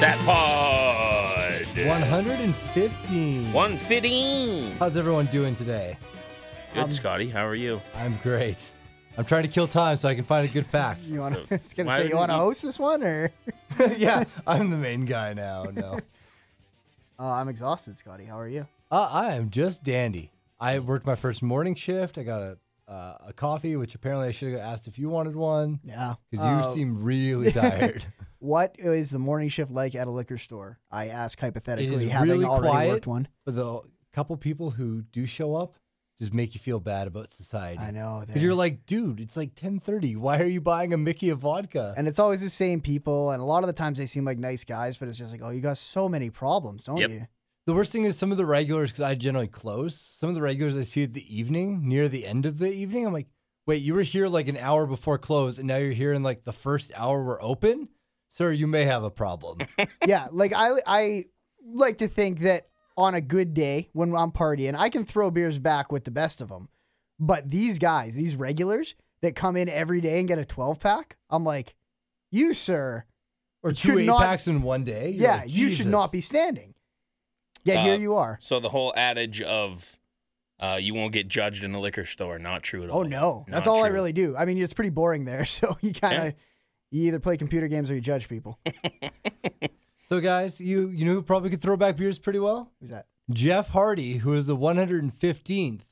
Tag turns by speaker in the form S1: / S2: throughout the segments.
S1: Rat Pod.
S2: 115.
S1: 115.
S2: How's everyone doing today?
S1: Good, Scotty. How are you?
S2: I'm great. I'm trying to kill time so I can find a good fact.
S3: You want? to
S1: So,
S3: I was gonna
S1: why
S3: say you
S1: didn't
S3: want to
S1: you-
S3: host this one, or
S2: yeah, I'm the main guy now. No,
S3: uh, I'm exhausted, Scotty. How are you?
S2: uh, I am just dandy. I worked my first morning shift. I got a uh, a coffee, which apparently I should have asked if you wanted one
S3: Yeah.
S2: because you seem really tired.
S3: Uh, What is the morning shift like at a liquor store? I ask hypothetically,
S2: It is
S3: having
S2: really
S3: already
S2: quiet.
S3: worked one.
S2: but the couple people who do show up just make you feel bad about society.
S3: I know.
S2: Because you're like, dude, it's like 10:30. Why are you buying a Mickey of vodka?
S3: and it's always the same people, and a lot of the times they seem like nice guys, but it's just like, oh, you got so many problems, don't
S1: Yep.
S3: you?
S2: The worst thing is some of the regulars, because I generally close, some of the regulars I see at the evening, near the end of the evening, I'm like, wait, you were here like an hour before close, and now you're here in like the first hour we're open? Sir, you may have a problem.
S3: yeah, like I I like to think that on a good day when I'm partying, I can throw beers back with the best of them. But these guys, these regulars that come in every day and get a 12 pack, I'm like, you sir,
S2: Or
S3: should
S2: two eight
S3: not-
S2: packs in one day. You're
S3: yeah,
S2: like,
S3: you should not be
S2: "Jesus."
S3: standing. Yet
S1: Uh,
S3: here you are.
S1: So the whole adage of uh, you won't get judged in the liquor store, not true at all.
S3: Oh no, that's
S1: Not
S3: all I
S1: true.
S3: really do. I mean, it's pretty boring there, so you kind of
S1: Yeah.
S3: you either play computer games or you judge people.
S2: So guys, you you know who probably could throw back beers pretty well?
S3: Who's that?
S2: Jeff Hardy, who is the 115th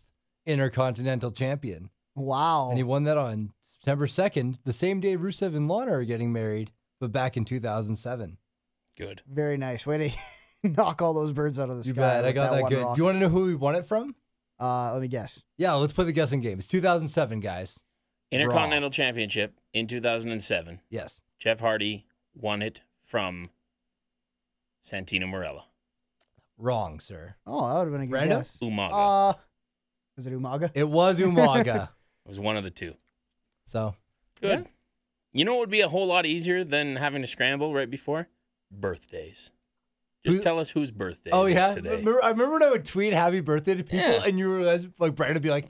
S2: Intercontinental Champion.
S3: Wow.
S2: And he won that on September 2nd, the same day Rusev and Lana are getting married, but back in 2007.
S1: Good.
S3: Very nice. Way to knock all those birds out of the
S2: You
S3: sky.
S2: bet. I
S3: with
S2: got that,
S3: one
S2: good.
S3: rock.
S2: Do you want to know who we won it from?
S3: uh, let me guess.
S2: Yeah, let's play the guessing game. It's 2007, guys.
S1: Intercontinental Championship in 2007.
S2: Yes.
S1: Jeff Hardy won it from Santino Morella.
S2: Wrong, sir.
S3: Oh, that would have been a good
S2: Brando?
S3: guess.
S1: Umaga.
S3: Uh, is it Umaga?
S2: It was Umaga.
S1: it was one of the two.
S2: so,
S1: Good. You know what would be a whole lot easier than having to scramble right before? Birthdays. Just
S2: Who-
S1: tell us whose birthday
S2: oh,
S1: it is
S2: yeah.
S1: today.
S2: Remember, I remember when I would tweet happy birthday to people,
S1: Yeah.
S2: and you were guys- like, Brandon would be like,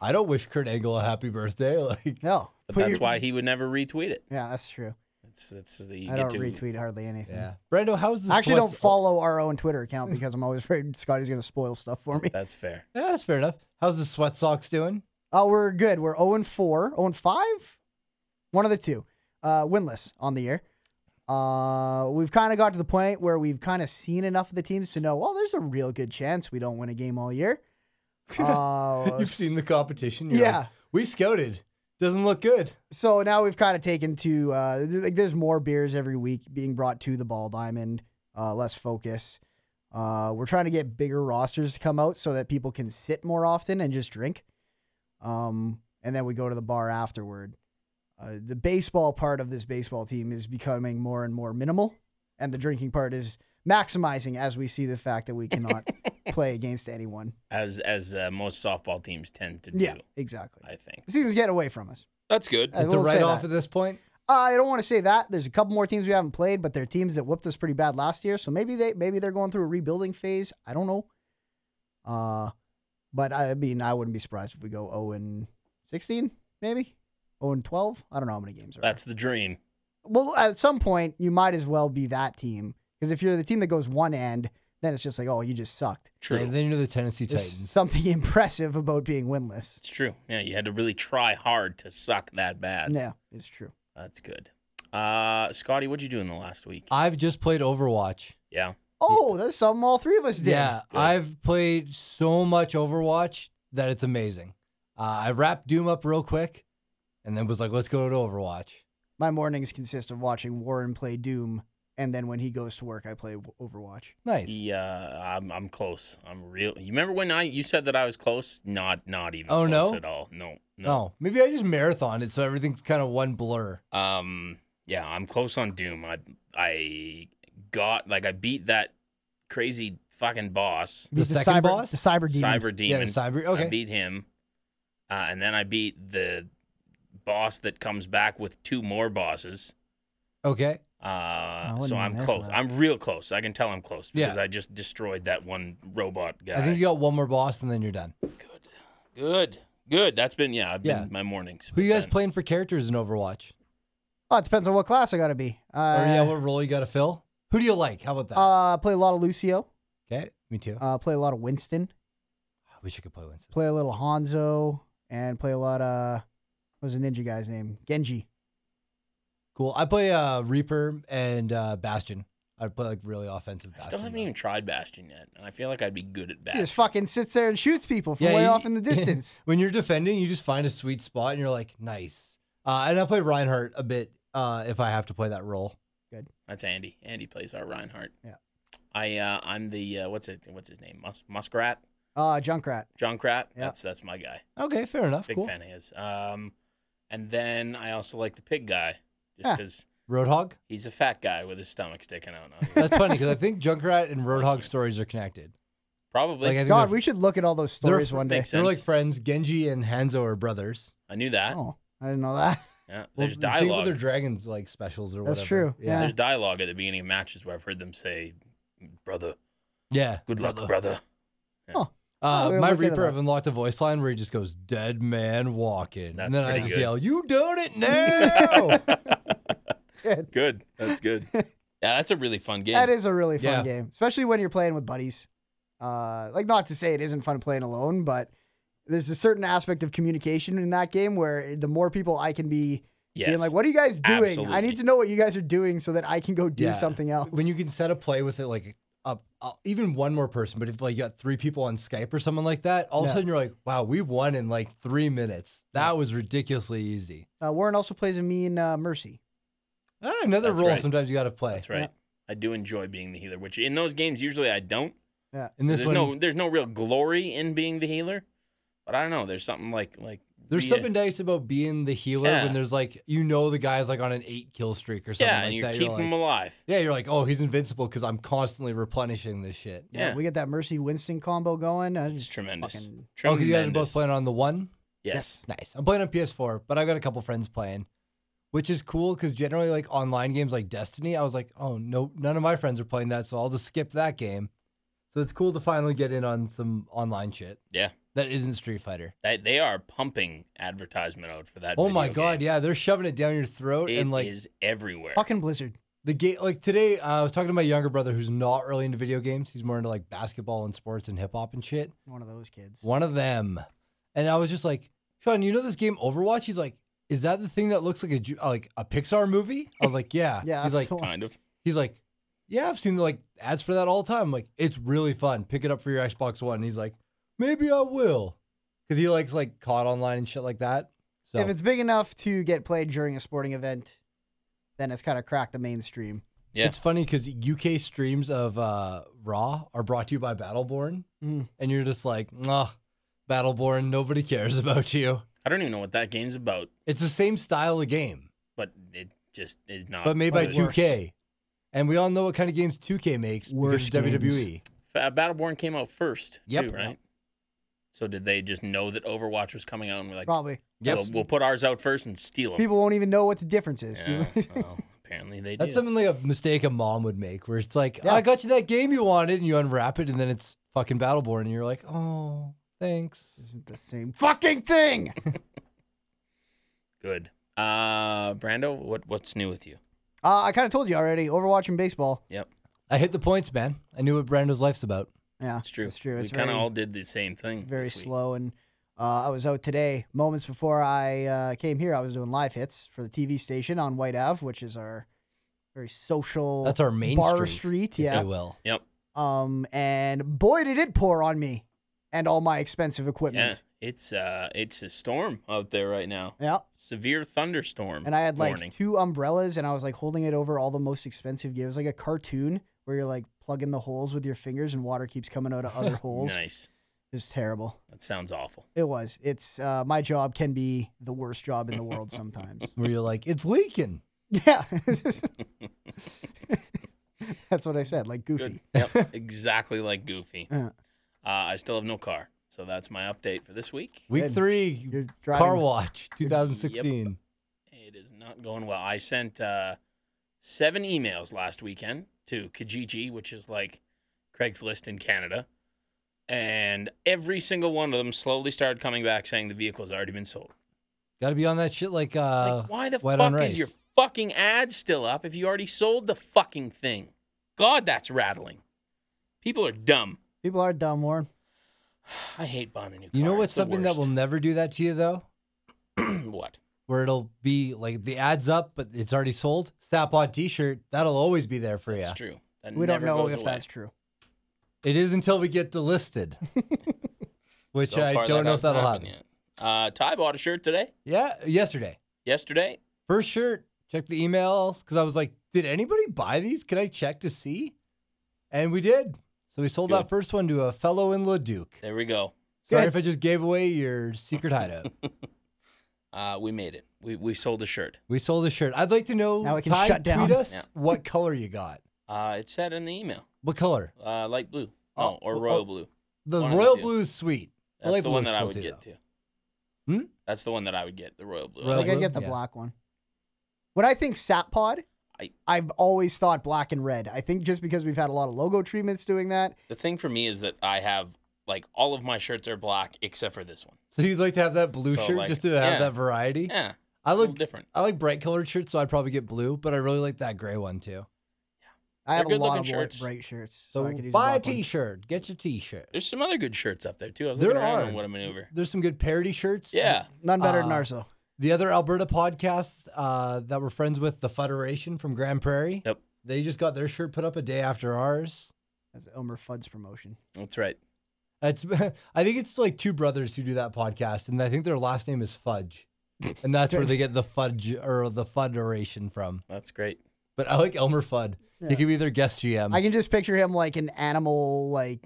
S2: I don't wish Kurt Angle a happy birthday. Like,
S3: No.
S1: But
S3: Put
S1: that's
S3: your-
S1: why he would never retweet it.
S3: Yeah, that's true.
S1: It's it's the you
S3: I
S1: get
S3: don't
S1: to
S3: retweet hardly anything.
S2: yeah. Brando, how's the
S3: I actually don't
S2: sweats-
S3: follow our own Twitter account because I'm always afraid Scotty's going to spoil stuff for me.
S1: That's fair.
S2: Yeah, that's fair enough. How's the sweat socks doing?
S3: Oh, we're good. We're 0 and 4, 0 and 5? One of the two. Uh, winless on the year. Uh, we've kind of got to the point where we've kind of seen enough of the teams to know, well, there's a real good chance we don't win a game all year. Uh,
S2: You've seen the competition. you're
S3: yeah.
S2: like, we scouted. Doesn't look good.
S3: so now we've kind of taken to uh, th- like there's more beers every week being brought to the ball diamond uh, less focus uh, we're trying to get bigger rosters to come out so that people can sit more often and just drink um, and then we go to the bar afterward uh, the baseball part of this baseball team is becoming more and more minimal and the drinking part is maximizing as we see the fact that we cannot play against anyone
S1: As as uh, most softball teams tend to do,
S3: yeah exactly
S1: I think.
S3: the season's getting away from us
S1: That's good.
S3: I
S2: It's a
S3: will say
S2: write off
S3: that.
S2: at this point.
S3: I don't want to say that. There's a couple more teams we haven't played, but they're teams that whooped us pretty bad last year. So maybe they maybe they're going through a rebuilding phase. I don't know. Uh, but I mean, I wouldn't be surprised if we go 0 and 16, maybe 0 and 12. I don't know how many games are.
S1: That's the dream.
S3: well, at some point, you might as well be that team because if you're the team that goes one end, then it's just like, oh, you just sucked.
S1: True.
S2: And then you're the Tennessee
S3: There's
S2: Titans.
S3: something impressive about being winless.
S1: it's true. Yeah, you had to really try hard to suck that bad.
S3: Yeah, it's true.
S1: That's good. Uh, Scotty, what'd you do in the last week?
S2: I've just played Overwatch.
S1: yeah.
S3: Oh, that's something all three of us did.
S2: Yeah,
S1: Good.
S2: I've played so much Overwatch that it's amazing. Uh, I wrapped Doom up real quick, and then was like, "Let's go to Overwatch."
S3: My mornings consist of watching Warren play Doom, and then when he goes to work, I play W- Overwatch.
S2: Nice.
S1: Yeah, uh, I'm I'm close. I'm real. You remember when I you said that I was close? Not not even
S2: Oh,
S1: close
S2: no?
S1: at all. No. No.
S2: No, Oh, maybe I just marathoned it, so everything's kind of one blur.
S1: Um yeah, I'm close on Doom. I I got like I beat that crazy fucking boss.
S2: The
S3: He's
S2: second
S3: cyber,
S2: boss?
S3: the cyber demon.
S1: Cyber Demon.
S2: Yeah, the cyber. Okay,
S1: I beat him, uh, and then I beat the boss that comes back with two more bosses.
S2: okay.
S1: Uh,
S3: wouldn't
S1: so
S3: be
S1: I'm
S3: there for
S1: close.
S3: that.
S1: I'm real close. I can tell I'm close
S2: Yeah.
S1: because I just destroyed that one robot guy.
S2: I think you got one more boss, and then you're done.
S1: good, good. That's been yeah. I've
S2: Yeah.
S1: been my mornings.
S2: Who
S1: with
S2: you guys
S1: them.
S2: playing for characters in Overwatch?
S3: Oh, it depends on what class I gotta be. Uh,
S2: or yeah, what role you got to fill? Who do you like? How about that?
S3: Uh, play a lot of Lucio.
S2: okay, me too.
S3: Uh, play a lot of Winston.
S2: I wish I could play Winston.
S3: Play a little Hanzo, and play a lot of what was the ninja guy's name? Genji.
S2: Cool. I play uh, Reaper and uh, Bastion. I play like really offensive.
S1: I still
S2: Bastion,
S1: haven't
S2: though.
S1: even tried Bastion yet, and I feel like I'd be good at
S3: He
S1: Bastion.
S3: just fucking sits there and shoots people from way
S2: you-
S3: off in the distance.
S2: when you're defending, you just find a sweet spot and you're like, nice. Uh, and I play Reinhardt a bit uh, if I have to play that role.
S1: That's Andy. Andy plays our Reinhardt.
S3: Yeah.
S1: I uh, I'm the uh, what's it what's his name Mus- Muskrat
S3: Uh, Junkrat.
S1: John Krat.
S3: Yeah.
S1: That's that's my guy.
S2: Okay, fair enough.
S1: Big
S2: cool.
S1: fan of his. Um, and then I also like the pig guy just
S3: Yeah.
S1: because
S2: Roadhog.
S1: he's a fat guy with his stomach sticking out. I was like,
S2: That's funny because I think Junkrat and Roadhog stories are connected.
S1: Probably.
S2: Like I think
S3: God,
S2: they're,
S3: we should look at all those
S2: they're
S3: stories
S2: fr-
S3: one day.
S1: Makes
S2: they're like
S1: sense.
S2: friends. Genji and Hanzo are brothers.
S1: I knew that.
S3: Oh, I didn't know that.
S1: Yeah.
S2: Well,
S1: There's
S2: think about
S1: dialogue.
S2: Their dragons like specials or whatever.
S3: That's true, yeah.
S1: There's dialogue at the beginning of matches where I've heard them say, "Brother,
S2: Yeah.
S1: good luck,
S2: Brother.
S1: brother."
S2: Uh,
S3: Oh, we'll
S2: my
S3: look into
S2: Reaper, I've
S3: that.
S2: unlocked a voice line where he just goes, "Dead man walking,"
S1: That's
S2: and then I
S1: pretty
S2: just
S1: good.
S2: yell, "You done it now!"
S3: Good.
S1: Good. That's good. yeah, that's a really fun game.
S3: That is a really fun
S2: Yeah.
S3: game, especially when you're playing with buddies. Uh, like, not to say it isn't fun playing alone, but there's a certain aspect of communication in that game where the more people I can be
S1: yes.
S3: being like, "What are you guys doing? I
S1: Absolutely.
S3: need to know what you guys are doing so that I can go do
S2: Yeah.
S3: something else."
S2: when you can set a play with it, like up, uh, even one more person, but if like you got three people on Skype or something like that, all of
S3: Yeah.
S2: a sudden you're like, "Wow, we won in like three minutes. That was ridiculously easy."
S3: uh, Warren also plays a mean uh, Mercy.
S2: Ah, another
S1: That's
S2: role
S1: right.
S2: sometimes you got to play.
S1: That's right. I do enjoy being the healer, which in those games usually I don't.
S2: In this
S1: there's
S2: one,
S1: no there's no real glory in being the healer, but I don't know. There's something like like
S2: there's
S1: being-
S2: something nice about being the healer
S1: Yeah.
S2: when there's like you know the guy's like on an eight kill streak or something
S1: yeah,
S2: like
S1: and you
S2: that.
S1: keep
S2: you're
S1: him
S2: like,
S1: alive.
S2: yeah, you're like, "Oh, he's invincible because I'm constantly replenishing this shit."
S1: Yeah,
S3: Uh, we get that Mercy Winston combo going. Uh,
S1: it's
S3: just
S1: tremendous.
S3: fucking-
S2: Oh,
S1: tremendous.
S2: because you guys are both playing on the one.
S1: Yes.
S2: Nice. I'm playing on PS4, but I've got a couple friends playing, which is cool because generally, like online games like Destiny, I was like, oh no, none of my friends are playing that, so I'll just skip that game. So it's cool to finally get in on some online shit.
S1: Yeah.
S2: That isn't Street Fighter.
S1: They, they are pumping advertisement out for that.
S2: Oh my
S1: video
S2: god,
S1: game.
S2: yeah, they're shoving it down your throat
S1: It
S2: and like
S1: is everywhere.
S3: fucking Blizzard.
S2: the game. Like today, uh, I was talking to my younger brother who's not really into video games. He's more into like basketball and sports and hip hop and shit.
S3: One of those kids.
S2: One of them. And I was just like, Sean, you know this game Overwatch? He's like, is that the thing that looks like a ju- like a Pixar movie? I was like, yeah.
S3: Yeah,
S2: He's
S3: that's
S2: like,
S3: the one.
S1: Kind of.
S2: he's like, yeah, I've seen like ads for that all the time. I'm like, it's really fun. Pick it up for your Xbox One. And he's like, maybe I will, because he likes like COD online and shit like that. So
S3: If it's big enough to get played during a sporting event, then it's kind of cracked the mainstream.
S1: Yeah.
S2: It's funny because UK streams of uh, Raw are brought to you by Battleborn,
S3: Mm.
S2: and you're just like, ah, Battleborn, nobody cares about you.
S1: I don't even know what that game's about,
S2: It's the same style of game.
S1: but it just is not.
S2: but made by
S1: good.
S2: 2K. And we all know what kind of games 2K makes
S3: Worse
S2: because it's E.
S3: games.
S2: WWE.
S1: Fa- Battleborn came out first.
S2: Yep.
S1: Too, right. So did they just know that Overwatch was coming out and we're like,
S3: Probably.
S1: "We'll-
S2: Yes.
S1: we'll put ours out first and steal them.
S3: People won't even know what the difference is.
S1: Yeah, well, apparently they
S2: That's
S1: did.
S2: something like a mistake a mom would make where it's like,
S3: Yeah.
S2: I got you that game you wanted, and you unwrap it, and then it's fucking Battleborn, and you're like, oh, thanks.
S3: isn't the same fucking thing.
S1: Good. Uh, Brando, what what's new with you?
S3: Uh, I kind of told you already. Overwatch and baseball.
S2: I hit the points, man. I knew what Brando's life's about.
S3: Yeah,
S1: It's true.
S3: It's true.
S1: We
S3: It's
S1: kind of
S3: very-
S1: all did the same thing.
S3: very
S1: this week.
S3: slow. And uh, I was out today. Moments before I uh, came here, I was doing live hits for the TV station on White Ave, which is our very social.
S2: That's our main
S3: bar
S2: street.
S3: street.
S2: if
S3: Yeah.
S2: you will.
S1: Yep.
S3: Um, and boy, did it pour on me and all my expensive
S1: Yeah.
S3: equipment.
S1: It's uh, it's a storm out there right now.
S3: Yeah.
S1: Severe thunderstorm.
S3: And I had like
S1: warning.
S3: two umbrellas, and I was like holding it over all the most expensive gear. It was like a cartoon where you're like plugging the holes with your fingers, and water keeps coming out of other holes.
S1: Nice.
S3: It was terrible.
S1: That sounds awful.
S3: It was. It's uh, my job can be the worst job in the world sometimes.
S2: Where you're like, it's leaking.
S3: yeah. That's what I said, like
S1: Good.
S3: goofy.
S1: Yep. exactly like Goofy.
S3: Yeah.
S1: Uh, I still have no car, so that's my update for this week.
S2: Week
S3: Good.
S2: three,
S3: You're driving.
S2: Car Watch 2016.
S1: It is not going well. I sent uh, seven emails last weekend to Kijiji, which is like Craigslist in Canada. And every single one of them slowly started coming back saying the vehicle's already been sold.
S2: Got to be on that shit like, uh,
S1: like, why the
S2: white
S1: fuck
S2: on
S1: is
S2: rice.
S1: your fucking ad still up if you already sold the fucking thing? God, that's rattling. People are dumb.
S3: People are dumb, Warren.
S1: I hate buying a new car.
S2: You know what's
S1: It's the
S2: something that will never do that to you though?
S1: worst. what?
S2: Where it'll be like the ad's up, but it's already sold. Sapod T-shirt that'll always be there for
S1: It's
S2: you.
S1: true. That
S3: We don't
S1: never
S3: know
S1: goes
S3: if
S1: away.
S3: that's true.
S2: It is until we get delisted, which
S1: So
S2: I
S1: far, that
S2: don't know if
S1: hasn't
S2: that'll happen.
S1: happened Yet. Uh, Ty bought a shirt today,
S2: Yeah, yesterday.
S1: yesterday.
S2: First shirt, check the emails because I was like, did anybody buy these? Can I check to see? And we did. So we sold
S1: Good.
S2: that first one to a fellow in Leduc.
S1: There we go.
S2: Sorry
S3: Good.
S2: if I just gave away your secret hideout.
S1: Uh, we made it. We, we sold a shirt.
S2: we sold the shirt. I'd like to know.
S3: Now we can
S2: Ty,
S3: shut down.
S2: Tweet us
S1: Yeah.
S2: what color you got.
S1: Uh, it said in the email,
S2: What color?
S1: uh, light blue.
S2: Oh,
S1: Oh, or
S2: oh,
S1: royal
S2: oh.
S1: blue.
S2: The
S1: One of the
S2: royal
S1: two.
S2: blue is sweet. I
S1: That's
S2: like
S1: the
S2: blue
S1: one
S2: and
S1: that I
S2: skull
S1: would
S2: too,
S1: get
S2: though.
S1: to.
S2: Hmm?
S1: That's the one that I would get. The royal blue.
S2: Royal
S3: I gotta
S2: blue?
S3: get the
S2: Yeah.
S3: black one. When I think sap pod,
S1: I-
S3: I've always thought black and red. I think just because we've had a lot of logo treatments doing that.
S1: The thing for me is that I have like all of my shirts are black except for this one.
S2: So you'd like to have that blue
S1: So,
S2: shirt
S1: like,
S2: just to have
S1: yeah.
S2: that variety?
S1: Yeah,
S2: I
S1: a little
S2: look.
S1: different.
S2: I like bright colored shirts, so I'd probably get blue. But I really like that gray one too.
S3: I have
S1: They're
S3: a lot
S1: good-looking
S3: of
S1: shirts.
S3: shirts. bright shirts, so,
S2: So
S3: I could use
S2: buy a
S3: black one.
S2: T-shirt. Get your T-shirt.
S1: There's some other good shirts up there too. I was
S2: There
S1: looking around
S2: are.
S1: on what a maneuver.
S2: There's some good parody shirts.
S1: Yeah,
S3: None better than
S2: Uh,
S3: ours though.
S2: The other Alberta podcasts uh, that we're friends with, the Federation from Grand Prairie.
S1: Yep.
S2: They just got their shirt put up a day after ours.
S3: That's Elmer Fudd's promotion.
S1: that's right.
S2: That's I think it's like two brothers who do that podcast, and I think their last name is Fudge, and that's where they get the fudge or the Federation from.
S1: That's great.
S2: But I like Elmer Fudd.
S3: Yeah.
S2: He could be their guest
S1: Um,
S2: GM.
S3: I can just picture him like an animal, like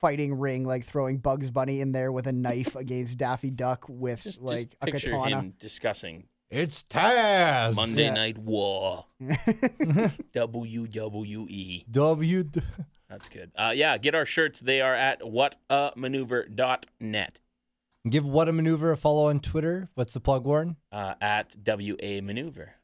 S3: fighting ring, like throwing Bugs Bunny in there with a knife against Daffy Duck with
S1: Just
S3: like
S1: just
S3: a
S1: picture
S3: katana.
S1: him discussing
S2: it's Taz.
S1: Monday
S3: Yeah.
S1: Night War. WWE.
S2: W. D-
S1: That's good. Uh, yeah, get our shirts. They are at whatamaneuver.net
S2: Give what a maneuver a follow on Twitter. What's the plug, Warren?
S1: uh, at WA Maneuver.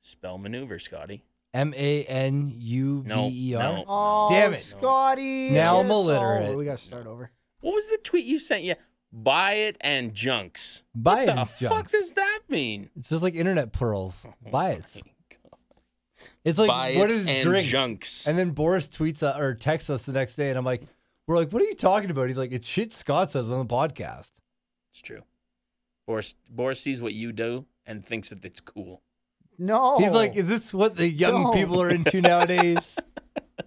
S1: Spell maneuver, Scotty.
S2: M A N U
S1: No,
S2: V E R.
S1: no.
S3: Oh,
S2: Damn it.
S3: Scotty!
S2: Now I'm
S3: it's all
S2: illiterate.
S3: over. We gotta start over.
S1: What was the tweet you sent? Yeah, buy it and junks.
S2: Buy
S1: what
S2: it
S1: the
S2: and
S1: fuck
S2: junks.
S1: does that mean?
S2: It's just like internet pearls. Buy it. It's
S1: Buy
S2: like what
S1: it
S2: is
S1: and
S2: drinks?
S1: junks.
S2: And then Boris tweets uh, or texts us the next day, and I'm like, we're like, what are you talking about? He's like, it's shit Scott says on the podcast.
S1: It's true. Boris Boris sees what you do and thinks that it's cool.
S3: No,
S2: He's like, is this what the young
S3: No.
S2: people are into nowadays?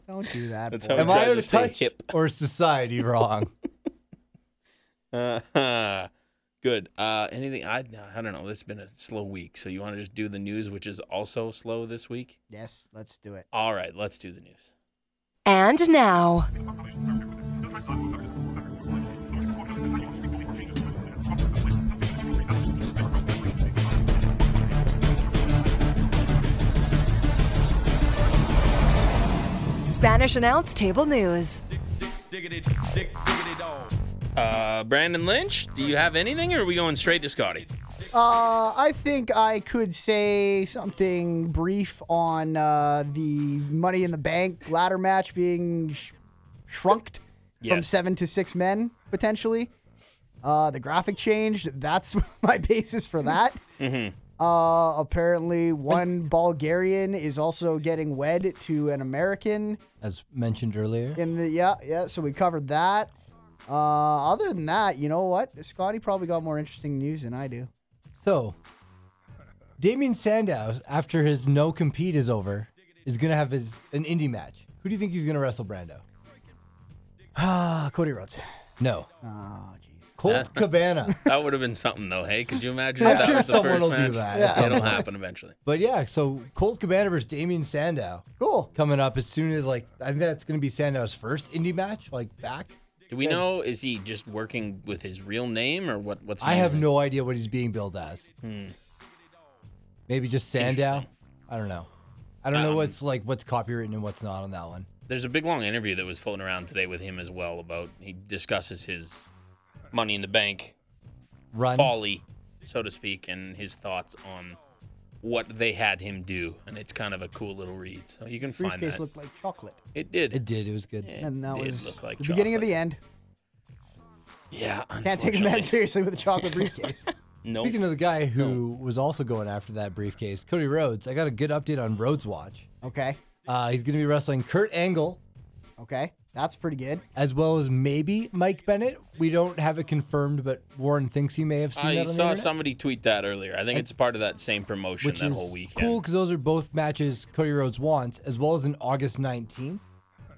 S3: don't do that.
S1: That's
S3: boy.
S1: how
S2: Am I
S1: tries
S2: out
S1: to
S2: of
S1: stay
S2: touch
S1: hip.
S2: or is society wrong?
S1: Uh, good. Uh, anything? I I don't know. It's been a slow week, so you want to just do the news, which is also slow this week.
S3: Yes, let's do it.
S1: All right, let's do the news.
S4: And now, Spanish Announce Table News.
S5: diggity, dig, diggity dog.
S1: Uh, Brandon Lynch, do you have anything, or are we going straight to Scotty?
S3: Uh, I think I could say something brief on uh, the Money in the Bank ladder match being sh- shrunked from
S1: Yes.
S3: seven to six men potentially. Uh, the graphic changed. That's my basis for that.
S1: Mm-hmm.
S3: Uh, apparently, one Bulgarian is also getting wed to an American
S2: As mentioned earlier,
S3: in the yeah yeah. So we covered that. Uh, other than that, you know what? Scotty probably got more interesting news than I do.
S2: so Damien Sandow, after his no compete is over, is gonna have his an indie match. Who do you think he's gonna wrestle, Brando?
S3: Ah, Cody Rhodes.
S2: No,
S3: Oh, jeez.
S2: Colt Cabana.
S1: That would have been something, though. Hey, could you imagine?
S2: I'm
S1: if that
S2: sure
S1: was the
S2: someone
S1: first
S2: will do
S1: match?
S2: that at some
S1: It'll happen eventually.
S2: But yeah, so Colt Cabana versus Damien Sandow
S3: Cool.
S2: coming up as soon as like I think that's gonna be Sandow's first indie match, like back.
S1: Do we know? Is he just working with his real name, or what? What's he
S2: I have
S1: using?
S2: no idea what he's being billed as. Maybe just Sandow.
S1: Hmm. Interesting.
S2: I don't know. I don't know
S1: Um,
S2: what's like what's copywritten and what's not on that one.
S1: There's a big long interview that was floating around today with him as well about he discusses his money in the bank
S2: Run.
S1: folly, so to speak, and his thoughts on what they had him do, and it's kind of a cool little read. So you can find
S3: Briefcase
S1: that.
S3: looked like chocolate,
S1: it did.
S2: It did. It was good.
S1: It
S3: and that
S1: did
S3: was
S1: look like
S3: the beginning of the
S1: chocolate.
S3: end.
S1: Yeah,
S3: Can't take him that seriously with a chocolate briefcase.
S1: No,
S2: Speaking of the guy who was also going after that briefcase, Cody Rhodes. I got a good update on Rhodes Watch.
S3: Okay.
S2: Uh, he's going to be wrestling Kurt Angle
S3: Okay, that's pretty good.
S2: as well as maybe Mike Bennett. We don't have it confirmed, but Warren thinks he may have seen that
S1: I
S2: on the
S1: saw
S2: internet,
S1: somebody tweet that earlier. I think it's part of that same promotion
S2: which
S1: that
S2: is
S1: whole weekend.
S2: cool because those are both matches Cody Rhodes wants, as well as an August 19th.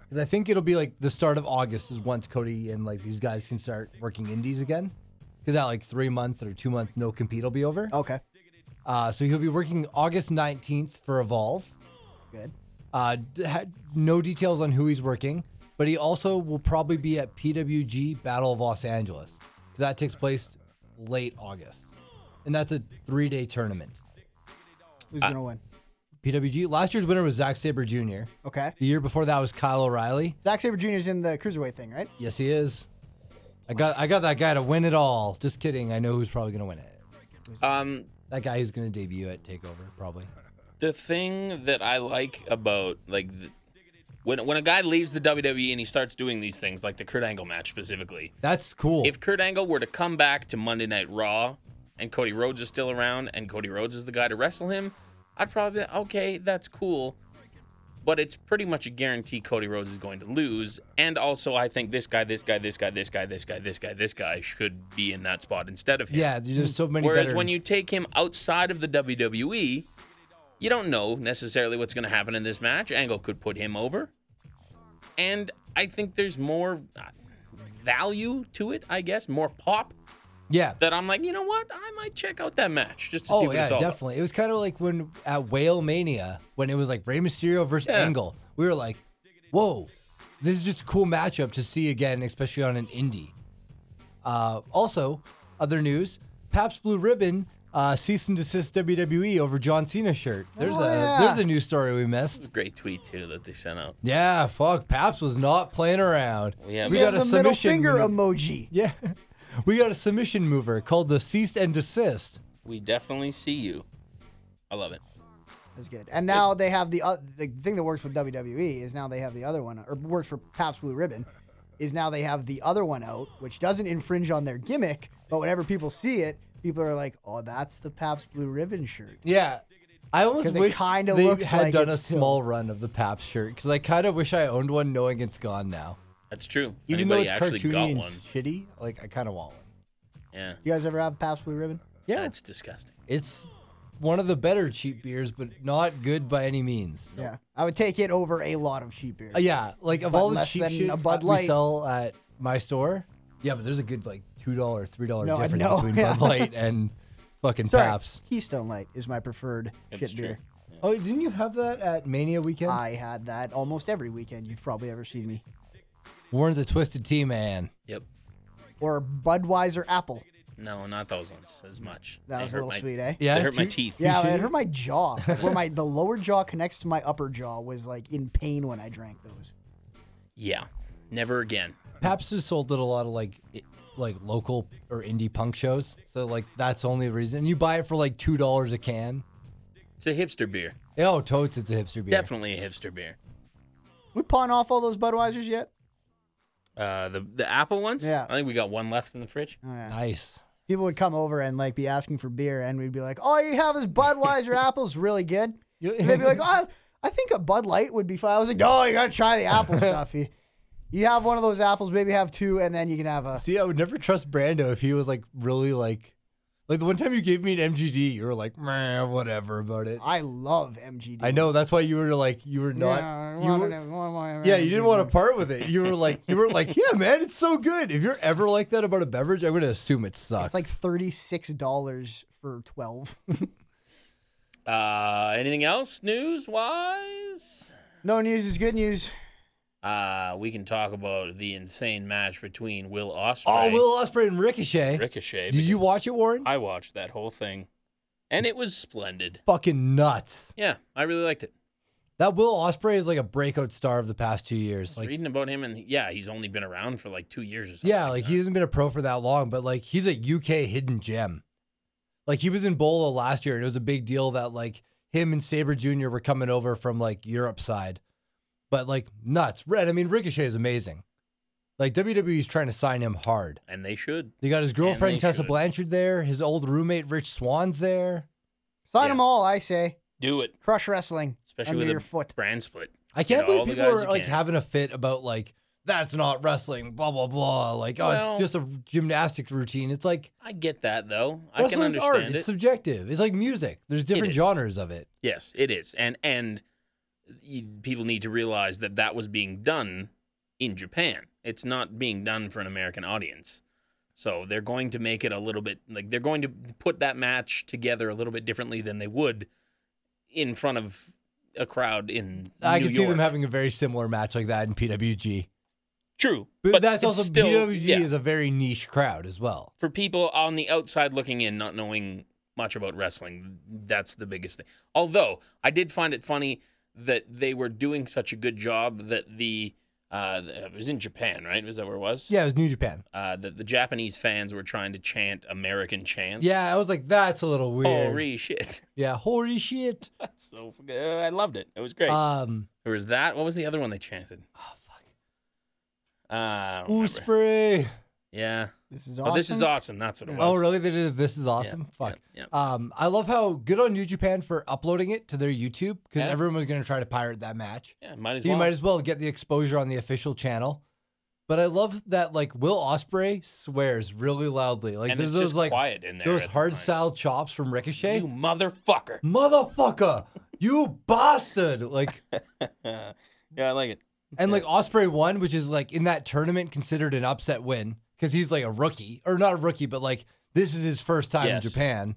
S2: 'Cause I think it'll be like the start of August is once Cody and like these guys can start working indies again. Because that like three month or two month no compete will be over.
S3: Okay,
S2: Uh, so he'll be working August 19th for Evolve.
S3: good.
S2: Uh, d- had no details on who he's working, but he also will probably be at PWG Battle of Los Angeles. 'cause That takes place late August. And that's a three day tournament.
S3: Who's gonna win?
S2: PWG, last year's winner was Zack Sabre Jr.
S3: Okay,
S2: The year before that was Kyle O'Reilly.
S3: Zack Saber Jr. is in the cruiserweight thing, right?
S2: Yes, he is. I got I got that guy to win it all. Just kidding. I know who's probably going to win it.
S1: Um,
S2: That guy who's going to debut at TakeOver, probably.
S1: the thing that I like about like th- when when a guy leaves the WWE and he starts doing these things, like the Kurt Angle match specifically.
S2: That's cool.
S1: If Kurt Angle were to come back to Monday Night Raw and Cody Rhodes is still around and Cody Rhodes is the guy to wrestle him, I'd probably be like, okay, that's cool. But it's pretty much a guarantee Cody Rhodes is going to lose. And also, I think this guy, this guy, this guy, this guy, this guy, this guy, this guy should be in that spot instead of him.
S2: yeah, there's so many
S1: Whereas
S2: better-
S1: when you take him outside of the WWE, you don't know necessarily what's going to happen in this match. Angle could put him over. And I think there's more uh, value to it, I guess, more pop
S2: Yeah.
S1: that I'm like, you know what? I might check out that match just to see
S2: Oh
S1: what
S2: yeah,
S1: it's all about.
S2: definitely. It was kind of like when at Whale Mania when it was like Rey Mysterio versus
S1: Yeah.
S2: Angle. We were like, "Whoa, this is just a cool matchup to see again, especially on an indie." Uh, also, other news: Paps Blue Ribbon uh, cease and desist WWE over John Cena shirt. There's
S3: Oh,
S2: a
S3: yeah.
S2: there's a news story we missed.
S1: Great tweet, too, that they sent out.
S2: Yeah, fuck, Paps was not playing around.
S1: Yeah,
S2: we
S1: man.
S2: got a
S3: the middle
S2: submission.
S3: finger
S2: mo-
S3: emoji.
S2: yeah, we got a submission mover called the cease and desist.
S1: We definitely see you. I love it.
S3: That's good. And now they have the uh, the thing that works with WWE is now they have the other one, or works for Pabst Blue Ribbon, is now they have the other one out, which doesn't infringe on their gimmick. But whenever people see it, people are like, "Oh, that's the Pabst Blue Ribbon shirt."
S2: Yeah. I almost
S3: 'Cause it
S2: wish
S3: kinda
S2: they
S3: looks
S2: had
S3: like
S2: done a
S3: it's still-
S2: small run of the Paps shirt because I kind of wish I owned one knowing it's gone now.
S1: That's true. If
S2: Even
S1: Anybody
S2: though it's
S1: actually
S2: cartoony
S1: got
S2: and
S1: one.
S2: shitty, like I kind of want one.
S1: Yeah.
S3: You guys ever have Pabst Blue Ribbon?
S2: Yeah,
S1: That's
S2: it's
S1: disgusting.
S2: it's one of the better cheap beers, but not good by any means.
S3: Yeah, I would take it over a lot of cheap beer.
S2: Uh, yeah, like of
S3: But
S2: all the
S3: less
S2: cheap
S3: than
S2: shit
S3: a Bud
S2: that we
S3: Light.
S2: sell at my store, yeah, but there's a good like two dollar, three dollar
S3: No, I
S2: difference
S3: know,
S2: between
S3: yeah.
S2: Bud Light and fucking
S3: Sorry,
S2: Paps.
S3: Keystone Light is my preferred
S1: It's
S3: shit
S1: true.
S3: beer.
S2: Oh, didn't you have that at Mania weekend?
S3: I had that almost every weekend you've probably ever seen me.
S2: Warren's a twisted tea man.
S1: Yep.
S3: Or Budweiser Apple.
S1: No, not those ones as much.
S3: That
S1: They
S3: was a
S1: hurt my-
S3: little sweet, eh?
S2: Yeah,
S1: They hurt my
S2: two-
S1: teeth.
S3: Yeah,
S2: Appreciate
S3: it
S2: it.
S3: hurt my jaw. Like where my the lower jaw connects to my upper jaw was like in pain when I drank those.
S1: Yeah. Never again.
S2: Paps is sold at a lot of like i- like local or indie punk shows. So like that's the only reason. You buy it for like two dollars a can.
S1: It's a hipster beer.
S2: Oh, totes! It's a hipster beer.
S1: Definitely a hipster beer.
S3: We pawn off all those Budweisers yet?
S1: Uh, the the apple ones.
S3: Yeah.
S1: I think we got one left in the fridge.
S3: Oh, yeah.
S2: Nice.
S3: People would come over and like be asking for beer, and we'd be like, "All you have is Budweiser apples, really good."
S2: You-
S3: And they'd be like, "Oh, I think a Bud Light would be fine." I was like, "No, you gotta try the apple stuff. You, you have one of those apples, maybe have two, and then you can have a."
S2: See, I would never trust Brando if he was like really like like the one time you gave me an MGD, you were like, Meh, whatever about it.
S3: I love MGD.
S2: I know that's why you were like you were not
S3: Yeah, I
S2: you
S3: wanted
S2: were,
S3: it, one more
S2: yeah, you didn't
S3: MGD.
S2: want to part with it. You were like, you were like, yeah, man, it's so good. If you're ever like that about a beverage, I'm gonna assume it sucks.
S3: It's like thirty six dollars for twelve.
S1: Uh, anything else news wise?
S3: no news is good news.
S1: Uh, we can talk about the insane match between Will Osprey,
S2: oh, Will Osprey and Ricochet.
S1: Ricochet.
S2: Did you
S1: because
S2: watch it, Warren?
S1: I watched that whole thing, and it was splendid.
S2: Fucking nuts.
S1: Yeah, I really liked it.
S2: That Will Osprey is like a breakout star of the past two years.
S1: I was
S2: Like,
S1: reading about him, and yeah, he's only been around for like two years or something.
S2: yeah, like he hasn't been a pro for that long, but like he's a UK hidden gem. Like he was in Bola last year, and it was a big deal that like him and Saber Jr. were coming over from like Europe side, but like nuts. Red, I mean Ricochet is amazing. Like WWE's trying to sign him hard.
S1: and they should.
S2: They got his girlfriend
S1: they
S2: Tessa
S1: should.
S2: Blanchard there, his old roommate Rich Swan's there.
S3: Sign
S1: Yeah.
S3: them all, I say.
S1: Do it,
S3: Crush wrestling
S1: especially
S3: under
S1: with
S3: your
S1: a
S3: foot.
S1: brand split.
S2: I can't
S1: Get all
S2: believe
S1: the
S2: people
S1: guys
S2: are
S1: you
S2: like
S1: can.
S2: having a fit about like that's not wrestling, blah blah blah. Like, oh,
S1: Well-
S2: it's just a gymnastic routine. It's like
S1: I get that though. I can
S2: wrestling's art.
S1: understand
S2: It's
S1: it.
S2: subjective. It's like music. There's different
S1: is.
S2: genres of it.
S1: Yes, it is, and and you, people need to realize that that was being done in Japan. It's not being done for an American audience. So they're going to make it a little bit like they're going to put that match together a little bit differently than they would in front of a crowd in
S2: I
S1: New
S2: can see
S1: York.
S2: them having a very similar match like that in PWG.
S1: true,
S2: But, that's
S1: it's
S2: also
S1: still,
S2: PWG
S1: yeah,
S2: is a very niche crowd as well.
S1: for people on the outside looking in, not knowing much about wrestling, that's the biggest thing. Although I did find it funny that they were doing such a good job that the uh, it was in Japan, right? Was that where it was?
S2: Yeah, it was New Japan.
S1: Uh, that the Japanese fans were trying to chant American chants.
S2: Yeah, I was like, that's a little weird.
S1: Holy shit!
S2: Yeah, holy shit.
S1: That's so fucking- I loved it. It was great.
S2: Um,
S1: there was that. What was the other one they chanted? Oh fuck. Uh, I don't remember.
S2: Oospray.
S1: yeah.
S3: This is awesome.
S1: Oh, this is awesome. That's what it was.
S2: Oh, really? They did. This is awesome. Fuck.
S1: yeah,
S2: Um, I love how good on New Japan for uploading it to their YouTube because
S1: Yeah.
S2: everyone was going to try to pirate that match.
S1: Yeah, might as
S2: So you
S1: well.
S2: might as well get the exposure on the official channel. But I love that like Will Osprey swears really loudly. Like
S1: and
S2: there's
S1: it's
S2: those
S1: just
S2: like
S1: quiet in there.
S2: those
S1: at the
S2: hard
S1: time.
S2: style chops from Ricochet.
S1: You motherfucker.
S2: Motherfucker, you bastard! Like
S1: Uh, yeah, I like it.
S2: and like Osprey won, which is like in that tournament considered an upset win because he's like a rookie or not a rookie, but like this is his first time
S1: Yes.
S2: in Japan.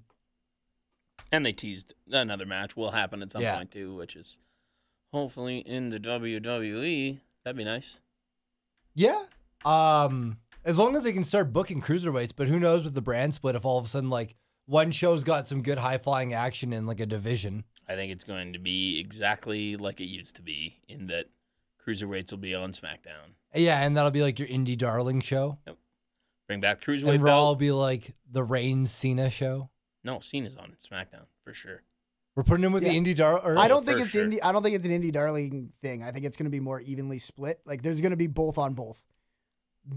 S1: And they teased another match will happen at some
S2: Yeah.
S1: point too, which is hopefully in the WWE. That'd be nice.
S2: Yeah. Um, as long as they can start booking cruiserweights, but who knows with the brand split if all of a sudden like one show's got some good high flying action in like a division.
S1: I think it's going to be exactly like it used to be in that cruiserweights will be on SmackDown.
S2: Yeah, and that'll be like your indie darling show.
S1: Bring back the cruiserweight
S2: And Raw will
S1: belt.
S2: be like the Reign Cena show.
S1: No, Cena's on SmackDown for sure.
S2: We're putting him with
S3: Yeah.
S2: the indie darling.
S3: I
S1: Oh,
S3: don't think
S1: for
S3: it's
S1: sure.
S3: indie. I don't think it's an indie darling thing. I think it's going to be more evenly split. Like there's going to be both on both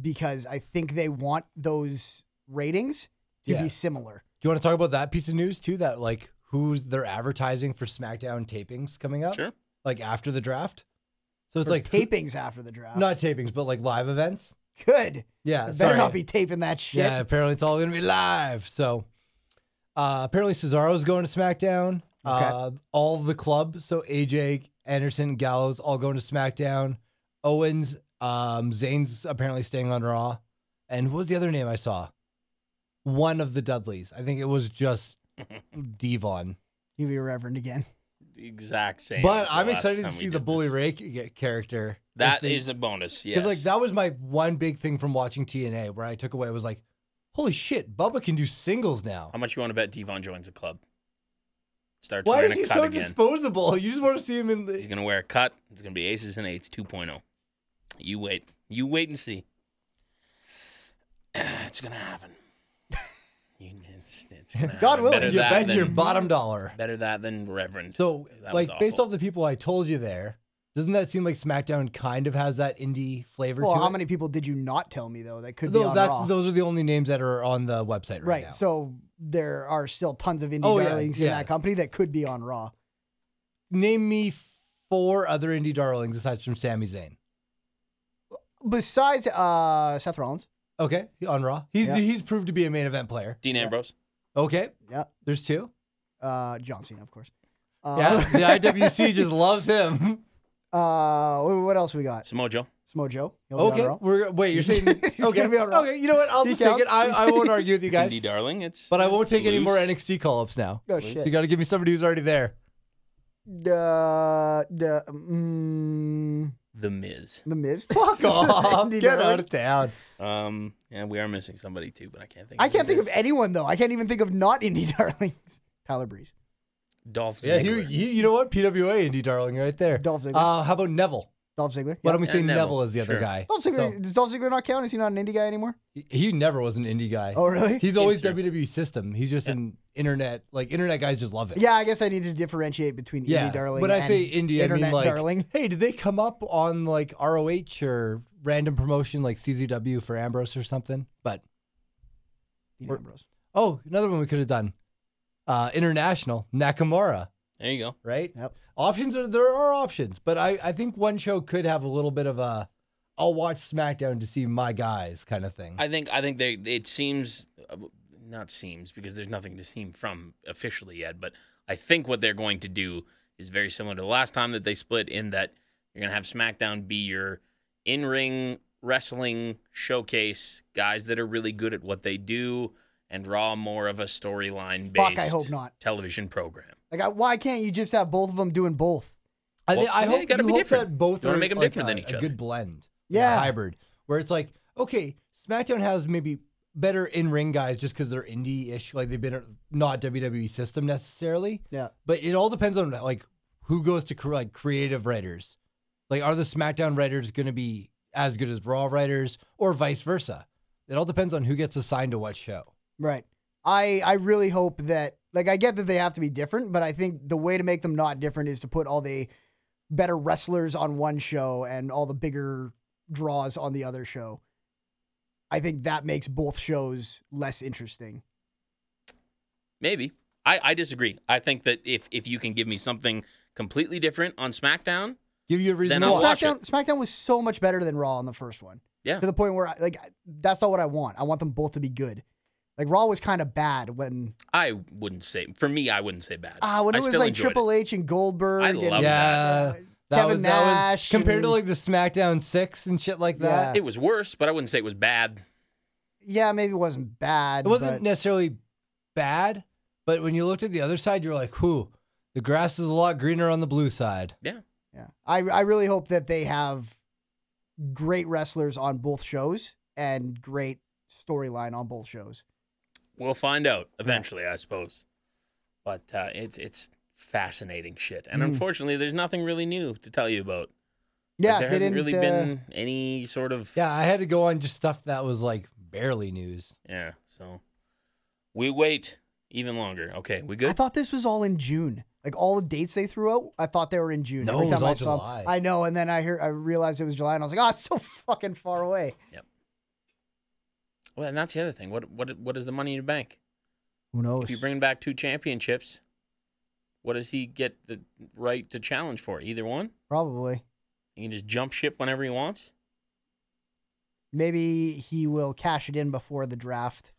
S3: because I think they want those ratings to
S2: Yeah.
S3: be similar.
S2: Do you want to talk about that piece of news too? That like who's they're advertising for SmackDown tapings coming up?
S1: Sure.
S2: Like after the draft. So it's
S3: Or
S2: like
S3: tapings after the draft.
S2: not tapings, but like live events.
S3: good.
S2: Yeah.
S3: Better
S2: sorry.
S3: not be taping that shit.
S2: Yeah, apparently it's all gonna be live. So uh apparently Cesaro's going to SmackDown.
S3: Okay.
S2: Uh all the club. So AJ, Anderson, Gallows all going to SmackDown. Owens, um, Zane's apparently staying on Raw. And what was the other name I saw? One of the Dudleys. I think it was just Devon.
S3: You be reverend again.
S1: The exact same.
S2: but
S1: as the
S2: I'm
S1: last
S2: excited to
S1: time we
S2: see the
S1: did
S2: Bully
S1: this.
S2: Ray c- get- character.
S1: That is
S2: If they-
S1: a bonus. Yes.
S2: because like that was my one big thing from watching TNA where I took away was like, holy shit, Bubba can do singles now.
S1: How much you want to bet Devon joins the club? Starts
S2: Why
S1: wearing
S2: is
S1: a
S2: he
S1: cut
S2: so
S1: again.
S2: disposable? You just want to see him in
S1: He's
S2: the.
S1: going to wear a cut. It's going to be aces and eights 2.0. You wait. You wait and see. It's going to happen. You can- It's, it's gonna happen.
S3: God willing,
S1: Better
S2: you
S1: that
S2: bet
S1: than,
S2: your bottom dollar.
S1: Better that than Reverend.
S2: So,
S1: 'cause that was
S2: like, based
S1: awful.
S2: off the people I told you there, doesn't that seem like SmackDown kind of has that indie flavor
S3: Well,
S2: to
S3: how
S2: it?
S3: many people did you not tell me though that could be
S2: Though
S3: on
S2: that's
S3: Raw?
S2: those are the only names that are on the website right,
S3: right.
S2: now.
S3: So there are still tons of indie
S2: Oh, yeah,
S3: darlings in
S2: yeah.
S3: that company that could be on Raw.
S2: name me four other indie darlings aside from Sami Zayn.
S3: Besides uh, Seth Rollins.
S2: Okay, on Raw, he's
S3: Yeah.
S2: he's proved to be a main event player.
S1: Dean Ambrose.
S2: Okay,
S3: Yeah.
S2: there's two.
S3: Uh, John Cena, of course. Uh,
S2: Yeah, the IWC just loves him.
S3: Uh, wh- what else we got?
S1: Samoa Joe.
S3: Samoa Joe. He'll be on
S2: Okay,
S3: Raw.
S2: we're wait. You're saying
S3: He's
S2: okay?
S3: gonna be on Raw.
S2: Okay, you know what? I'll
S3: He
S2: just take it.
S3: counts.
S2: I, I won't argue with you guys.
S1: Indie darling. It's
S2: But I won't
S1: it's
S2: take any more
S1: loose.
S2: NXT call ups now.
S3: Oh
S2: So
S3: shit.
S2: you got to give me somebody who's already there.
S3: Uh, the mm,
S1: The Miz.
S3: the Miz. Fuck
S2: Off,
S3: Indie
S2: get
S3: darling.
S2: out of town.
S1: Um, yeah, we are missing somebody too, but I can't think.
S3: I
S1: who
S3: can't
S1: it
S3: think of
S1: is.
S3: anyone though. I can't even think of not indie darlings. Tyler Breeze.
S1: Dolph
S2: Yeah,
S1: Ziggler.
S2: you, you, you know what? PWA indie darling right there.
S3: Dolph Ziggler.
S2: Uh, how about Neville?
S3: Dolph Ziggler.
S2: Why
S3: Yeah.
S2: don't we say
S1: And
S2: Neville,
S1: Neville,
S2: is the other
S1: sure.
S2: guy?
S3: Dolph Ziggler.
S2: So,
S3: Does Dolph Ziggler not count? Is he not an indie guy anymore?
S2: he- he never was an indie guy.
S3: Oh really?
S2: He's always
S1: through.
S2: WWE system. He's just an internet like internet guys just love it.
S3: Yeah, I guess I need to differentiate between
S2: yeah.
S3: indie darling.
S2: when I
S3: and
S2: say indie, I mean
S3: internet
S2: like,
S3: darling.
S2: hey, did they come up on like ROH or random promotion like CZW for Ambrose or something? But
S3: Dean Ambrose.
S2: Oh, another one we could have done. Uh, international Nakamura.
S1: There you go.
S2: right?
S3: Yep.
S2: Options are there are options, but I, I think one show could have a little bit of a I'll watch SmackDown to see my guys kind of thing.
S1: I think I think they it seems uh, not seems because there's nothing to seem from officially yet, but I think what they're going to do is very similar to the last time that they split in that you're going to have SmackDown be your in-ring wrestling showcase, guys that are really good at what they do and Raw more of a storyline
S3: Fuck, I
S1: based
S3: hope not.
S1: television program.
S3: Like, I, why can't you just have both of them doing both?
S2: I, thi-
S1: Well,
S2: I
S1: they
S2: hope,
S1: gotta
S2: you
S1: be
S2: hope
S1: different.
S2: that both
S1: You wanna
S2: are
S1: make 'em
S2: like
S1: different
S2: a,
S1: than each
S2: a
S1: other.
S2: good blend, like a
S3: Yeah.
S2: hybrid, where it's like okay, SmackDown has maybe better in ring guys just because they're indie ish, like they've been not WWE system necessarily,
S3: Yeah.
S2: but it all depends on like who goes to cre- like creative writers. Like, are the SmackDown writers going to be as good as Raw writers, or vice versa? It all depends on who gets assigned to what show.
S3: Right. I I really hope that like I get that they have to be different, but I think the way to make them not different is to put all the better wrestlers on one show and all the bigger draws on the other show. I think that makes both shows less interesting.
S1: Maybe. I, I disagree. I think that if if you can give me something completely different on SmackDown,
S2: Give you a
S1: Then
S2: reason. to
S1: I'll
S2: watch.
S1: watch
S3: SmackDown SmackDown was so much better than Raw on the first one.
S1: yeah.
S3: To the point where I, like that's not what I want. I want them both to be good. Like Raw was kind of bad when
S1: I wouldn't say for me I wouldn't say bad.
S3: ah when
S1: I
S3: it was
S1: still
S3: like
S1: enjoyed it.
S3: Triple H and Goldberg.
S1: I
S3: and-
S1: love
S2: Yeah, that
S3: Kevin
S2: was that was
S3: Nash
S2: compared to
S3: and-
S2: like the SmackDown six and shit like that.
S3: Yeah.
S1: It was worse, but I wouldn't say it was bad.
S3: yeah, maybe it wasn't bad.
S2: It wasn't
S3: but-
S2: necessarily bad, but when you looked at the other side, you're like, "Whew, the grass is a lot greener on the blue side."
S1: Yeah.
S3: Yeah. I I really hope that they have great wrestlers on both shows and great storyline on both shows.
S1: We'll find out eventually, I suppose. But uh, it's it's fascinating shit. And
S3: Mhm.
S1: unfortunately, there's nothing really new to tell you about. Like,
S3: Yeah,
S1: there
S3: they
S1: hasn't
S3: didn't,
S1: really
S3: uh,
S1: been any sort of
S2: Yeah, I had to go on just stuff that was like barely news.
S1: Yeah, So we wait even longer. Okay, we good.
S3: I thought this was all in June. Like all the dates they threw out, I thought they were in June.
S2: No,
S3: Every
S2: it was
S3: time
S2: all
S3: I saw 'em-
S2: July.
S3: I know, and then I hear I realized it was July, and I was like, oh, it's so fucking far away.
S1: well, and that's the other thing. What what what is the money in the bank?
S3: Who knows?
S1: If you bring back two championships, what does he get the right to challenge for? Either one.
S3: Probably.
S1: He can just jump ship whenever he wants.
S3: Maybe he will cash it in before the draft,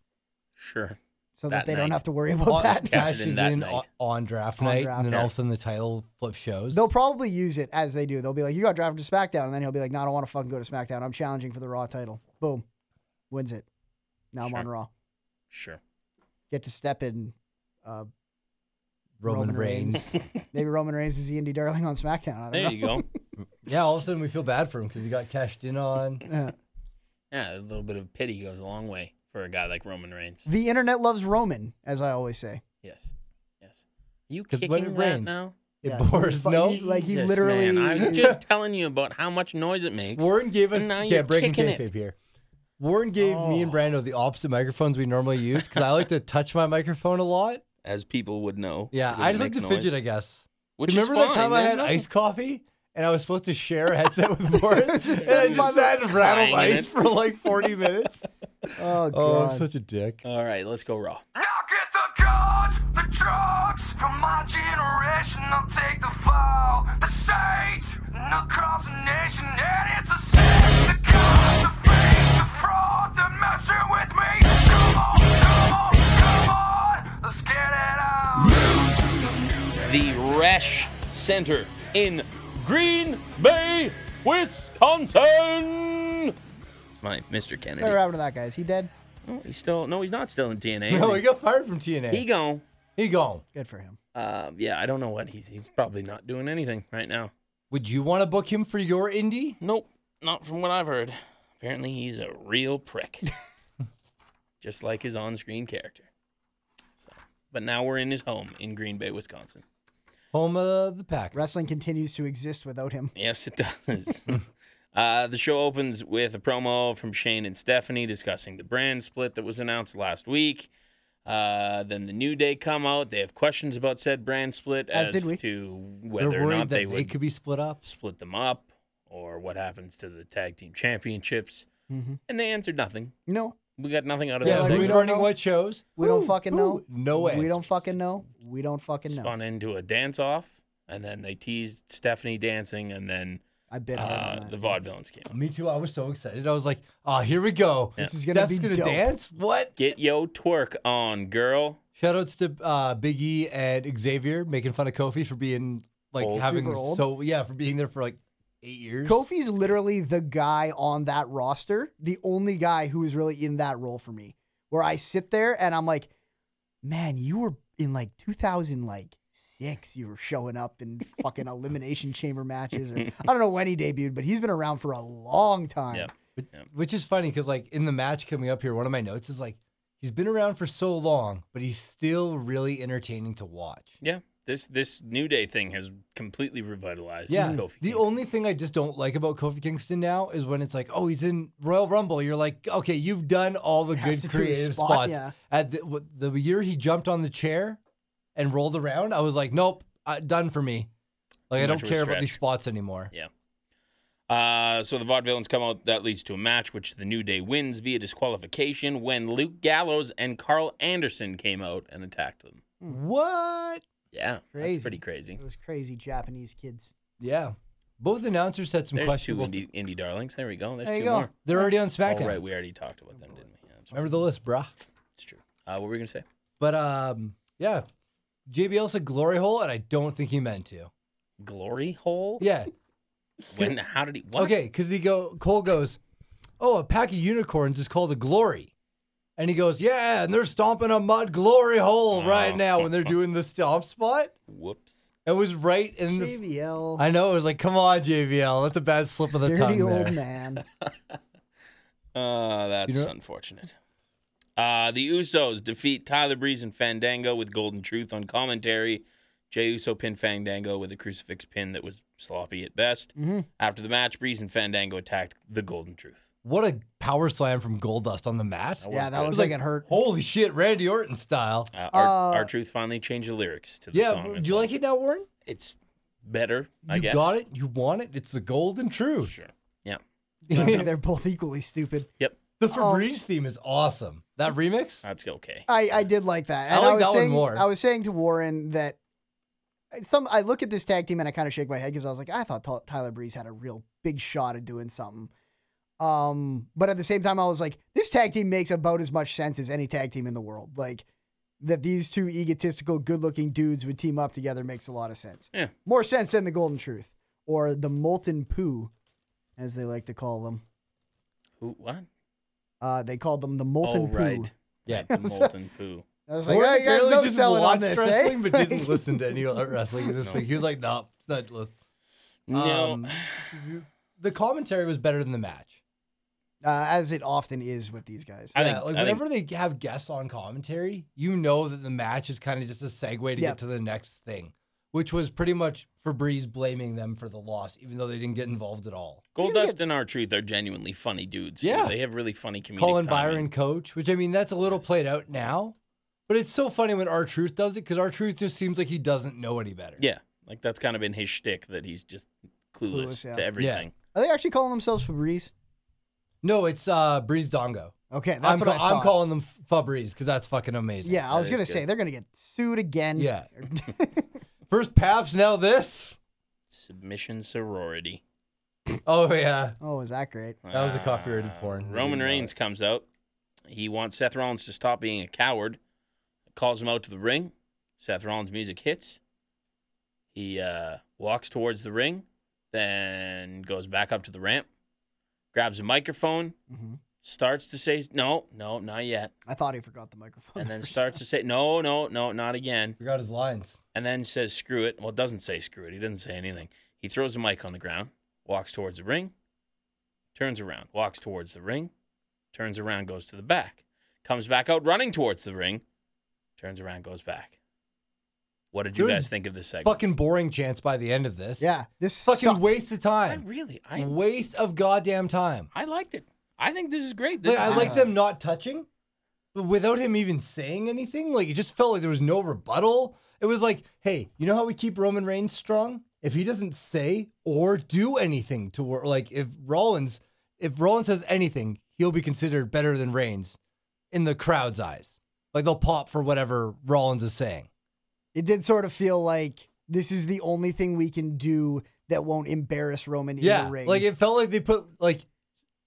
S1: Sure.
S3: so
S1: That
S3: that, they don't
S1: night.
S3: have to worry about
S2: All-
S3: that.
S1: cash
S2: Cash
S1: it in
S2: is
S1: that
S2: in
S1: night.
S2: on, on draft
S3: On
S2: night,
S3: draft
S2: and then
S1: night.
S2: all of a sudden the title flip shows.
S3: They'll probably use it as they do. They'll be like, "You got drafted to SmackDown," and then he'll be like, "No, I don't want to fucking go to SmackDown. I'm challenging for the Raw title." Boom, wins it. Now
S1: Sure.
S3: I'm on Raw.
S1: Sure.
S3: Get to step in. Uh,
S2: Roman,
S3: Roman
S2: Reigns.
S3: maybe Roman Reigns is the indie darling on SmackDown. I don't
S1: There
S3: know.
S1: you go.
S2: yeah, all of a sudden we feel bad for him because he got cashed in on.
S3: Yeah.
S1: Yeah, a little bit of pity goes a long way for a guy like Roman Reigns.
S3: the internet loves Roman, as I always say.
S1: Yes, yes. you
S2: 'Cause when
S1: kicking
S2: it
S1: that
S2: rains-
S1: now?
S2: It
S3: Yeah.
S2: bores
S3: But
S2: no.
S3: he's like- he
S1: Jesus,
S3: literally-
S1: Man, I was just telling you about how much noise it makes.
S2: Warren gave us
S1: and now
S2: yeah
S1: you're
S2: breaking
S1: kicking
S2: kayfabe
S1: it.
S2: here. Warren gave me and
S1: Oh.
S2: Brando the opposite microphones we normally use because I like to touch my microphone a lot.
S1: As people would know.
S2: Yeah,
S1: because
S2: I
S1: it
S2: just like
S1: makes
S2: to
S1: noise.
S2: fidget, I guess.
S1: Which
S2: Remember
S1: is fine.
S2: that time I
S1: there's
S2: had
S1: nothing-
S2: iced coffee and I was supposed to share a headset with Boris?
S3: Just
S2: and I
S3: sitting
S2: just
S3: by
S2: sat and rattled
S1: Crying in
S2: ice
S1: it.
S2: for like 40 minutes.
S3: Oh god.
S2: oh, I'm such a dick.
S1: All right, let's go raw.
S6: Now get the guns, the drugs from my generation. I'll take the fall, the states, and across the nation. And it's a sin. The guns, the fakes, the fraud, the messing with me. Come on, come on, come on. Let's get it on.
S1: The Resch Center in Green Bay, Wisconsin. My Mr. Kennedy.
S3: Whatever happened to that guy? Is he dead?
S1: Oh, he's still no, he's not still in TNA.
S2: No, he got fired from TNA.
S1: he
S2: He,
S1: gone.
S2: gone.
S3: Good for him.
S1: Um, yeah, I don't know what he's he's probably not doing anything right now.
S2: Would you want to book him for your indie?
S1: Nope, not from what I've heard. Apparently, he's a real prick, just like his on-screen character. So, but now we're in his home in Green Bay, Wisconsin.
S2: Home of the Packers.
S3: Wrestling continues to exist without him.
S1: Yes, it does. uh, the show opens with a promo from Shane and Stephanie discussing the brand split that was announced last week. Uh, then the New Day come out. They have questions about said brand split
S3: As
S1: as,
S3: did we.
S1: to
S2: They're
S1: whether or
S2: worried
S1: not
S2: that
S1: they
S2: they,
S1: would
S2: could be split up.
S1: split them up or what happens to the tag team championships. And they answered nothing.
S3: No,
S1: We got nothing out of
S2: Yeah,
S1: that.
S3: Mm-hmm. like
S2: who's
S3: we
S1: segment.
S3: don't
S2: running
S3: know.
S2: what shows?
S3: we
S2: Ooh,
S3: don't fucking
S2: ooh,
S3: know.
S2: No
S3: we
S2: way.
S3: don't fucking know. We don't fucking know.
S1: spun into a dance off, and then they teased Stephanie dancing, and then
S3: I bet hard
S1: uh,
S3: on
S1: the
S3: that.
S1: vaudevillains came. out.
S2: Me too. I was so excited. I was like, oh, here we go.
S1: Yeah.
S3: This is gonna
S2: Steph's
S3: be
S2: gonna
S3: dope.
S2: dance. What?
S1: Get yo twerk on, girl.
S2: Shoutouts to uh, Big E and Xavier making fun of Kofi for being like
S1: Old.
S2: having
S3: Super old.
S2: so yeah for being there for like eight years.
S3: Kofi's literally the guy on that roster, the only guy who is really in that role for me. Where I sit there and I'm like, man, you were in like 2000, like six. You were showing up in fucking elimination chamber matches, or I don't know when he debuted, but he's been around for a long time.
S1: Yeah.
S2: Which is funny because like in the match coming up here, one of my notes is like he's been around for so long, but he's still really entertaining to watch.
S1: Yeah, this this new day thing has completely revitalized.
S2: Yeah.
S1: Kofi
S2: the
S1: Kingston.
S2: only thing I just don't like about Kofi Kingston now is when it's like, oh, he's in Royal Rumble. You're like, okay, you've done all the
S3: Has
S2: good
S3: to do his
S2: creative
S3: spot,
S2: spots.
S3: yeah.
S2: At the, w- the year he jumped on the chair and rolled around, I was like, nope, uh, done for me. Like
S1: Too
S2: I don't
S1: much of a
S2: care about these
S1: stretch.
S2: spots anymore.
S1: Yeah. Uh, so the vaudevillains come out. That leads to a match, which the New Day wins via disqualification when Luke Gallows and Carl Anderson came out and attacked them.
S3: Hmm.
S2: What?
S1: Yeah,
S3: Crazy.
S1: that's pretty crazy.
S3: It was crazy Japanese kids.
S2: Yeah. Both announcers had some
S1: There's two
S2: questionable.
S1: indie, indie darlings. There we go. There's
S3: There
S1: two
S3: you go.
S1: more.
S2: They're already on
S1: All
S2: SmackDown.
S1: right, we already talked about them, didn't we? Yeah, that's,
S2: Remember the list, bruh.
S1: that's true. Uh, what were we gonna say?
S2: But um, yeah, JBL said glory hole, and I don't think he meant to.
S1: Glory hole?
S2: Yeah.
S1: When? How did he? What?
S2: Okay, because he go Cole goes, oh, a pack of unicorns is called a glory, and he goes, yeah, and they're stomping a mud glory hole right now when they're doing the stomp spot.
S1: Whoops.
S2: It was right in the.
S3: JBL,
S2: I know it was like, come on, JBL, that's a bad slip of the
S3: dirty
S2: tongue
S3: old
S2: there.
S3: man.
S1: Uh, that's
S2: You know-
S1: unfortunate. Uh, the Usos defeat Tyler Breeze and Fandango with Golden Truth on commentary. Jey Uso pinned Fandango with a crucifix pin that was sloppy at best.
S2: Mm-hmm.
S1: After the match, Breeze and Fandango attacked the Golden Truth.
S2: What a power slam from Goldust on the mat.
S1: That was
S3: yeah, that
S1: good.
S3: looks like it hurt.
S2: Holy shit, Randy Orton style.
S1: Uh, our,
S3: Uh,
S1: our Truth finally changed the lyrics to the
S2: Yeah,
S1: song.
S2: do
S1: as
S2: you
S1: well.
S2: like it now, Warren?
S1: It's better, I
S2: you
S1: guess.
S2: got it. You want it. It's the golden truth.
S1: Sure. Yeah.
S3: They're both equally stupid.
S1: Yep.
S2: The Febreze theme is awesome. That remix?
S1: That's okay.
S3: I, I did like that.
S2: I
S3: And
S2: like
S3: was
S2: that one
S3: saying,
S2: more.
S3: I was saying to Warren that some I look at this tag team and I kind of shake my head because I was like, I thought Ty- Tyler Breeze had a real big shot at doing something. Um, but at the same time, I was like, this tag team makes about as much sense as any tag team in the world. Like that these two egotistical, good-looking dudes would team up together makes a lot of sense.
S1: Yeah.
S3: More sense than the Golden Truth or the Molten Poo, as they like to call them.
S1: Who? What?
S3: Uh, they called them the Molten
S1: oh,
S3: Poo.
S1: right.
S2: Yeah.
S1: The molten poo.
S3: I was like,
S2: Warren
S3: oh, you guys
S2: barely
S3: no
S2: just
S3: selling on
S2: watched
S3: this, eh?
S2: wrestling, but didn't listen to any other wrestling this week. He was like, no, it's not listen.
S1: No.
S2: Um, the commentary was better than the match.
S3: uh, as it often is with these guys.
S1: I
S2: yeah,
S1: think,
S2: like
S1: I think
S2: whenever they have guests on commentary, you know that the match is kind of just a segue to
S3: Yeah.
S2: get to the next thing, which was pretty much Febreze blaming them for the loss, even though they didn't get involved at all.
S1: Goldust and our Truth are genuinely funny dudes. too.
S2: Yeah.
S1: They have really funny comedic
S2: Colin
S1: timing.
S2: Byron coach, which I mean that's a little played out now, but it's so funny when R Truth does it because R Truth just seems like he doesn't know any better.
S1: Yeah. Like that's kind of been his shtick that he's just clueless,
S3: Clueless, yeah.
S1: to
S3: Yeah.
S1: everything.
S3: Are they actually calling themselves Febreze?
S2: No, it's uh Breeze Dongo.
S3: Okay, that's
S2: I'm,
S3: what
S2: ca-
S3: I
S2: I'm
S3: thought.
S2: calling them Fabriz because that's fucking amazing.
S3: Yeah, I
S1: That
S3: was
S1: is
S3: gonna say
S1: good.
S3: they're gonna get sued again.
S2: Yeah. First Paps, now this.
S1: Submission sorority.
S2: Oh yeah.
S3: oh, is that great?
S2: That was a copyrighted porn.
S1: Uh, Roman
S2: You know
S1: Reigns
S2: it.
S1: comes out. He wants Seth Rollins to stop being a coward. Calls him out to the ring. Seth Rollins' music hits. He uh, walks towards the ring, then goes back up to the ramp, grabs a microphone,
S2: Mm-hmm.
S3: Mhm.
S1: starts to say, No, no, not yet.
S3: I thought he forgot the
S2: Oh,
S3: microphone.
S1: And then
S3: for
S1: starts to say, No, no, no, not again.
S2: Forgot his lines.
S1: and then says screw it. Well, doesn't say screw it. He doesn't say anything. He throws the mic on the ground, walks towards the ring, turns around, walks towards the ring, turns around, goes to the back, comes back out running towards the ring, turns around, goes back. What did you
S2: Dude,
S1: guys think of this segment?
S2: Fucking boring chance by the end of this.
S3: sure. Yeah, this
S2: Fucking
S3: sucked.
S2: waste of
S1: I
S2: time.
S1: really, I,
S2: waste of goddamn time.
S1: I liked it. I think this is great. This
S2: Like, I
S1: is-
S2: like them not touching, but without him even saying anything, like it just felt like there was no rebuttal. It was like, hey, you know how we keep Roman Reigns strong? If he doesn't say or do anything to wor- like if Rollins, if Rollins says anything, he'll be considered better than Reigns in the crowd's eyes. Like they'll pop for whatever Rollins is saying.
S3: It did sort of feel like this is the only thing we can do that won't embarrass Roman in
S2: Yeah,
S3: the ring.
S2: like it felt like they put like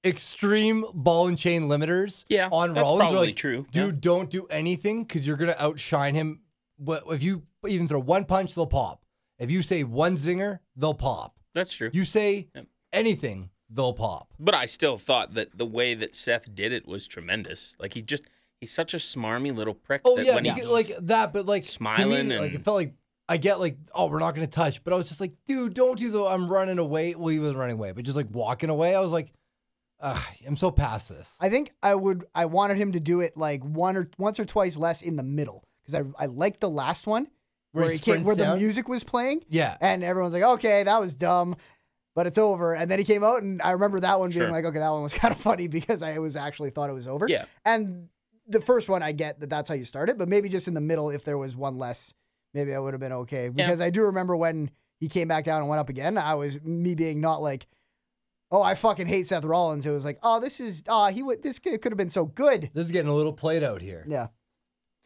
S2: extreme ball and chain limiters.
S1: Yeah,
S2: on
S1: that's
S2: Rollins, They're
S1: probably
S2: like,
S1: true.
S2: Dude,
S1: Yeah.
S2: don't do anything because you're gonna outshine him. But if you even throw one punch, they'll pop. If you say one zinger, they'll pop.
S1: That's true.
S2: You say
S1: Yep.
S2: anything, they'll pop.
S1: But I still thought that the way that Seth did it was tremendous. Like he just he's such a smarmy little prick.
S2: Oh
S1: that
S2: yeah,
S1: when he,
S2: because- like that, but like to me,
S1: smiling
S2: like, it
S1: and-
S2: felt like I get like, oh, we're not gonna touch, but I was just like, dude, don't do the I'm running away. Well, he was running away, but just like walking away, I was like, Ugh, I'm so past this.
S3: I think I would I wanted him to do it like one or once or twice less in the middle because I I liked the last one
S2: Where
S3: where
S2: he
S3: it came,
S2: sprints
S3: where the
S2: down?
S3: music was playing.
S2: Yeah.
S3: and everyone's like, okay, that was dumb, but it's over. And then he came out, and I remember that one being
S1: Sure.
S3: like, okay, that one was kind of funny because I was actually thought it was over.
S1: Yeah.
S3: and the first one I get that that's how you start it, but maybe just in the middle if there was one less, maybe I would have been okay because I do remember when he came back down and went up again. I was me being not like. Oh, I fucking hate Seth Rollins. It was like, oh, this is, ah, he would, this could have been so good.
S2: This is getting a little played out here.
S3: Yeah.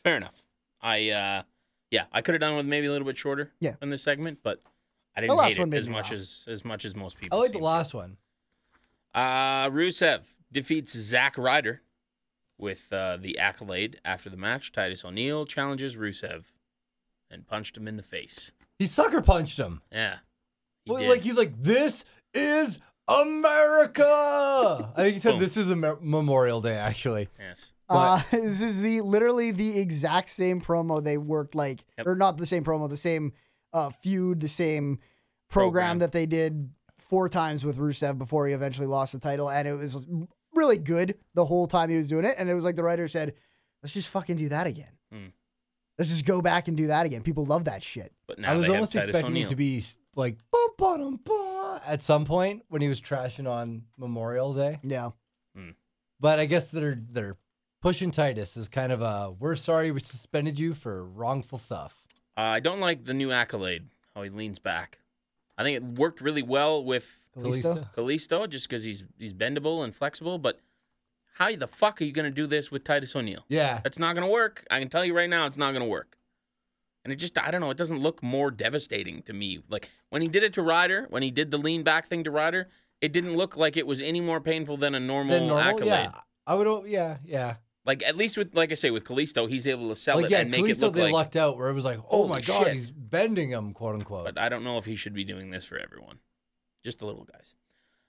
S1: fair enough. I uh yeah, I could have done with maybe a little bit shorter
S3: Yeah.
S1: in this segment, but I didn't
S3: last
S1: hate
S3: one
S1: it
S3: made
S1: as
S3: me
S1: much
S3: laugh.
S1: as as much as most
S2: I
S1: people.
S2: like the
S1: seem to.
S2: last one.
S1: Uh, Rusev defeats Zack Ryder with uh, the accolade after the match. Titus O'Neil challenges Rusev and punched him in the face.
S2: He sucker punched him.
S1: Yeah, he
S2: Well,
S1: did.
S2: like he's like, this is America. I think he said
S1: Boom.
S2: this is Amer- Memorial Day actually.
S1: yes.
S3: Uh, this is the literally the exact same promo they worked like,
S1: Yep.
S3: or not the same promo, the same uh, feud, the same program,
S1: Program.
S3: that they did four times with Rusev before he eventually lost the title, and it was really good the whole time he was doing it. And it was like the writer said, "Let's just fucking do that again.
S1: Mm.
S3: Let's just go back and do that again." People love that shit.
S1: But now
S2: I was
S1: they
S2: almost
S1: have Titus
S2: expecting
S1: O'Neil.
S2: it to be s- like bum, bum, dum, bum, at some point when he was trashing on Memorial Day.
S3: Yeah,
S2: But I guess they're they're pushing Titus is kind of a we're sorry we suspended you for wrongful stuff.
S1: Uh, I don't like the new accolade. How he leans back. I think it worked really well with
S3: Kalisto.
S1: Kalisto just because he's he's bendable and flexible. But how the fuck are you gonna do this with Titus O'Neil?
S2: Yeah.
S1: That's not gonna work. I can tell you right now, it's not gonna work. And it just, I don't know, it doesn't look more devastating to me. Like when he did it to Ryder, when he did the lean back thing to Ryder, it didn't look like it was any more painful than a normal,
S2: Then normal.
S1: accolade.
S2: Yeah. I would o- yeah, yeah.
S1: Like at least with, like I say, with Kalisto, he's able to sell
S2: Like
S1: it
S2: yeah,
S1: and make it
S2: Kalisto
S1: look
S2: they
S1: like.
S2: lucked out where it was like, oh
S1: Holy
S2: my god,
S1: shit.
S2: he's bending him, quote unquote.
S1: But I don't know if he should be doing this for everyone, just the little guys.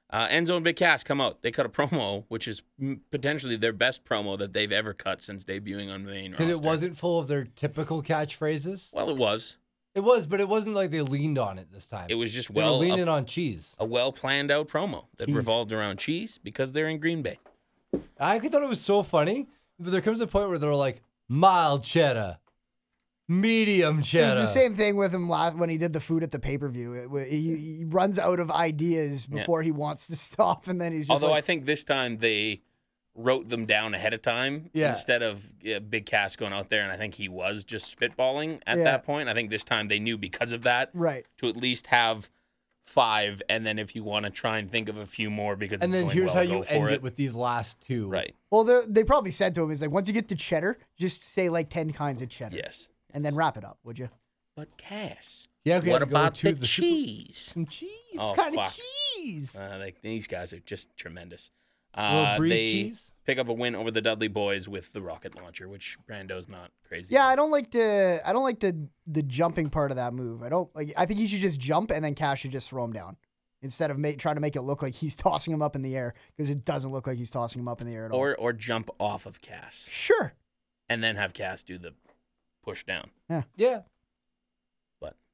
S1: Uh, Enzo and Big Cass come out. They cut a promo, which is mm, potentially their best promo that they've ever cut since debuting on main roster.
S2: Because it wasn't full of their typical catchphrases.
S1: Well, it was.
S2: It was, but it wasn't like they leaned on it this time.
S1: It was just
S2: they were
S1: well up-
S2: leaning on cheese.
S1: a well planned out promo that
S3: Cheese.
S1: revolved around cheese because they're in Green Bay.
S2: I actually thought it was so funny, but there comes a point where they're like mild cheddar, medium
S3: it
S2: cheddar.
S3: was the same thing with him last when he did the food at the pay per view. He, he runs out of ideas
S1: Yeah.
S3: before he wants to stop, and then he's just
S1: Although
S3: like,
S1: I think this time they wrote them down ahead of time
S2: Yeah.
S1: instead of uh, Big Cass going out there, and I think he was just spitballing at
S3: Yeah.
S1: that point. I think this time they knew because of that
S3: right.
S1: to at least have five, and then if you want to try and think of a few more because
S2: And
S1: it's
S2: then
S1: going
S2: here's
S1: well,
S2: how
S1: go
S2: you
S1: for
S2: end
S1: it.
S2: it with these last two.
S1: right.
S3: Well, they they probably said to him, "Is like once you get to cheddar, just say like ten kinds of cheddar,
S1: Yes.
S3: and then wrap it up, would you?"
S1: But Cass,
S2: Yeah, we
S1: what
S2: had to go
S1: about
S2: to
S1: the,
S2: the super-
S1: cheese?
S2: Some cheese.
S1: Oh,
S2: kind
S1: fuck.
S2: of cheese.
S1: Uh, like, these guys are just tremendous.
S2: Little
S1: Uh,
S2: brie
S1: they
S2: cheese?
S1: pick up a win over the Dudley Boys with the rocket launcher, which Brando's not crazy.
S3: Yeah,
S1: about.
S3: I don't like the I don't like the the jumping part of that move. I don't like. I think he should just jump, and then Cash should just throw him down instead of ma- trying to make it look like he's tossing him up in the air because it doesn't look like he's tossing him up in the air at all.
S1: or or jump off of Cass
S3: sure,
S1: and then have Cass do the push down.
S2: yeah.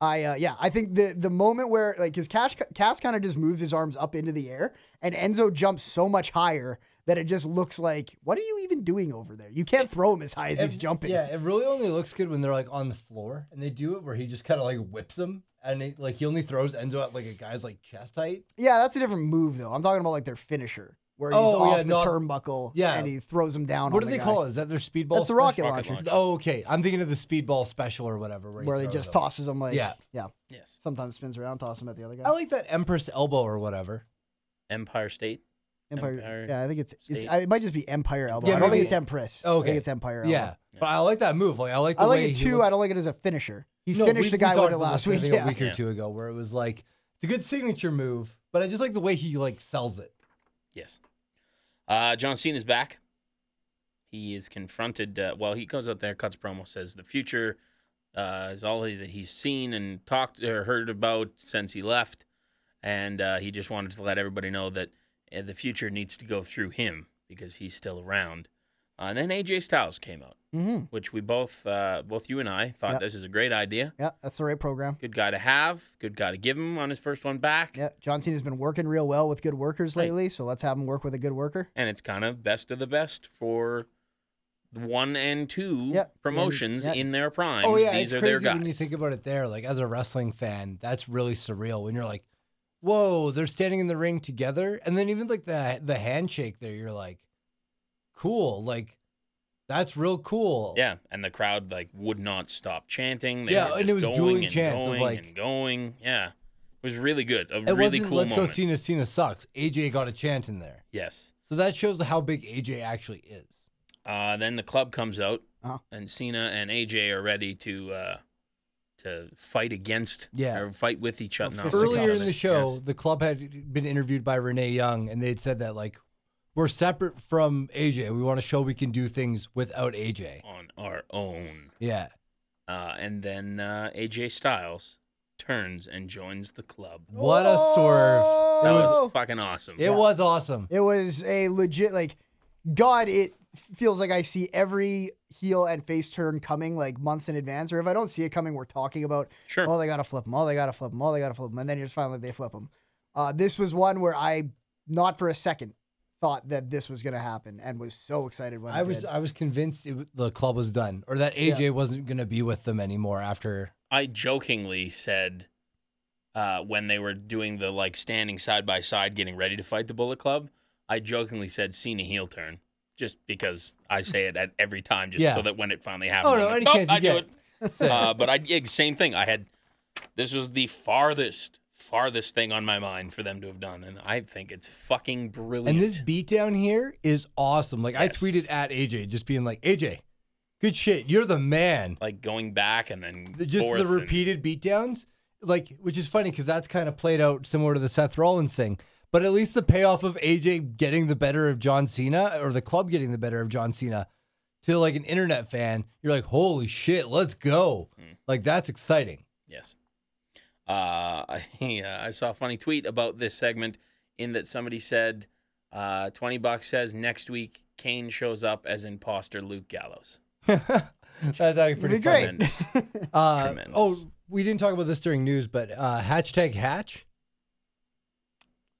S3: I uh, yeah, I think the the moment where like his Cash Cass kind of just moves his arms up into the air, and Enzo jumps so much higher that it just looks like what are you even doing over there? You can't throw him as high as he's
S2: It-
S3: jumping.
S2: Yeah, it really only looks good when they're like on the floor and they do it where he just kind of like whips them and it, like he only throws Enzo at like a guy's like chest height.
S3: Yeah, that's a different move though. I'm talking about like their finisher, where he's
S2: Oh,
S3: off
S2: yeah,
S3: the
S2: not-
S3: turnbuckle
S2: yeah.
S3: and he throws him down.
S2: What
S3: on
S2: do
S3: the
S2: they
S3: guy,
S2: call it? Is that their speedball?
S3: That's a
S2: special?
S3: rocket
S1: Rocket
S3: launcher,
S1: launch.
S2: Oh, okay. I'm thinking of the speedball special or whatever. Where,
S3: where
S2: he
S3: they just
S2: toss.
S3: tosses him like yeah.
S2: uh, Yeah.
S1: Yes.
S3: Sometimes spins around, toss him at the other guy.
S2: I like that Empress elbow or whatever.
S1: Empire State.
S3: Empire.
S1: Empire
S3: Yeah, I think it's it's.
S1: State.
S3: I, it might just be Empire Elbow.
S2: Yeah,
S3: I don't
S2: maybe-
S3: think it's Empress. I
S2: Okay.
S3: think it's Empire Elbow.
S2: Yeah, but I like that move. Like I like the
S3: I like
S2: way
S3: it
S2: he
S3: too. I
S2: looks-
S3: don't like it as a finisher. He
S2: No, we-
S3: finished
S2: we
S3: the guy
S2: talked
S3: with it
S2: about
S3: last
S2: this, I
S3: week.
S2: think, a
S3: Yeah.
S2: week or
S1: Yeah.
S2: two ago, where it was like it's a good signature move, but I just like the way he like sells it.
S1: Yes. Uh, John Cena's back. He is confronted. Uh, well, he goes out there, cuts promo, says the future uh, is all that he's seen and talked or heard about since he left, and uh, he just wanted to let everybody know that uh, the future needs to go through him because he's still around. Uh, and then AJ Styles came out,
S3: Mhm.
S1: which we both, uh, both you and I, thought
S3: Yeah.
S1: this is a great idea.
S3: Yeah, that's the right program.
S1: Good guy to have. Good guy to give him on his first one back.
S3: Yeah, John Cena's been working real well with good workers
S1: Right.
S3: lately, so let's have him work with a good worker.
S1: and it's kind of best of the best for one and two
S3: Yep.
S1: promotions
S3: Yeah.
S1: in their primes.
S2: Oh yeah,
S1: These
S2: it's
S1: are
S2: crazy
S1: their guys.
S2: when you think about it. There, like as a wrestling fan, that's really surreal. When you're like, "Whoa, they're standing in the ring together," and then even like the the handshake there, you're like, "Cool, like that's real cool."
S1: yeah, and the crowd like would not stop chanting. They
S2: Yeah,
S1: were
S2: and it
S1: just
S2: was
S1: going
S2: dueling
S1: and
S2: chants of,
S1: going
S2: like-
S1: and going. Yeah, it was really good. A
S2: it
S1: really
S2: wasn't,
S1: cool
S2: Let's
S1: moment.
S2: go, Cena. Cena sucks. AJ got a chant in there,
S1: yes.
S2: so that shows how big AJ actually is.
S1: Uh, then the club comes out,
S3: Uh-huh.
S1: and Cena and AJ are ready to uh, to fight against
S2: Yeah.
S1: or fight with each other. not with each
S2: earlier in
S1: other.
S2: the show,
S1: Yes.
S2: the club had been interviewed by Renee Young, and they'd said that like we're separate from AJ. We want to show we can do things without AJ.
S1: on our own.
S2: Yeah,
S1: Uh, and then uh, AJ Styles turns and joins the club.
S2: what a swerve! It
S1: That
S2: was,
S3: Oh.
S1: was fucking awesome.
S2: it was awesome.
S3: It was a legit like God, it feels like I see every heel and face turn coming like months in advance. Or if I don't see it coming, we're talking about
S1: Sure.
S3: oh they gotta flip them, oh they gotta flip them, oh they gotta flip them, and then you're just finally they flip them. Uh, this was one where I not for a second thought that this was gonna happen and was so excited when
S2: I
S3: it
S2: was
S3: did.
S2: I was convinced it, w- the club was done, or that AJ
S3: Yeah.
S2: wasn't gonna be with them anymore after.
S1: I jokingly said uh, when they were doing the like standing side by side getting ready to fight the Bullet Club, I jokingly said Cena heel turn just because I say it at every time just
S2: Yeah.
S1: so that when it finally happens,
S2: Oh, no,
S1: I'm
S2: any
S1: like,
S2: chance you
S1: I knew
S2: get."
S1: it. uh, but I yeah, same thing. I had this was the farthest farthest thing on my mind for them to have done and I think it's fucking brilliant.
S2: And this beatdown here is awesome. Like I
S1: Yes.
S2: tweeted at AJ, just being like, AJ, good shit. You're the man.
S1: like going back and then
S2: the, just
S1: forth
S2: the
S1: and-
S2: repeated beatdowns, like which is funny because that's kind of played out similar to the Seth Rollins thing. But at least the payoff of AJ getting the better of John Cena or the club getting the better of John Cena to like an internet fan, you're like, holy shit, let's go!
S1: Mm.
S2: Like that's exciting.
S1: Yes. Uh, I, yeah, I saw a funny tweet about this segment in that somebody said, uh, 20 bucks says next week Kane shows up as imposter Luke Gallows.
S2: That's actually pretty
S3: It'd be
S2: fun.
S3: great.
S1: And
S2: Uh,
S1: Tremendous.
S2: oh, we didn't talk about this during news, but uh, hashtag Hatch.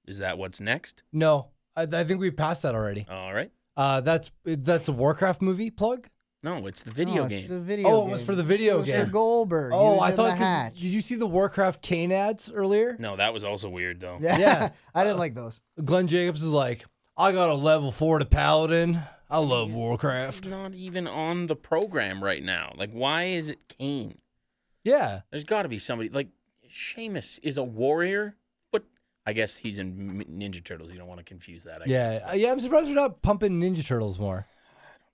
S1: is that what's next?
S2: No, I, I think we passed that already.
S1: All right.
S2: Uh, that's that's a Warcraft movie plug.
S1: No, it's the video
S3: Oh, it's
S1: game.
S3: the video
S2: Oh, it was
S3: game.
S2: for the video
S3: It was for
S2: game.
S3: Goldberg. He
S2: Oh,
S3: was
S2: I
S3: in
S2: thought.
S3: the
S2: 'cause-
S3: hatch.
S2: Did you see the Warcraft Kane ads earlier?
S1: No, that was also weird, though.
S3: Yeah,
S2: Yeah.
S3: I didn't like those.
S2: Glenn Jacobs is like, I got a level four to Paladin. I love Warcraft.
S1: It's not even on the program right now. Like, why is it Kane?
S2: Yeah.
S1: There's got to be somebody. Like, Seamus is a warrior, but I guess he's in M- Ninja Turtles. You don't want to confuse that, I guess.
S2: Yeah. Uh, Yeah. I'm surprised we're not pumping Ninja Turtles more.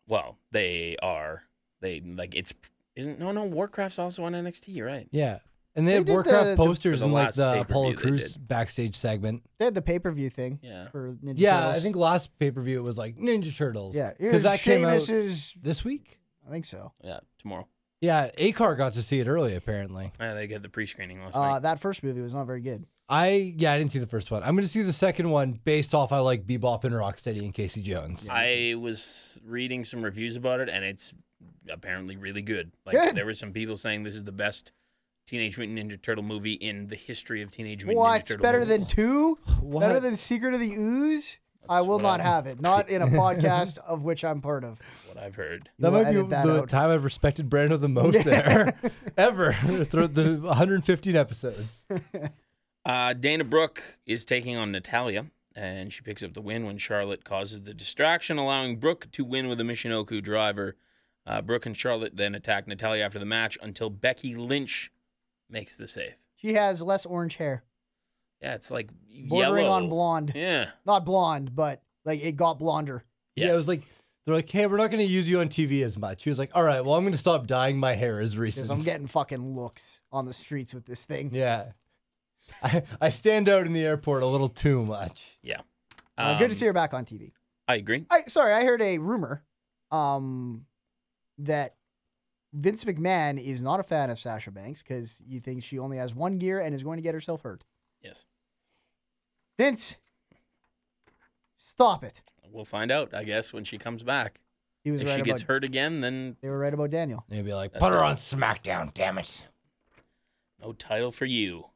S1: Well, they are. They like it's isn't no no Warcraft's also on NXT, you're right?
S2: Yeah. And they,
S3: They
S2: had
S3: did
S2: Warcraft
S3: the- the-
S2: posters
S1: For the
S2: in like
S1: last
S2: the
S1: pay-per-view
S2: Apollo
S1: they
S2: Crews
S1: did.
S2: backstage segment.
S3: They had the pay per view thing.
S1: Yeah.
S3: For Ninja
S2: Yeah.
S3: Turtles.
S2: I think last pay per view it was like Ninja Turtles.
S3: Yeah,
S2: Because that came out
S3: Sheamus is-
S2: this week.
S3: I think so.
S1: Yeah, tomorrow.
S2: Yeah. Acar got to see it early, apparently.
S1: Yeah, they get the pre-screening last
S3: Uh,
S1: night.
S3: that first movie was not very good.
S2: I, yeah, I didn't see the first one. I'm going to see the second one based off I like Bebop and Rocksteady and Casey Jones.
S1: I was reading some reviews about it, and it's apparently really good. Like
S3: Good.
S1: there were some people saying this is the best Teenage Mutant Ninja Turtle movie in the history of Teenage Mutant Ninja
S3: What's
S1: Turtle.
S3: better than
S1: movies.
S3: two?
S2: What?
S3: Better than Secret of the Ooze? I will
S1: what
S3: not
S1: I-
S3: have it. Not in a podcast of which I'm part of.
S1: what I've heard.
S2: That
S3: will
S2: might be
S3: edit that
S2: the
S3: out.
S2: time I've respected Brando the most there ever throughout the 115 episodes.
S1: Uh, Dana Brooke is taking on Natalia, and she picks up the win when Charlotte causes the distraction, allowing Brooke to win with a Michinoku driver. Uh, Brooke and Charlotte then attack Natalia after the match until Becky Lynch makes the save.
S3: She has less orange hair,
S1: Yeah, it's like
S3: bordering
S1: yellow.
S3: on blonde.
S1: Yeah,
S3: Not blonde, but Like it got blonder.
S2: Yeah,
S1: Yes.
S2: it was like they're like, hey, we're not going to use you on TV as much. He was like, all right, well, I'm going to stop dyeing my hair as
S3: Because
S2: recent.
S3: I'm getting fucking looks on the streets with this thing.
S2: yeah, I, I stand out in the airport a little too much.
S1: yeah.
S3: Uh, good
S1: Um,
S3: to see her back on TV.
S1: I agree.
S3: I sorry, I heard a rumor um that Vince McMahon is not a fan of Sasha Banks because he thinks she only has one gear and is going to get herself hurt.
S1: Yes.
S3: Vince, stop it.
S1: We'll find out, I guess, when she comes back.
S3: He was
S1: If
S3: right
S1: she
S3: about,
S1: gets hurt again, then
S3: They were right about Daniel.
S2: Maybe like
S1: That's
S2: put her
S1: all.
S2: on SmackDown, damn it.
S1: no oh, title for you.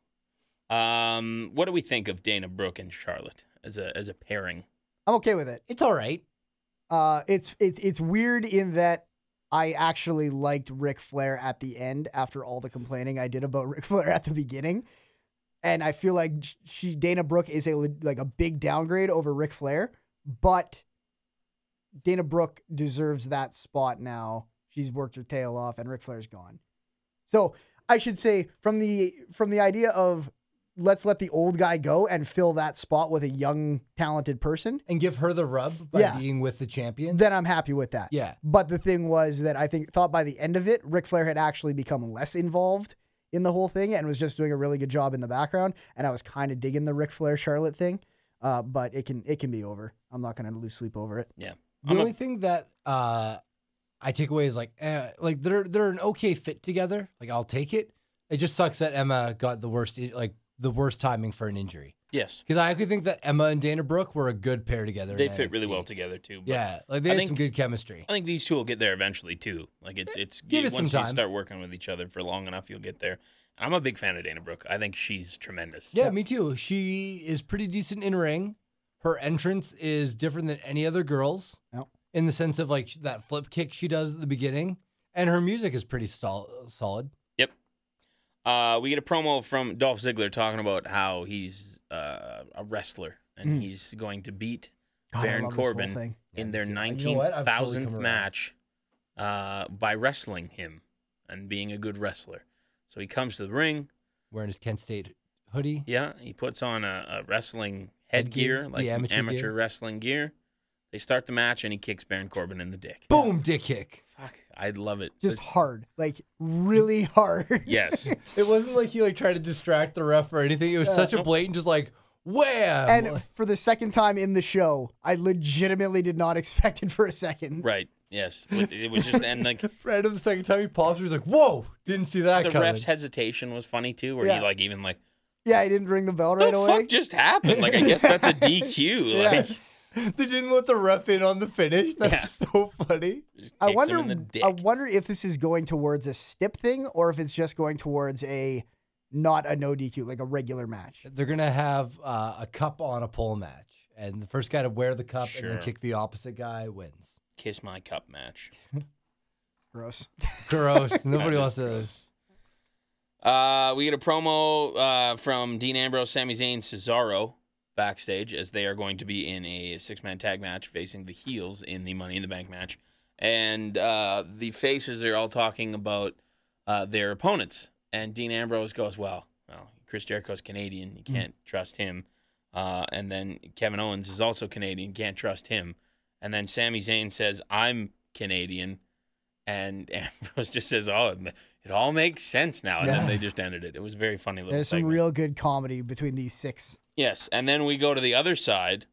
S1: Um, what do we think of Dana Brooke and Charlotte as a as a pairing?
S3: I'm okay with it.
S2: It's all right.
S3: Uh, it's it's it's weird in that I actually liked Ric Flair at the end after all the complaining I did about Ric Flair at the beginning, and I feel like sh- she Dana Brooke is a le- like a big downgrade over Ric Flair, but Dana Brooke deserves that spot now. She's worked her tail off, and Ric Flair's gone. So I should say from the from the idea of let's let the old guy go and fill that spot with a young talented person
S2: And give her the rub by
S3: Yeah.
S2: being with the champion.
S3: then I'm happy with that.
S2: Yeah.
S3: But the thing was that I think thought by the end of it, Ric Flair had actually become less involved in the whole thing and was just doing a really good job in the background. And I was kind of digging the Ric Flair Charlotte thing. Uh, but it can it can be over. I'm not gonna lose sleep over it.
S1: Yeah.
S2: the
S1: I'm a-
S2: only thing that uh, I take away is like, eh, like they're they're an okay fit together. Like I'll take it. It just sucks that Emma got the worst, i- like the worst timing for an injury.
S1: Yes.
S2: Because I actually think that Emma and Dana Brooke were a good pair together.
S1: They
S2: in
S1: fit really
S2: NXT.
S1: well together too. But
S2: Yeah, like they
S1: I
S2: had
S1: think-
S2: some good chemistry.
S1: I think these two will get there eventually too. Like it's it's
S2: Give it some
S1: once
S2: time.
S1: you start working with each other for long enough, you'll get there. And I'm a big fan of Dana Brooke. I think she's tremendous.
S2: Yeah, me too. She is pretty decent in ring. Her entrance is different than any other girl's
S3: Yep.
S2: in the sense of like sh- that flip kick she does at the beginning, and her music is pretty sol- solid.
S1: Uh, we get a promo from Dolph Ziggler talking about how he's uh, a wrestler and he's going to beat
S3: God, I
S1: Baron
S3: love this whole
S1: Corbin
S3: thing.
S1: in
S2: me
S1: their
S2: too. You know
S1: nineteen
S2: what? I've totally
S1: thousandth
S2: come around.
S1: match uh, by wrestling him and being a good wrestler. So he comes to the ring.
S2: Wearing his Kent State hoodie.
S1: Yeah, he puts on a, a wrestling
S2: Headgear,
S1: headgear,
S2: the
S1: like
S2: amateur
S1: amateur,
S2: gear.
S1: wrestling gear. They start the match and he kicks Baron Corbin in the dick.
S2: Boom, dick kick.
S1: Fuck, I love it.
S3: Just
S1: Such-
S3: hard. Like really hard.
S1: yes,
S2: It wasn't like he like tried to distract the ref or anything. It was such a blatant, just like wham.
S3: and for the second time in the show, I legitimately did not expect it for a second.
S1: right. Yes, But it was just and like the
S2: right after the second time he pops, he's like, "Whoa, didn't see that coming."
S1: ref's hesitation was funny too, where
S3: Yeah.
S1: he like even like
S3: Yeah, I didn't ring the bell
S1: the
S3: right away.
S1: fuck just happened. Like I guess that's a DQ.
S3: Yeah.
S1: Like
S2: they didn't let the ref in on the finish. That's so funny.
S1: just
S3: I
S1: kicks
S3: wonder.
S1: him in the dick.
S3: I wonder if this is going towards a stip thing or if it's just going towards a not a no DQ, like a regular match.
S2: They're gonna have uh, a cup on a pole match, and the first guy to wear the cup and
S1: Sure.
S2: then kick the opposite guy wins.
S1: Kiss my cup match.
S3: Gross.
S2: Gross. Nobody
S1: That
S2: wants
S1: is
S2: those.
S1: Uh, we get a promo uh, from Dean Ambrose, Sami Zayn, Cesaro backstage as they are going to be in a six man tag match facing the heels in the Money in the Bank match. And uh, the faces are all talking about uh, their opponents. And Dean Ambrose goes, Well, well Chris Jericho's Canadian.
S3: Hmm.
S1: You can't trust him. Uh, and then Kevin Owens is also Canadian. Can't trust him. And then Sami Zayn says, I'm Canadian. And Ambrose just says, "Oh, it ma- it all makes sense now." And
S3: Yeah.
S1: then they just ended it. It was a very funny little.
S3: There's some
S1: segment.
S3: real good comedy between these six.
S1: Yes, and then we go to the other side,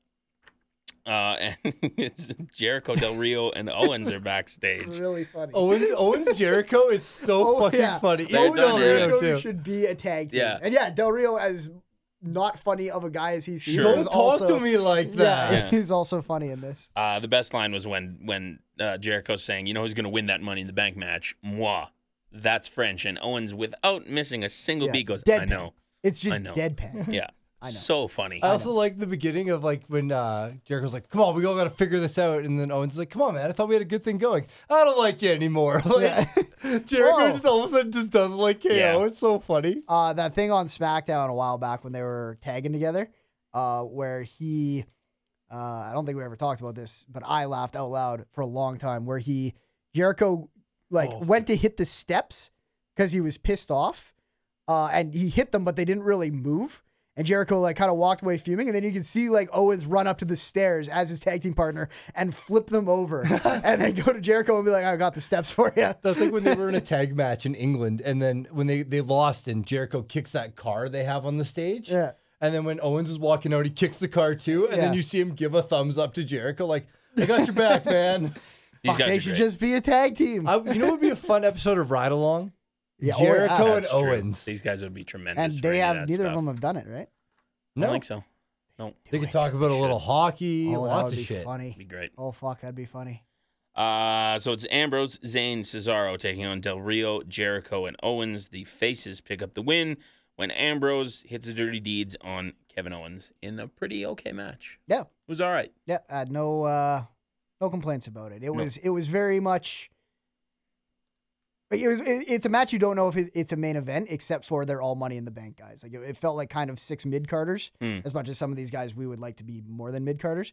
S1: uh, and it's Jericho Del Rio and Owens are backstage.
S3: really funny.
S2: Owens, Owens Jericho is so Oh,
S3: Oh,
S2: fucking funny.
S1: They're
S2: Even
S1: done
S2: Del
S1: here.
S2: Rio, too.
S3: should be a tag team.
S1: Yeah.
S3: And yeah, Del Rio as not funny of a guy as he seems.
S1: Sure.
S3: is
S2: Don't talk
S3: also-
S2: to me like that.
S3: Yeah,
S1: Yeah.
S3: he's also funny in this.
S1: Uh, the best line was when when uh, Jericho's saying, "You know who's going to win that Money in the Bank match? Moi." That's French, and Owens, without missing a single
S3: Yeah,
S1: beat, goes, "I
S3: deadpan.
S1: know."
S3: It's just
S1: know.
S3: deadpan.
S1: Yeah, so funny.
S3: Oh,
S2: I also like the beginning of like when uh, Jericho's like, "Come on, we all got to figure this out," and then Owens is like, "Come on, man, I thought we had a good thing going. I don't like you anymore." Like Jericho
S3: Whoa.
S2: just all of a sudden just doesn't like KO.
S1: Yeah.
S2: It's so funny.
S3: uh, that thing on SmackDown a while back when they were tagging together, uh, where he, uh, I don't think we ever talked about this, but I laughed out loud for a long time. Where he, Jericho, like went to hit the steps because he was pissed off, uh, and he hit them, but they didn't really move. And Jericho like kind of walked away fuming, and then you can see like Owens run up to the stairs as his tag team partner and flip them over, and then go to Jericho and be like, "I got the steps for you."
S2: That's like when they were in a tag match in England, and then when they, they lost, and Jericho kicks that car they have on the stage.
S3: Yeah.
S2: And then when Owens is walking out, he kicks the car too, and then
S3: Yeah.
S2: you see him give a thumbs up to Jericho, like "I got your back, man."
S1: These guys
S3: they
S1: are
S3: should
S1: great.
S3: just be a tag team.
S2: I, you know, what would be a fun episode of Ride Along.
S3: Yeah, or-
S2: Jericho
S3: uh,
S2: and
S1: That's true.
S2: Owens.
S1: These guys would be tremendous.
S3: and
S1: for any
S3: they have
S1: that
S3: neither of
S1: stuff.
S3: them have done it, right?
S1: I
S2: No,
S1: don't think so. No,
S2: they could talk about a little hockey,
S3: Oh, that
S2: lots
S3: would
S2: of
S3: be
S2: shit.
S1: It'd
S3: Funny.
S1: be great.
S3: Oh fuck, that'd be funny.
S1: Uh, so it's Ambrose, Zayn, Cesaro taking on Del Rio, Jericho, and Owens. The faces pick up the win when Ambrose hits the dirty deeds on Kevin Owens in a pretty okay match.
S3: Yeah,
S1: It was all right.
S3: yeah. I had no uh, no complaints about it. It
S1: No.
S3: was it was very much. It was, it, it's a match you don't know if it, it's a main event, except for they're all Money in the Bank guys. Like it, it felt like kind of six mid carders,
S1: Hmm.
S3: as much as some of these guys we would like to be more than mid carders.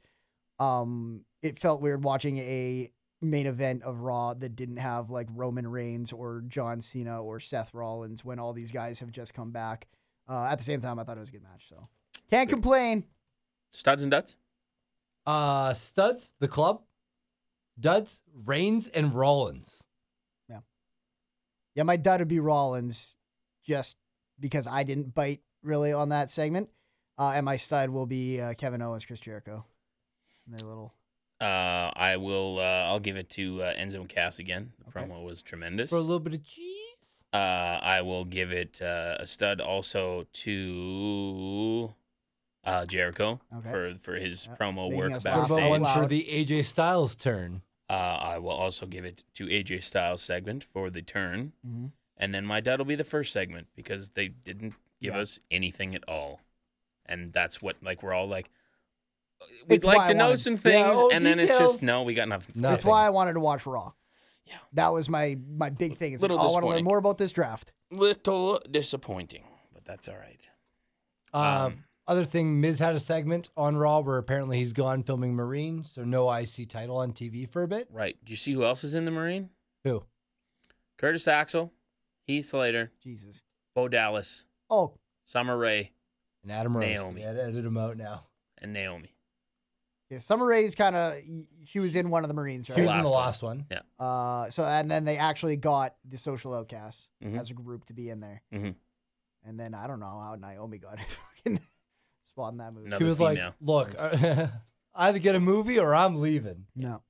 S3: Um, it felt weird watching a main event of Raw that didn't have like Roman Reigns or John Cena or Seth Rollins when all these guys have just come back. Uh, at the same time, I thought it was a good match, so can't complain.
S1: Studs and Duds.
S2: Uh, Studs, the club, Duds, Reigns, and Rollins.
S3: Yeah, my dud would be Rollins, just because I didn't bite really on that segment. Uh, and my stud will be uh, Kevin Owens, Chris Jericho. And their little
S1: Uh, I will. Uh, I'll give it to uh, Enzo and Cass again. The
S3: Okay.
S1: promo was tremendous.
S2: For a little bit of cheese.
S1: Uh, I will give it uh, a stud also to uh, Jericho
S3: Okay.
S1: for for his
S3: Yeah.
S1: promo
S3: Making
S1: work
S3: us laugh.
S2: What about one
S1: backstage.
S2: for
S3: Loud.
S2: the AJ Styles turn?
S1: Uh, I will also give it to AJ Styles segment for the turn,
S3: Mhm.
S1: and then my dad will be the first segment because they didn't give
S3: Yeah.
S1: us anything at all, and that's what like we're all like. We'd
S3: It's
S1: like
S3: why
S1: to
S3: I
S1: know
S3: wanted-
S1: some
S2: Yeah,
S1: things,
S2: oh,
S1: and then it's
S2: details.
S1: just no, we got nothing. for you.
S2: Nothing.
S3: That's why I wanted to watch Raw.
S1: Yeah.
S3: That was my my big thing. It's like,
S1: Little
S3: oh, I want to learn
S1: disappointing.
S3: more about this draft.
S1: Little disappointing, but that's all right.
S2: Uh,
S1: Um,
S2: other thing, Miz had a segment on Raw where apparently he's gone filming Marine, so no IC title on TV for a bit.
S1: Right? Do you see who else is in the Marine?
S2: Who?
S1: Curtis Axel, Heath Slater,
S3: Jesus.
S1: Bo Dallas,
S3: Oh,
S1: Summer Rae,
S2: And Adam Rose.
S1: Naomi.
S2: Yeah, edit him out now.
S1: and Naomi.
S3: yeah, Summer Rae's kind of she was in one of the Marines,
S2: He was
S3: right?
S1: Last
S2: in the
S1: one.
S2: last one.
S3: Uh, so and then they actually got the Social Outcasts
S1: Mhm.
S3: as a group to be in there.
S1: Mhm.
S3: And then I don't know how Naomi got fucking spot in that movie.
S1: No.
S2: He
S1: Another
S2: was
S1: female.
S2: like, "Look, either get a movie or I'm leaving."
S3: no.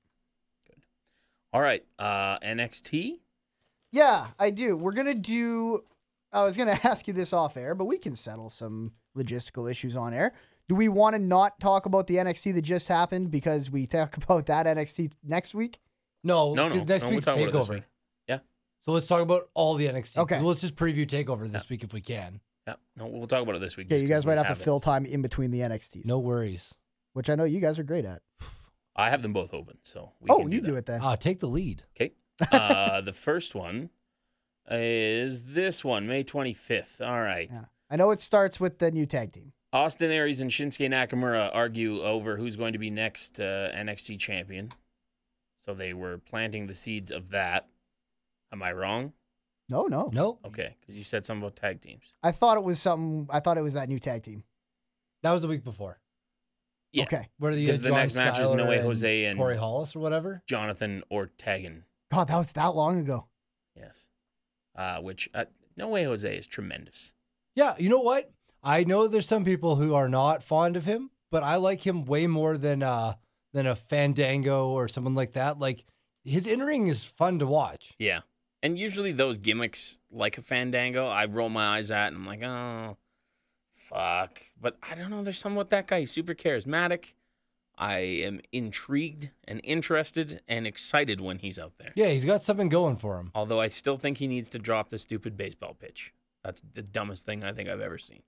S1: All right, uh, NXT.
S3: Yeah, I do. We're gonna do. I was gonna ask you this off air, but we can settle some logistical issues on air. Do we want to not talk about the NXT that just happened because we talk about that NXT next week?
S2: No,
S1: No, no,
S2: 'cause next
S1: no, we'll
S2: week's
S1: talk about it this
S2: takeover.
S1: week. Yeah.
S2: So let's talk about all the NXT.
S3: Okay.
S2: Okay. Let's just preview takeover this week if we can.
S1: Yeah, no, we'll talk about it this week.
S3: Yeah,
S1: just
S3: you
S1: 'cause
S3: guys
S1: we
S3: might have to
S1: it.
S3: fill time in between the NXTs,
S2: No worries.
S3: which I know you guys are great at.
S1: I have them both open, so we
S3: oh,
S1: can
S3: you
S1: do,
S3: do
S1: that.
S3: it then.
S2: Ah, take the lead.
S1: Okay. Uh, the first one is this one, May twenty fifth. All right.
S3: yeah. I know it starts with the new tag team.
S1: Austin Aries and Shinsuke Nakamura argue over who's going to be next uh, NXT champion. So they were planting the seeds of that. Am I wrong?
S3: Mm-hmm. No, no.
S2: Nope.
S1: Okay, because you said something about tag teams.
S3: I thought it was something. I thought it was that new tag team.
S2: That was the week before.
S1: Yeah.
S3: Okay.
S2: Where you
S1: 'Cause
S2: had
S1: the
S2: John
S1: next match is
S2: Skyler
S1: Noe Jose and-
S2: Corey Hollis or whatever.
S1: Jonathan Ortagan.
S3: God, that was that long ago.
S1: Yes. Uh, which uh, No Way Jose is tremendous.
S2: Yeah, you know what? I know there's some people who are not fond of him, but I like him way more than uh than a Fandango or someone like that. Like his in ring is fun to watch.
S1: Yeah. And usually those gimmicks, like a Fandango, I roll my eyes at and I'm like, oh, fuck. But I don't know. There's something with that guy. He's super charismatic. I am intrigued and interested and excited when he's out there.
S2: Yeah, he's got something going for him.
S1: Although I still think he needs to drop the stupid baseball pitch. That's the dumbest thing I think I've ever seen.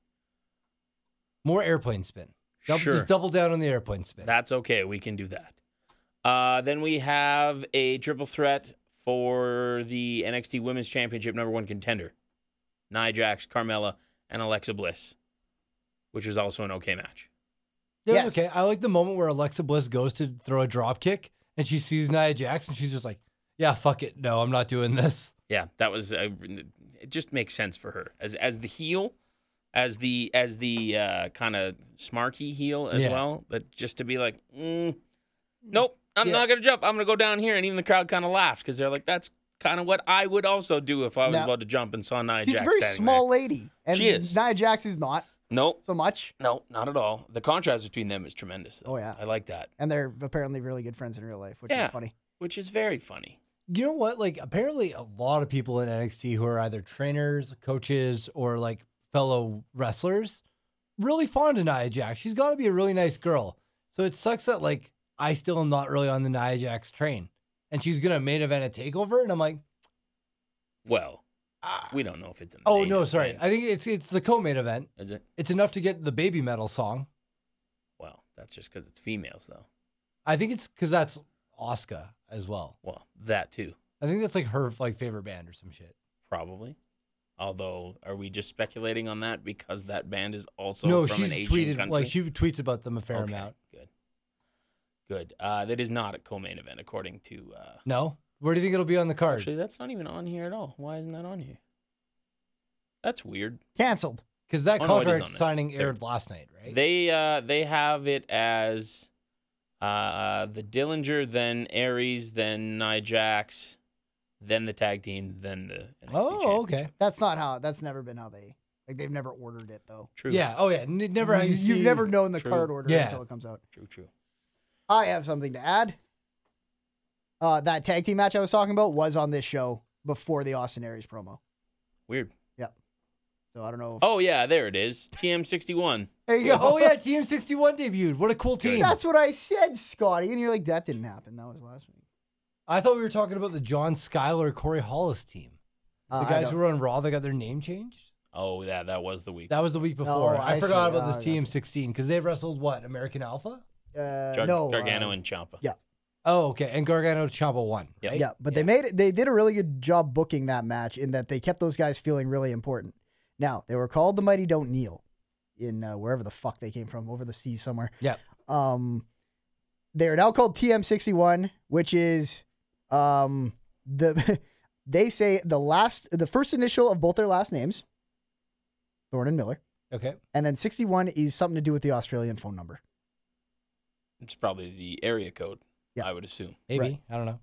S2: More airplane spin. Double,
S1: Sure.
S2: Just double down on the airplane spin.
S1: That's okay. We can do that. Uh, then we have a triple threat for the NXT Women's Championship number one contender Nia Jax, Carmella, and Alexa Bliss, which is also an okay match.
S2: Yeah,
S3: Yes.
S2: okay. I like the moment where Alexa Bliss goes to throw a drop kick and she sees Nia Jax and she's just like, "Yeah, fuck it. No, I'm not doing this."
S1: Yeah, that was, uh, it just makes sense for her. As, as the heel, as the as the uh, kind of smarky heel as
S2: Yeah.
S1: well. That just to be like, mm, nope, I'm not gonna jump. I'm gonna go down here, and even the crowd kind of laughed because they're like, that's kind of what I would also do if I was
S3: No.
S1: about to jump and saw Nia
S3: She's
S1: Jax
S3: a very
S1: standing
S3: small
S1: There.
S3: lady, and
S1: She is.
S3: Nia Jax is not
S1: Nope,
S3: so much.
S1: no, not at all. The contrast between them is tremendous. Though.
S3: Oh, yeah.
S1: I like that,
S3: And they're apparently really good friends in real life, which
S1: Yeah.
S3: is funny.
S1: which is very funny.
S2: You know what? Like, apparently, a lot of people in NXT who are either trainers, coaches, or like fellow wrestlers really fond of Nia Jax. She's got to be a really nice girl. So it sucks that like I still am not really on the Nia Jax train, and she's gonna main event a takeover, and I'm like,
S1: Well, we don't know if it's a
S2: oh
S1: main
S2: no, sorry.
S1: event.
S2: I think it's it's the co-main event.
S1: is it?
S2: It's enough to get the baby metal song.
S1: Well, that's just because it's females, though.
S2: I think it's because that's Oscar as well.
S1: Well, that too,
S2: I think that's like her like favorite band or some shit.
S1: probably. Although, are we just speculating on that because that band is also
S2: no,
S1: from
S2: she's
S1: an Asian
S2: tweeted
S1: country?
S2: like she tweets about them a fair
S1: Okay,
S2: amount.
S1: Good, good. Uh, that is not a co-main event, according to. Uh,
S2: No, where do you think it'll be on the card?
S1: actually, that's not even on here at all. Why isn't that on here? That's weird.
S3: Canceled.
S2: Because that
S1: Oh, no, it is
S2: contract
S1: on there.
S2: signing
S1: Fair.
S2: aired last night, right?
S1: They uh, they have it as uh, the Dillinger, then Aries, then Nia Jax, then the tag team, then the NXT
S2: oh, okay.
S1: Championship.
S3: That's not how. That's never been how they. Like they've never ordered it though.
S1: True.
S2: Yeah. Oh, yeah. N- never. how
S3: you,
S2: you
S3: have
S2: see-
S3: never known the
S1: True.
S3: card order
S2: Yeah.
S3: until it comes out.
S1: True. True.
S3: I have something to add. Uh, that tag team match I was talking about was on this show before the Austin Aries promo.
S1: Weird.
S3: So I don't know. If,
S1: Oh yeah, there it is. TM61.
S3: there you go.
S2: Yeah, Oh yeah, Team 61 debuted. What a cool team.
S3: That's what I said, Scotty. And you're like, that didn't happen. That was last week.
S2: I thought we were talking about the John Schuyler, Corey Hollis team. The
S3: Uh, I
S2: guys
S3: don't-
S2: who were on Raw that got their name changed.
S1: Oh yeah, that was the week.
S2: That was the week before. I,
S3: I
S2: forgot
S3: see.
S2: about
S3: Oh,
S2: this
S3: I
S2: Team 16 because they wrestled what American Alpha.
S3: uh,
S1: Gar-
S3: no,
S1: Gargano
S3: uh,
S1: and Champa.
S3: yeah.
S2: Oh, okay. And Gargano Ciampa won.
S1: Yeah.
S2: right?
S3: Yeah, but they made it. They did a really good job booking that match in that they kept those guys feeling really important. Now they were called the Mighty Don't Kneel, in uh, wherever the fuck they came from, over the sea somewhere.
S2: Yeah.
S3: Um, they are now called TM61, which is um the they say the last the first initial of both their last names, Thorne and Miller,
S2: Okay.
S3: and then 61 is something to do with the Australian phone number.
S1: It's probably the area code.
S3: Yeah.
S1: I would assume.
S2: Maybe
S3: Right.
S2: I don't know.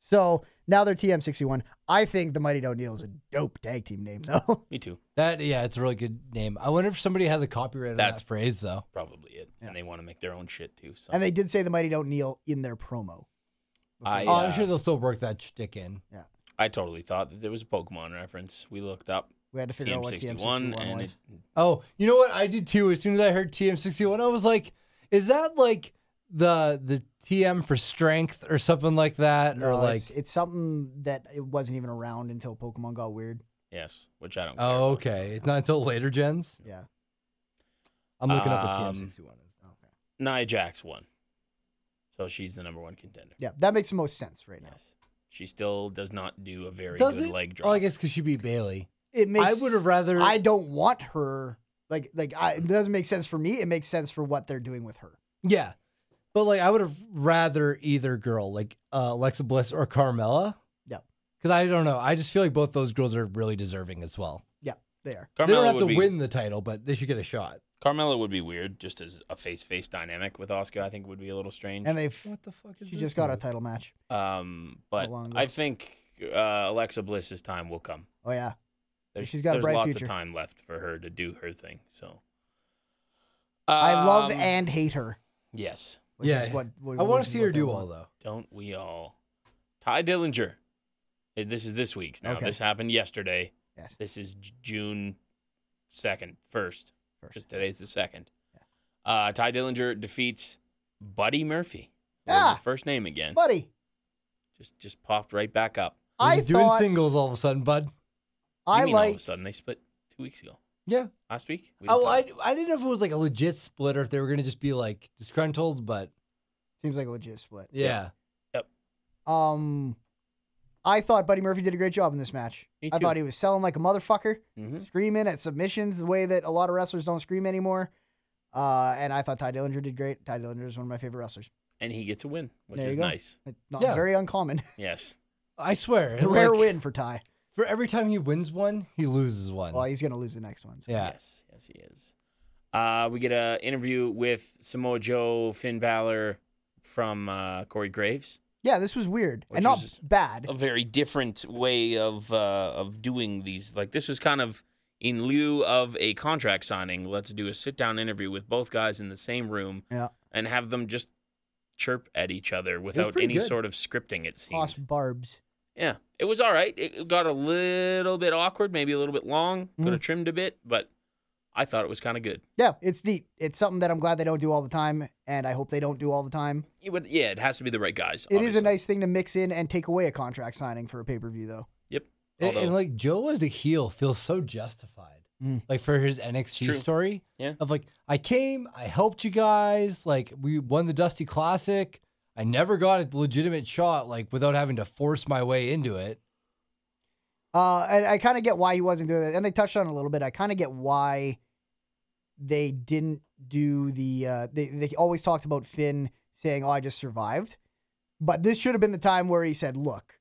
S3: So now they're TM61. I think the Mighty Don't Kneel is a dope tag team name though.
S1: Me too.
S2: That yeah, it's a really good name. I wonder if somebody has a copyright on
S1: That's-
S2: that phrase though.
S1: Probably it. And they want to make their own shit too. So
S3: And they did say the mighty don't kneel in their promo.
S1: I,
S2: Oh, I'm
S1: uh,
S2: sure they'll still work that shtick in.
S1: I totally thought that there was a Pokemon reference. We looked up
S3: We had to figure out what TM61
S1: TM61 and
S3: was.
S1: it,
S2: Oh, you know what I did too. As soon as I heard TM61, I was like, "Is that like the the TM for strength or something like that?"
S3: No,
S2: or like,
S3: it's, it's something that it wasn't even around until Pokemon got weird.
S1: yes, which I don't. care
S2: oh,
S1: about, so-
S2: okay, it's not until later gens.
S3: Yeah.
S2: I'm looking up
S1: Um,
S2: what TM61 is.
S1: Nia Jax won, so she's the number one contender.
S3: Yeah. That makes the most sense right now.
S1: Yes, she still does not do a very
S2: Does
S1: good
S2: it?
S1: leg drop.
S2: Oh, I guess because she beat Bailey.
S3: It makes
S2: I would have rather.
S3: I don't want her like like I it doesn't make sense for me. It makes sense for what they're doing with her.
S2: yeah, but like I would have rather either girl, like uh, Alexa Bliss or Carmella.
S3: Yeah.
S2: Because I don't know. I just feel like both those girls are really deserving as well.
S3: Yeah, they are.
S1: Carmella
S2: they don't have
S1: would
S2: to
S1: be,
S2: win the title, but they should get a shot.
S1: Carmella would be weird, just as a face-face dynamic with Oscar. I think would be a little strange.
S3: And they've
S2: What the fuck is
S3: she
S2: this
S3: just got a
S2: move?
S3: title match.
S1: Um, but
S3: long
S1: I
S3: ago?
S1: think uh, Alexa Bliss's time will come.
S3: Oh yeah.
S1: There's,
S3: She's got a
S1: there's
S3: bright
S1: lots
S3: future.
S1: of time left for her to do her thing. So
S3: I love
S1: Um,
S3: and hate her.
S1: yes,
S3: Which
S2: yeah.
S3: is what, what
S2: I want
S3: which
S2: to
S3: is
S2: see her
S3: what they
S2: do
S3: want.
S2: all though.
S1: don't we all? Ty Dillinger. Uh, This is this week's now.
S3: Okay.
S1: This happened yesterday.
S3: Yes.
S1: This is J- June second, first.
S3: First.
S1: Because today's the second. Uh, Ty Dillinger defeats Buddy Murphy. What was
S3: Ah.
S1: his first name again?
S3: Buddy.
S1: Just just popped right back up.
S2: He's
S3: I
S2: doing
S3: thought
S2: singles all of a sudden, bud.
S1: What do
S3: I
S1: you mean all of
S3: like
S1: a sudden they split two weeks ago.
S2: Yeah.
S1: Last week? We didn't
S2: Oh,
S1: talk
S2: I, I didn't know if it was like a legit split or if they were gonna just be like disgruntled, but
S3: seems like a legit split.
S2: yeah.
S3: Um, I thought Buddy Murphy did a great job in this match.
S1: Me
S3: I
S1: too.
S3: thought he was selling like a motherfucker,
S1: Mhm.
S3: screaming at submissions the way that a lot of wrestlers don't scream anymore. Uh, and I thought Ty Dillinger did great. Ty Dillinger is one of my favorite wrestlers.
S1: and he gets a win, which
S3: There you
S1: is
S3: go.
S1: nice.
S3: It's Not
S2: Yeah.
S3: very uncommon.
S1: Yes.
S2: I swear.
S3: Rare
S2: like,
S3: win for Ty.
S2: For every time he wins one, he loses one.
S3: Well, he's gonna lose the next one. So.
S2: yeah.
S1: Yes, yes, he is. Uh, we get an interview with Samoa Joe, Finn Balor from uh, Corey Graves.
S3: Yeah, this was weird
S1: Which
S3: and not
S1: is-
S3: bad.
S1: A very different way of uh, of doing these. Like this was kind of in lieu of a contract signing. Let's do a sit down interview with both guys in the same room
S3: Yeah,
S1: and have them just chirp at each other without
S2: pretty
S1: any
S2: good.
S1: sort of scripting. It seemed.
S3: toss barbs.
S1: Yeah, it was all right. It got a little bit awkward, maybe a little bit long. Could
S3: Mm-hmm.
S1: have trimmed a bit, but I thought it was kind of good.
S3: Yeah, it's neat. It's something that I'm glad they don't do all the time, and I hope they don't do all the time.
S1: It would, yeah, it has to be the right guys.
S3: It is a
S1: obviously.
S3: nice thing to mix in and take away a contract signing for a pay per view, though.
S1: Yep.
S2: And,
S1: Although,
S2: and, like Joe as a heel feels so justified.
S3: Mm.
S2: Like for his NXT
S1: true.
S2: story.
S1: Yeah.
S2: Of like, I came, I helped you guys, like we won the Dusty Classic. I never got a legitimate shot, like without having to force my way into it.
S3: Uh, and I kind of get why he wasn't doing that. And they touched on it a little bit. I kind of get why they didn't do the. Uh, they they always talked about Finn saying, "Oh, I just survived," but this should have been the time where he said, "Look,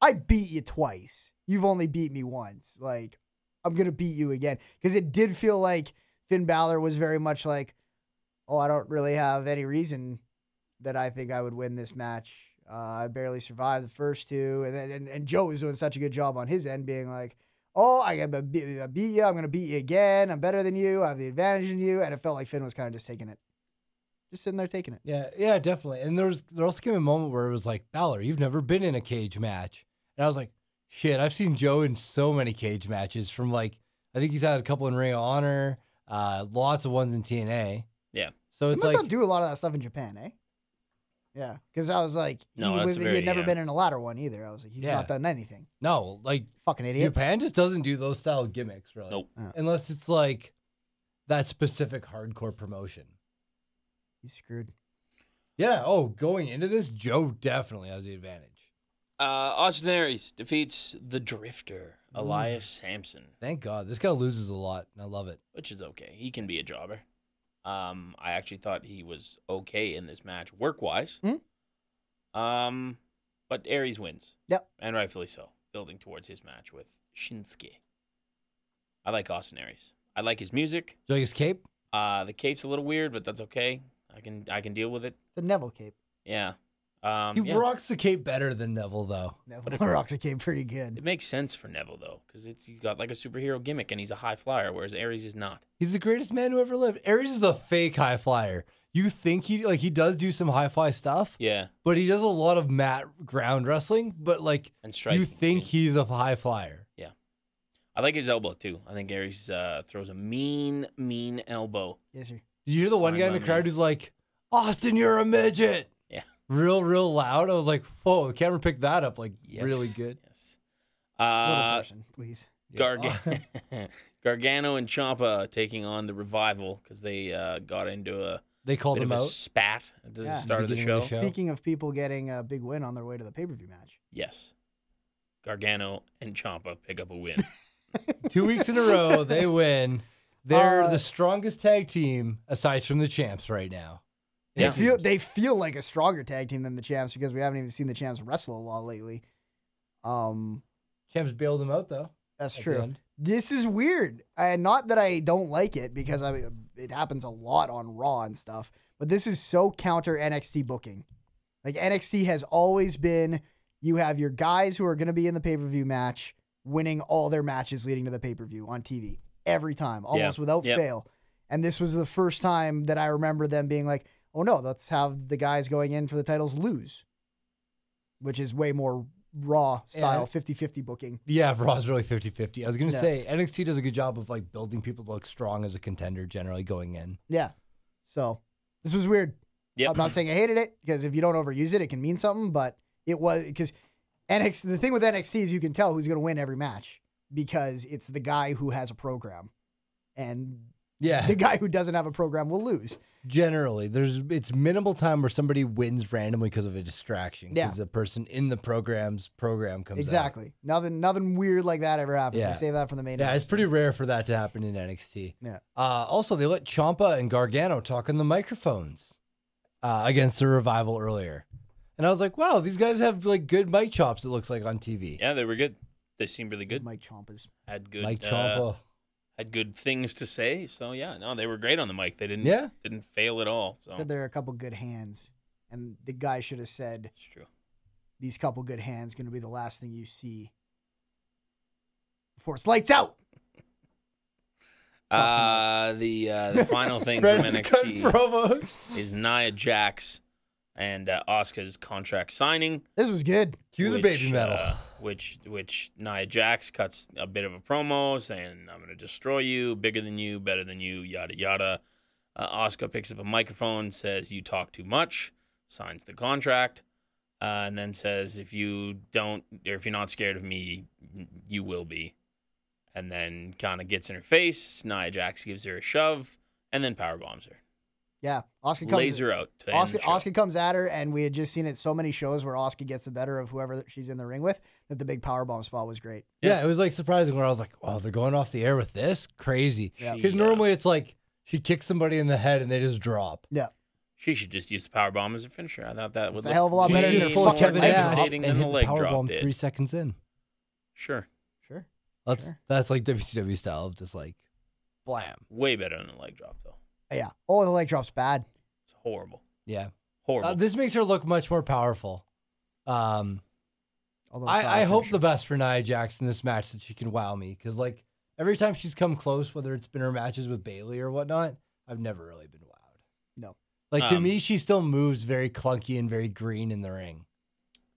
S3: I beat you twice. You've only beat me once. Like, I'm gonna beat you again." Because it did feel like Finn Balor was very much like, "Oh, I don't really have any reason that I think I would win this match. Uh, I barely survived the first two, and then and, and Joe was doing such a good job on his end, being like, "Oh, I, gotta be- I beat you. I'm gonna beat you again. I'm better than you. I have the advantage in you." And it felt like Finn was kind of just taking it, just sitting there taking it.
S2: Yeah, yeah, definitely. And there was there also came a moment where it was like, Balor, you've never been in a cage match. And I was like, shit, I've seen Joe in so many cage matches from like I think he's had a couple in Ring of Honor, uh, lots of ones in TNA.
S1: Yeah.
S2: So
S3: They
S2: it's
S3: must
S2: like
S3: not do a lot of that stuff in Japan, eh? Yeah, because I was like,
S1: No,
S3: he,
S1: that's
S3: was, he
S1: very-
S3: had never
S1: yeah.
S3: been in a ladder one either. I was like, he's
S2: Yeah.
S3: not done anything.
S2: no, like
S3: Fucking idiot.
S2: Japan just doesn't do those style of gimmicks, really.
S1: Nope.
S3: Yeah.
S2: Unless it's like that specific hardcore promotion.
S3: He's screwed.
S2: Yeah. Oh, going into this, Joe definitely has the advantage.
S1: uh, Austin Aries defeats the Drifter,
S3: Mm.
S1: Elias Sampson,
S2: Thank God. This guy loses a lot, and I love it.
S1: which is okay. He can be a jobber. Um, I actually thought he was okay in this match, work wise.
S3: Mhm.
S1: Um, but Aries wins.
S3: Yep.
S1: and rightfully so, building towards his match with Shinsuke. I like Austin Aries. I like his music.
S2: Joe gets cape.
S1: Uh, the cape's a little weird, but that's okay. I can I can deal with it.
S3: It's a Neville cape.
S1: Yeah. Um,
S2: He
S1: yeah.
S2: rocks the cape better than Neville, though.
S3: Neville rocks a cape pretty good.
S1: It makes sense for Neville though, because it's he's got like a superhero gimmick and he's a high flyer, whereas Aries is not.
S2: He's the greatest man who ever lived. Aries is a fake high flyer. You think he like he does do some high fly stuff,
S1: Yeah,
S2: but he does a lot of mat ground wrestling. But like
S1: and striking.
S2: you think
S1: too.
S2: he's a high flyer.
S1: I like his elbow too. I think Aries uh, throws a mean, mean elbow.
S3: Yes, sir.
S2: Did you hear the one
S1: Fine
S2: guy in the
S1: by
S2: crowd
S1: me.
S2: who's like, Austin, you're a midget?
S1: Yeah.
S2: Real, real loud. I was like, whoa, the camera picked that up like
S1: Yes,
S2: really good.
S1: Yes.
S3: Little
S1: Uh,
S3: person, please.
S1: Garga-
S2: Oh.
S1: Gargano and Champa taking on the revival because they uh, got into a
S2: They called
S1: bit
S2: him
S1: of a
S2: out.
S1: spat at the
S3: Yeah.
S1: start of the
S2: beginning
S1: show.
S3: Speaking of people getting a big win on their way to the pay per view match.
S1: Yes, Gargano and Champa pick up a win.
S2: Two weeks in a row, they win. They're
S3: Uh,
S2: the strongest tag team aside from the champs right now.
S3: They
S1: Yeah.
S3: feel they feel like a stronger tag team than the champs because we haven't even seen the champs wrestle a lot lately. Um,
S2: Champs bailed them out though.
S3: that's
S2: at the
S3: true.
S2: end.
S3: This is weird, and not that I don't like it because I it happens a lot on Raw and stuff. But this is so counter NXT booking. Like NXT has always been, you have your guys who are going to be in the pay per view match winning all their matches leading to the pay per view on TV every time, almost without
S1: Yep.
S3: fail. And this was the first time that I remember them being like, oh no, let's have the guys going in for the titles lose, which is way more raw
S2: Yeah.
S3: style 50 50 booking.
S2: Yeah, Raw's really 50-50. I was gonna
S3: Yeah.
S2: say NXT does a good job of like building people to look strong as a contender generally going in.
S3: Yeah. So this was weird.
S1: Yep.
S3: I'm not saying I hated it because if you don't overuse it, it can mean something. But it was because NXT. The thing with NXT is you can tell who's going to win every match because it's the guy who has a program, and
S2: Yeah.
S3: the guy who doesn't have a program will lose.
S2: Generally, there's it's minimal time where somebody wins randomly because of a distraction
S3: Yeah.
S2: because the person in the program's program comes out.
S3: Exactly. Nothing. Nothing weird like that ever happens.
S2: Yeah.
S3: I save that for the main.
S2: Yeah, it's
S3: event.
S2: pretty rare for that to happen in NXT.
S3: Yeah.
S2: Uh, also, they let Champa and Gargano talk on the microphones uh, against the revival earlier, and I was like, "Wow, these guys have like good mic chops." It looks like on TV.
S1: yeah, they were good. they seemed really good.
S3: Mike Chompa's.
S1: Had good
S2: Mike
S1: uh,
S2: Chompa.
S1: had good things to say. So yeah, no, they were great on the mic. They didn't
S2: Yeah.
S1: didn't fail at all. So
S3: Said there are a couple good hands, and the guy should have said
S1: it's true.
S3: these couple good hands going to be the last thing you see before it's lights out.
S1: Uh, the uh, the final thing from
S2: Brandon cut
S1: NXT
S2: promos.
S1: is Nia Jax and uh, Asuka's contract signing.
S3: This was good.
S2: Cue the
S1: which,
S2: baby metal.
S1: uh, which which Nia Jax cuts a bit of a promo saying, "I'm gonna destroy you, bigger than you, better than you, yada yada." Uh, Oscar picks up a microphone, says, "You talk too much," signs the contract, uh, and then says, "If you don't, or if you're not scared of me, you will be." And then kind of gets in her face. Nia Jax gives her a shove, and then power bombs her,
S3: Yeah, Oscar comes.
S1: laser out. to end
S3: Oscar,
S1: the show.
S3: Oscar comes at her, and we had just seen it so many shows where Oscar gets the better of whoever that she's in the ring with. That the big powerbomb spot was great.
S2: Yeah, it was like surprising where I was like, oh, they're going off the air with this? Crazy.
S1: Yeah.
S2: Because
S1: She, uh,
S2: normally it's like she kicks somebody in the head and they just drop.
S3: Yeah,
S1: She should just use the power bomb as a finisher. I thought that would
S3: It's a hell of a lot
S1: way
S3: better
S2: She
S3: than
S2: just
S3: her
S1: more
S2: pulled
S3: fucking
S2: Kevin
S3: leg
S2: Nash
S3: drop
S2: up
S1: devastating
S2: and
S1: than
S2: hit
S1: the leg
S2: power
S1: drop
S2: bomb
S1: did.
S2: three seconds in.
S1: Sure,
S3: sure.
S2: That's
S3: Sure.
S2: that's like WCW style of just like blam.
S1: way better than a leg drop though.
S3: Yeah. Oh, the leg drop's bad.
S1: It's horrible,
S2: Yeah.
S1: horrible.
S2: Uh, this makes her look much more powerful. Um,
S3: Although it's not
S2: I, I
S3: a
S2: hope
S3: finisher.
S2: the best for Nia Jax in this match that she can wow me because like every time she's come close, whether it's been her matches with Bailey or whatnot, I've never really been wowed.
S3: No.
S2: Like to
S1: Um,
S2: me, she still moves very clunky and very green in the ring.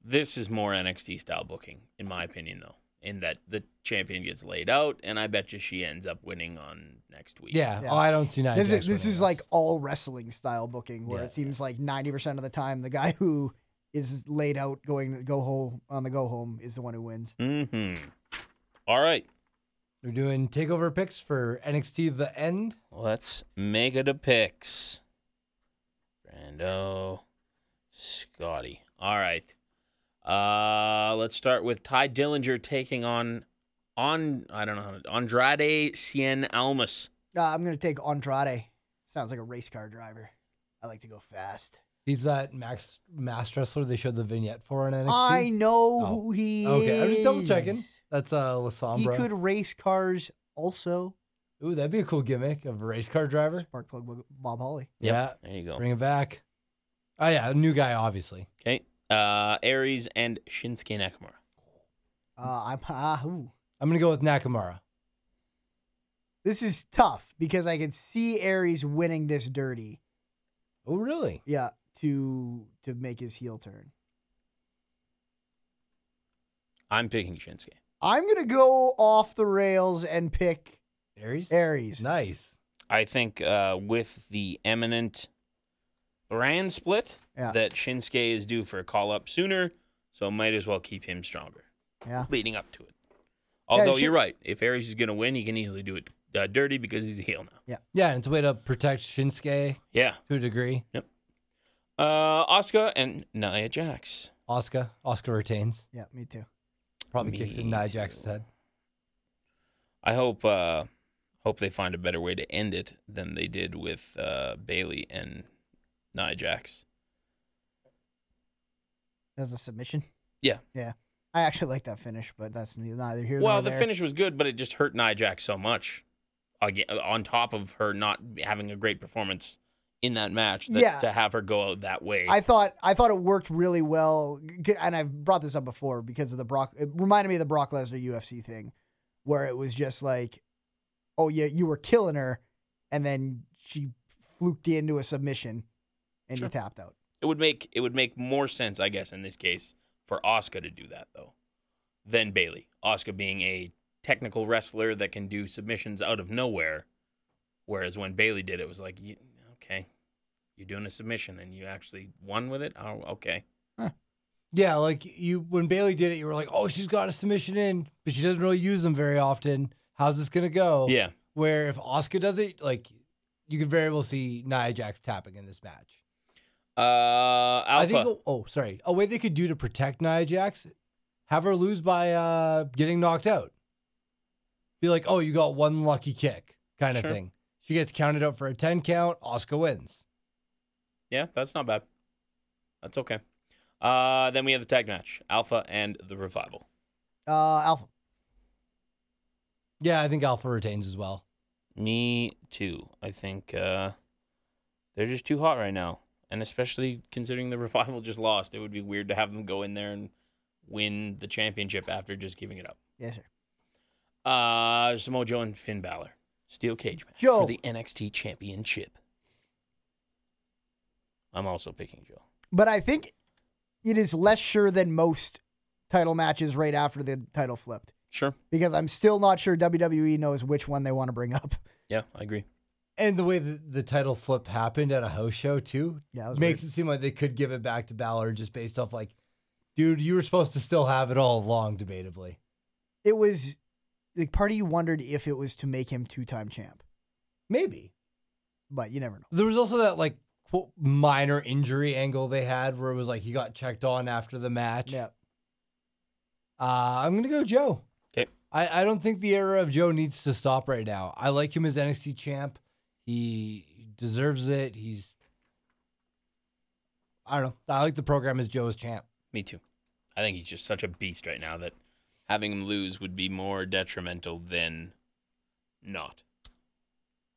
S1: this is more NXT style booking, in my opinion, though. In that the champion gets laid out, and I bet you she ends up winning on next week.
S2: Yeah.
S3: Yeah.
S2: Oh, I don't see Nia.
S3: This
S2: Jax
S3: is, this
S2: winning
S3: is like all wrestling style booking where
S2: Yeah,
S3: it seems like 90% of the time the guy who is laid out going go home on the go home is the one who wins.
S1: Mm-hmm. All right,
S2: We're doing takeover picks for NXT The End.
S1: let's make it a picks. Brando, Scotty. All right. Uh, let's start with Ty Dillinger taking on on I don't know how to, Andrade Cien Almas.
S3: Uh, I'm going to take Andrade. Sounds like a race car driver. I like to go fast.
S2: He's that Max Mass wrestler they showed the vignette for in NXT.
S3: I know
S2: Oh.
S3: who he
S2: okay,
S3: is.
S2: I'm just double checking. That's uh Lasombra.
S3: He could race cars also.
S2: Ooh, that'd be a cool gimmick of a race car driver.
S3: Spark plug Bob Holly.
S2: Yeah.
S1: There you go.
S2: Bring it back. Oh yeah, new guy obviously.
S1: Okay. Uh, Aries and Shinsuke Nakamura.
S3: Uh, I'm ah, ooh.
S2: I'm gonna go with Nakamura.
S3: This is tough because I can see Aries winning this dirty.
S2: Oh really?
S3: Yeah, to to make his heel turn.
S1: I'm picking Shinsuke.
S3: I'm gonna go off the rails and pick
S2: Aries.
S3: Aries.
S2: Nice.
S1: I think uh, with the eminent brand split,
S3: Yeah.
S1: that Shinsuke is due for a call up sooner, so might as well keep him stronger
S3: Yeah,
S1: leading up to it. Although
S3: Shin-
S1: you're right, if Aries is going to win, he can easily do it uh, dirty because he's a heel now.
S2: Yeah, and it's a way to protect Shinsuke
S1: Yeah.
S2: to a degree.
S1: Uh, Oscar and Nia Jax.
S2: Oscar. Oscar retains.
S3: yeah, me too.
S2: Probably kicks in
S1: Me
S2: Nia
S1: too.
S2: Jax's head.
S1: I hope uh, hope they find a better way to end it than they did with uh, Bailey and Nia Jax.
S3: That's a submission.
S1: Yeah.
S3: Yeah, I actually like that finish, but that's ne- neither here.
S1: Well,
S3: nor
S1: the
S3: there.
S1: finish was good, but it just hurt Nia Jax so much. Again, on top of her not having a great performance in that match, that,
S3: Yeah.
S1: to have her go out that way.
S3: I thought I thought it worked really well, g- and I've brought this up before because of the Brock. It reminded me of the Brock Lesnar UFC thing, where it was just like, oh yeah, you were killing her, and then she fluked you into a submission, and you tapped out.
S1: it would make it would make more sense, I guess, in this case, for Oscar to do that though, than Bailey. Oscar being a technical wrestler that can do submissions out of nowhere, whereas when Bailey did it, it was like, you, okay, you're doing a submission and you actually won with it. Oh, okay.
S2: Yeah, like you when Bailey did it, you were like, Oh, she's got a submission in, but she doesn't really use them very often. How's this gonna go?
S1: Yeah.
S2: Where if Oscar does it, like you could very well see Nia Jax tapping in this match.
S1: Uh, Alpha.
S2: I think. Oh, sorry. A way they could do to protect Nia Jax, have her lose by uh, getting knocked out. Be like, oh, you got one lucky kick, kind
S1: Sure.
S2: of thing. She gets counted out for a ten count. Oscar wins.
S1: Yeah, that's not bad. That's okay. Uh, then we have the tag match Alpha and the Revival.
S3: Uh, Alpha.
S2: Yeah, I think Alpha retains as well.
S1: Me too. I think uh, they're just too hot right now, and especially considering the revival just lost, it would be weird to have them go in there and win the championship after just giving it up.
S3: Yes, sir.
S1: Uh, Samoa Joe and Finn Balor steel cage match
S3: Joe.
S1: for the NXT Championship. I'm also picking Joe.
S3: But I think it is less sure than most title matches right after the title flipped
S1: Sure.
S3: because I'm still not sure WWE knows which one they want to bring up.
S1: Yeah, I agree.
S2: And the way that the title flip happened at a house show too
S3: Yeah, that was
S2: makes it seem like they could give it back to Balor just based off like, dude, you were supposed to still have it all along, debatably.
S3: It was like part of you wondered if it was to make him two time champ,
S2: Maybe.
S3: but you never know.
S2: There was also that like quote, minor injury angle they had where it was like he got checked on after the match.
S3: Yeah.
S2: Uh, I'm gonna go Joe.
S1: 'Kay.
S2: I, I don't think the era of Joe needs to stop right now. I like him as NXT champ. He deserves it. He's I don't know. I like the program as Joe as champ.
S1: Me too. I think he's just such a beast right now that having him lose would be more detrimental than not.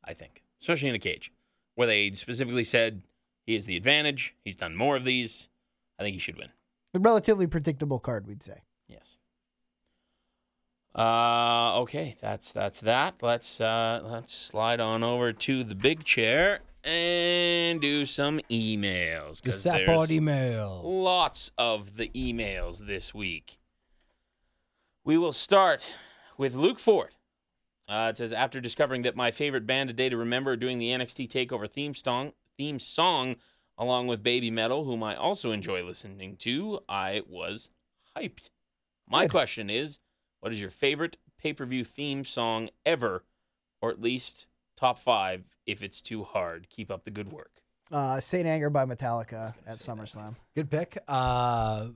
S1: I think, especially in a cage where they specifically said he has the advantage. He's done more of these. I think he should win.
S3: A relatively predictable card, we'd say.
S1: Yes. Uh, okay, that's that's that. Let's uh, let's slide on over to the big chair and do some emails. 'cause there's-
S2: Gestapo email.
S1: lots of the emails this week. We will start with Luke Ford. Uh, it says after discovering that my favorite band a day to remember are doing the NXT Takeover theme song, theme song, along with Baby Metal, whom I also enjoy listening to, I was hyped. My question is, what is your favorite pay-per-view theme song ever, or at least top five? If it's too hard, keep up the good work.
S3: Uh, Saint Anger by Metallica
S1: gonna
S3: at
S1: say that.
S3: SummerSlam.
S2: Good pick. Uh,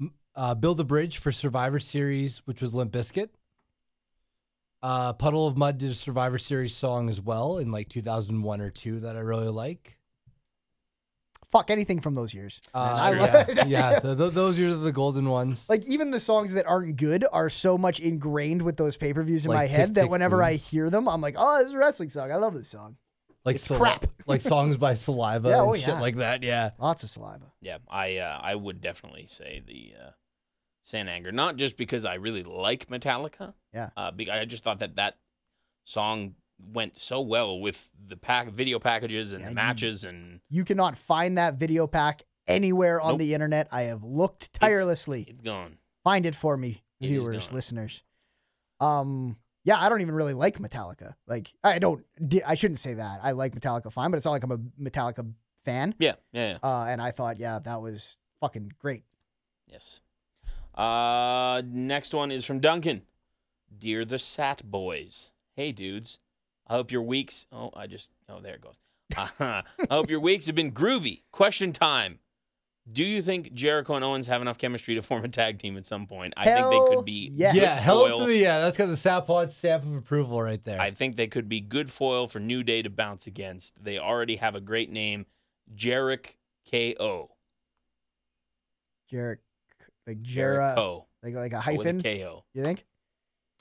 S2: m- uh, build a bridge for Survivor Series, which was Limp Bizkit. Uh, Puddle of Mud did a Survivor Series song as well in like 2001 or two that I really like.
S3: Fuck anything from those years.
S2: Uh,
S1: That's true.
S2: Yeah, yeah th- th- those are the golden ones.
S3: Like even the songs that aren't good are so much ingrained with those pay per views in
S2: Like
S3: my
S2: Tick,
S3: head that
S2: Tick,
S3: whenever
S2: Boom.
S3: I hear them, I'm like, oh, this is a wrestling song. I love this song.
S2: like
S3: it's crap.
S2: like songs by Saliva
S3: Yeah,
S2: and
S3: oh,
S2: shit
S3: yeah.
S2: like that. Yeah,
S3: Lots of saliva.
S1: Yeah, I uh, I would definitely say the uh, San Anger, not just because I really like Metallica.
S3: Yeah.
S1: Uh, be- I just thought that that song went so well with the pack video packages and
S3: Yeah,
S1: the
S3: you-
S1: matches and
S3: You cannot find that video pack anywhere on
S1: Nope.
S3: the internet. I have looked tirelessly.
S1: it's gone.
S3: find it for me,
S1: It is
S3: viewers,
S1: gone.
S3: listeners. Um, yeah, I don't even really like Metallica. Like, I don't. di- I shouldn't say that. I like Metallica fine, but it's not like I'm a Metallica fan.
S1: Yeah, yeah, yeah.
S3: Uh, and I thought, yeah, that was fucking great.
S1: yes. Uh, next one is from Duncan. Dear the Sat Boys. Hey dudes, I hope your weeks. Oh, I just. Oh, there it goes. Uh-huh. I hope your weeks have been groovy. Question time. Do you think Jericho and Owens have enough chemistry to form a tag team at some point? I think they
S3: Hell
S1: could be
S3: yes.
S1: good
S2: yeah, hell
S1: foil-
S2: to the yeah. That's got the Sapod stamp of approval right there.
S1: I think they could be good foil for New Day to bounce against. They already have a great name, Jerick KO.
S3: Jarek, like Jera,
S1: Jericho
S3: like like a
S1: with
S3: hyphen.
S1: a KO.
S3: You think?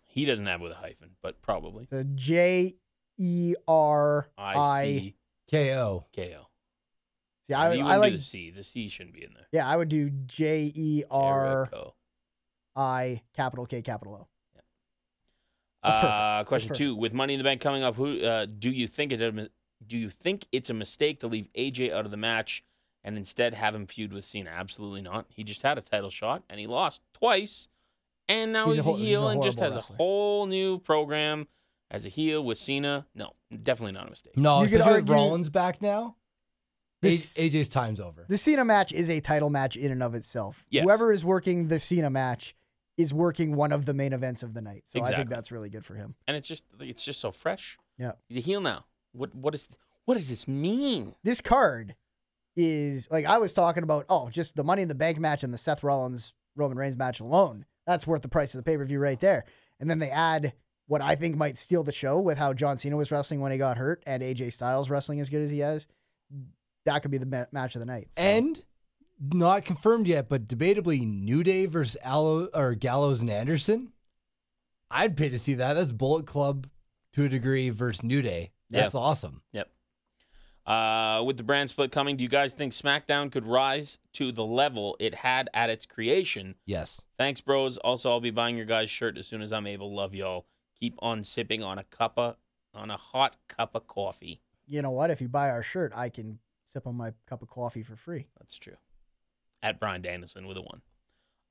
S1: He doesn't have with a hyphen, but probably
S3: So J E R
S1: I
S3: I.
S1: C
S2: Ko.
S1: K O.
S3: See, I,
S1: you
S3: I
S1: wouldn't
S3: like.
S1: do the C. The C shouldn't be in there.
S3: Yeah, I would do J E R
S1: Jericho.
S3: I capital K capital O. That's perfect.
S1: Uh, question
S3: perfect.
S1: two: With Money in the Bank coming up, who uh, do you think it? Do you think it's a mistake to leave AJ out of the match and instead have him feud with Cena? Absolutely not. He just had a title shot and he lost twice, and now
S3: He's a
S1: he's,
S3: hor-
S1: a
S3: he's a
S1: heel and just has
S3: horrible
S1: a
S3: wrestler.
S1: whole new program as a heel with Cena. No, definitely not a mistake.
S2: No,
S3: You could
S2: especially with
S3: argue-
S2: Rollins back now.
S3: This-
S2: A- AJ's time's over.
S3: The Cena match is a title match in and of itself.
S1: Yes.
S3: Whoever is working the Cena match is working one of the main events of the night. So I think
S1: Exactly.
S3: that's really good for him.
S1: And it's just it's just so fresh.
S3: Yeah.
S1: He's a heel now. What what is what does this mean?
S3: This card is like I was talking about, oh, just the Money in the Bank match and the Seth Rollins Roman Reigns match alone. That's worth the price of the pay per view right there. And then they add what I think might steal the show with how John Cena was wrestling when he got hurt and AJ Styles wrestling as good as he is. That could be the ma- match of the night. So,
S2: And not confirmed yet, but debatably New Day versus Allo or Gallows and Anderson. I'd pay to see that. That's Bullet Club to a degree versus New Day. That's awesome.
S1: Yep. Uh, with the brand split coming, do you guys think SmackDown could rise to the level it had at its creation?
S2: Yes.
S1: Thanks, bros. Also, I'll be buying your guys' shirt as soon as I'm able. Love y'all. Keep on sipping on a cup of on a hot cup of coffee.
S3: You know what? If you buy our shirt, I can sip on my cup of coffee for free.
S1: That's true. At Brian Danielson with a one.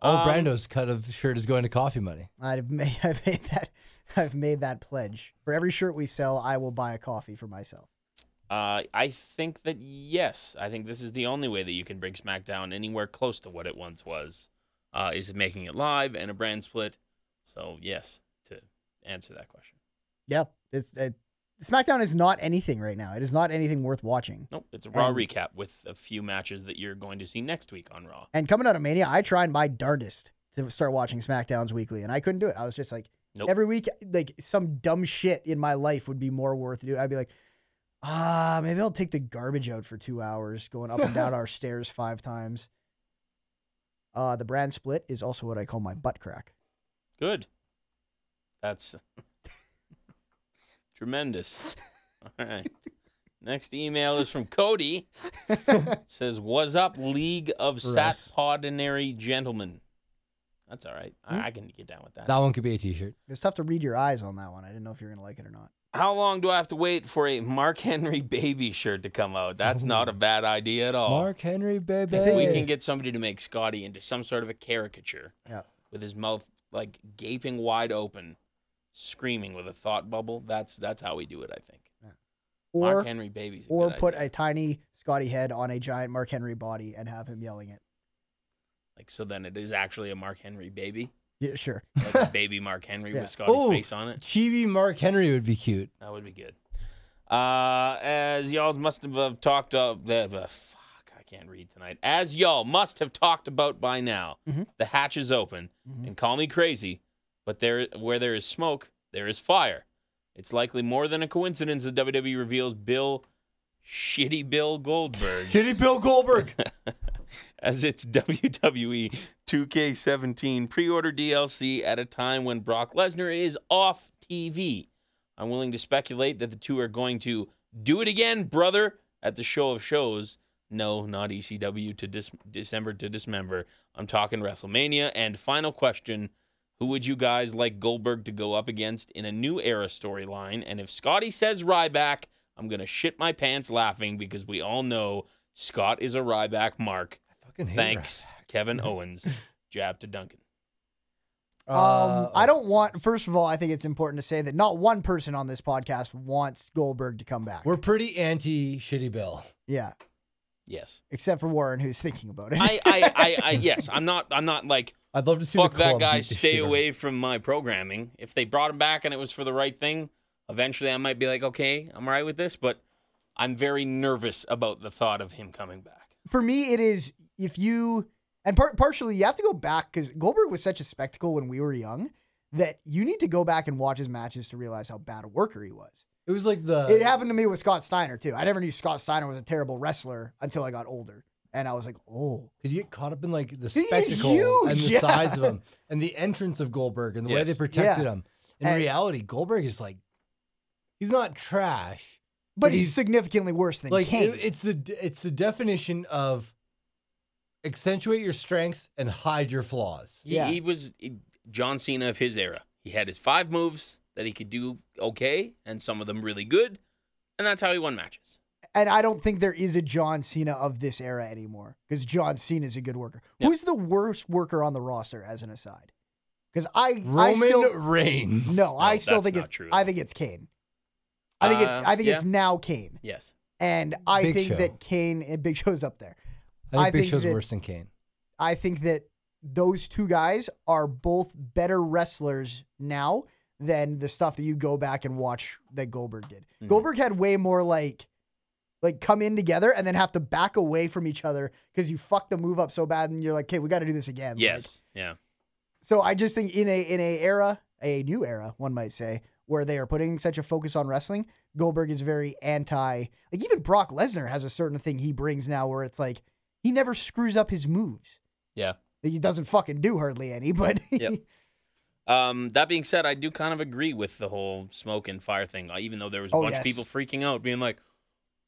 S2: All
S1: Um,
S2: Oh, Brando's cut of shirt is going to coffee money.
S3: I've made, I've made that I've made that pledge. For every shirt we sell, I will buy a coffee for myself.
S1: Uh, I think that yes, I think this is the only way that you can bring SmackDown anywhere close to what it once was. Uh, is making it live and a brand split. So yes, to answer that question.
S3: Yeah, it's it, SmackDown is not anything right now. It is not anything worth watching.
S1: Nope, it's a Raw
S3: And-
S1: recap with a few matches that you're going to see next week on Raw.
S3: And coming out of Mania, I tried my darndest to start watching SmackDowns weekly, and I couldn't do it. I was just like,
S1: Nope.
S3: every week, like some dumb shit in my life would be more worth doing. I'd be like, ah, maybe I'll take the garbage out for two hours, going up and down our stairs five times. Uh, the brand split is also what I call my butt crack.
S1: Good. That's tremendous. All right. Next email is from Cody. It says, "Was up, League of
S3: Russ.
S1: Satpodinary Gentlemen." That's all right. I, I can get down with that.
S2: That one could be a T-shirt.
S3: It's tough to read your eyes on that one. I didn't know if you were gonna like it or not.
S1: How long do I have to wait for a Mark Henry baby shirt to come out? That's not a bad idea at all.
S2: Mark Henry, baby.
S3: think
S1: Oh. we
S3: Yes.
S1: can get somebody to make Scotty into some sort of a caricature
S3: Yeah.
S1: with his mouth like gaping wide open, screaming with a thought bubble. That's that's how we do it, I think.
S3: Or
S1: Mark Henry babies.
S3: or put a tiny Scotty head on a giant Mark Henry body and have him yelling it.
S1: like so then it is actually a Mark Henry baby,
S3: Yeah, sure.
S1: like a baby Mark Henry
S3: Yeah.
S1: with Scotty's
S2: Ooh.
S1: face on it.
S2: Chibi Mark Henry would be cute.
S1: That would be good. Uh, as y'all must have, have talked of the the- fuck, I can't read tonight. As y'all must have talked about by now,
S3: Mhm.
S1: the hatch is open,
S3: Mhm.
S1: and call me crazy, but there where there is smoke, there is fire. It's likely more than a coincidence that WWE reveals Bill, shitty Bill Goldberg,
S2: Kitty Bill Goldberg.
S1: as its E WWE 2K17 pre order DLC at a time when Brock Lesnar is off TV. I'm willing to speculate that the two are going to do it again, brother, at the show of shows. No, not ECW to dis- December to Dismember. I'm talking WrestleMania. And final question Who would you guys like Goldberg to go up against in a new era storyline? And if Scotty says Ryback, I'm going to shit my pants laughing because we all know Scott is a Ryback mark.
S2: Fucking hate
S1: Thanks, Kevin Owens. Jab to Duncan.
S2: her.
S3: Um,
S2: Uh,
S3: I don't want. First of all, I think it's important to say that not one person on this podcast wants Goldberg to come back.
S2: We're pretty anti Shitty Bill.
S3: yeah,
S1: Yes.
S3: except for Warren, who's thinking about it.
S1: I, I, I, I yes, I'm not I'm not like
S2: I'd love to see.
S1: fuck
S2: the
S1: that
S2: club
S1: guy,
S2: beat the
S1: stay
S2: shit out of
S1: away
S2: him.
S1: from my programming. If they brought him back and it was for the right thing, eventually I might be like, okay, I'm all right with this, but I'm very nervous about the thought of him coming back.
S3: for me, it is if you and par- partially you have to go back because Goldberg was such a spectacle when we were young that you need to go back and watch his matches to realize how bad a worker he was.
S2: It was like the.
S3: it happened to me with Scott Steiner too. I never knew Scott Steiner was a terrible wrestler until I got older, and I was like, oh,
S2: Because you get caught up in like the
S3: He's
S2: spectacle and the
S3: huge, yeah.
S2: size of him and the entrance of Goldberg and the way
S1: Yes.
S2: they protected
S3: Yeah.
S2: him. In
S3: And-
S2: reality, Goldberg is like, he's not trash.
S3: but,
S2: But
S3: he's,
S2: he's-
S3: significantly worse than
S2: like
S3: Kane.
S2: it- it's the d- it's the definition of accentuate your strengths and hide your flaws.
S1: He,
S3: Yeah.
S1: he was John Cena of his era. He had his five moves that he could do okay, and some of them really good, and that's how he won matches.
S3: And I don't think there is a John Cena of this era anymore because John Cena is a good worker.
S1: Yeah.
S3: Who's the worst worker on the roster as an aside? Because I, I
S2: Roman
S3: still
S2: Reigns.
S3: no, I still
S1: that's
S3: think
S1: not
S3: it's
S1: true at
S3: I
S1: all.
S3: think it's Kane. I think it's
S1: Uh,
S3: I think it's
S1: yeah.
S3: now Kane,
S1: Yes.
S3: and I
S2: Big
S3: think
S2: Show.
S3: that Kane and Big Show's up there.
S2: I think
S3: I
S2: Big
S3: think
S2: Show's
S3: that-
S2: worse than Kane.
S3: I think that those two guys are both better wrestlers now than the stuff that you go back and watch that Goldberg did. Goldberg had way more like like come in together and then have to back away from each other because you fucked the move up so bad and you're like, okay, we got to do this again. Like,
S1: Yes. Yeah.
S3: so I just think in a in a era, a new era, one might say, where they are putting such a focus on wrestling, Goldberg is very anti. Like even Brock Lesnar has a certain thing he brings now where it's like he never screws up his moves
S1: Yeah.
S3: that he doesn't fucking do hardly any, but
S1: Yep. Um, that being said, I do kind of agree with the whole smoke and fire thing, uh, even though there was a
S3: Oh,
S1: bunch
S3: yes.
S1: of people freaking out, being like,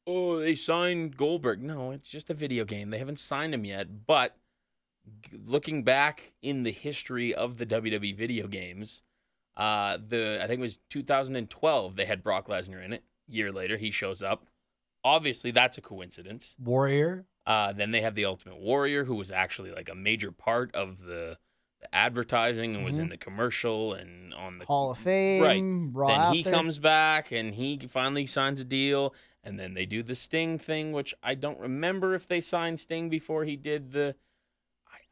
S1: oh, they signed Goldberg. No, it's just a video game. They haven't signed him yet. But g- looking back in the history of the WWE video games, uh, the I think it was 2012 they had Brock Lesnar in it. Year later, he shows up. Obviously, that's a coincidence.
S2: Warrior.
S1: Uh, then they have the Ultimate Warrior, who was actually like a major part of the, the advertising and was in the commercial and on the
S3: Mm-hmm. Hall of Fame. Raw
S1: then he
S3: after.
S1: comes back and he finally signs a deal, and then they do the Sting thing, which I don't remember if they signed Sting before he did the.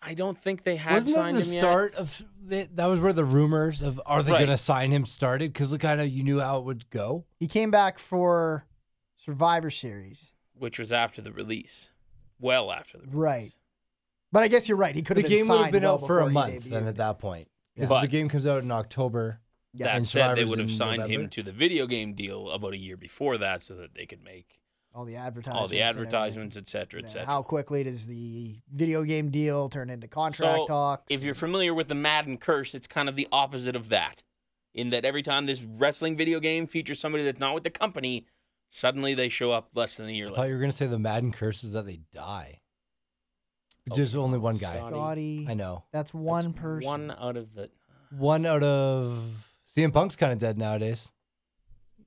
S1: I, I don't think they had
S2: Wasn't that
S1: signed
S2: the
S1: him
S2: start of that? That was where the rumors of are they
S1: Right.
S2: going to sign him started? Because look how you knew how it would go.
S3: He came back for Survivor Series.
S1: yet, which was after the release, well after the release.
S3: Right. But I guess you're right. He could
S2: The
S3: have been
S2: game would have
S3: signed
S2: been
S3: well
S2: out for a
S3: before he
S2: month then
S3: debuted.
S2: at that point.
S3: Yeah.
S2: Because
S1: But-
S2: the game comes out in October.
S3: Yeah.
S1: That
S2: And
S1: said, they
S2: Survivor's
S1: would have
S2: in
S1: signed
S2: November.
S1: him to the video game deal about a year before that, so that they could make
S3: all the advertisements.
S1: all the
S3: and everything.
S1: advertisements, et cetera, et
S3: Yeah,
S1: cetera.
S3: How quickly does the video game deal turn into contract
S1: So,
S3: talks?
S1: If you're familiar with the Madden curse, it's kind of the opposite of that. In that every time this wrestling video game features somebody that's not with the company, suddenly they show up less than a year
S2: I thought
S1: later.
S2: you were going to say the Madden curse is that they die.
S1: Oh,
S2: Which is only one guy.
S1: Scotty.
S3: Scotty,
S2: I know.
S3: that's one
S1: That's
S3: person.
S1: One out of the.
S2: One out of CM Punk's kind of dead nowadays.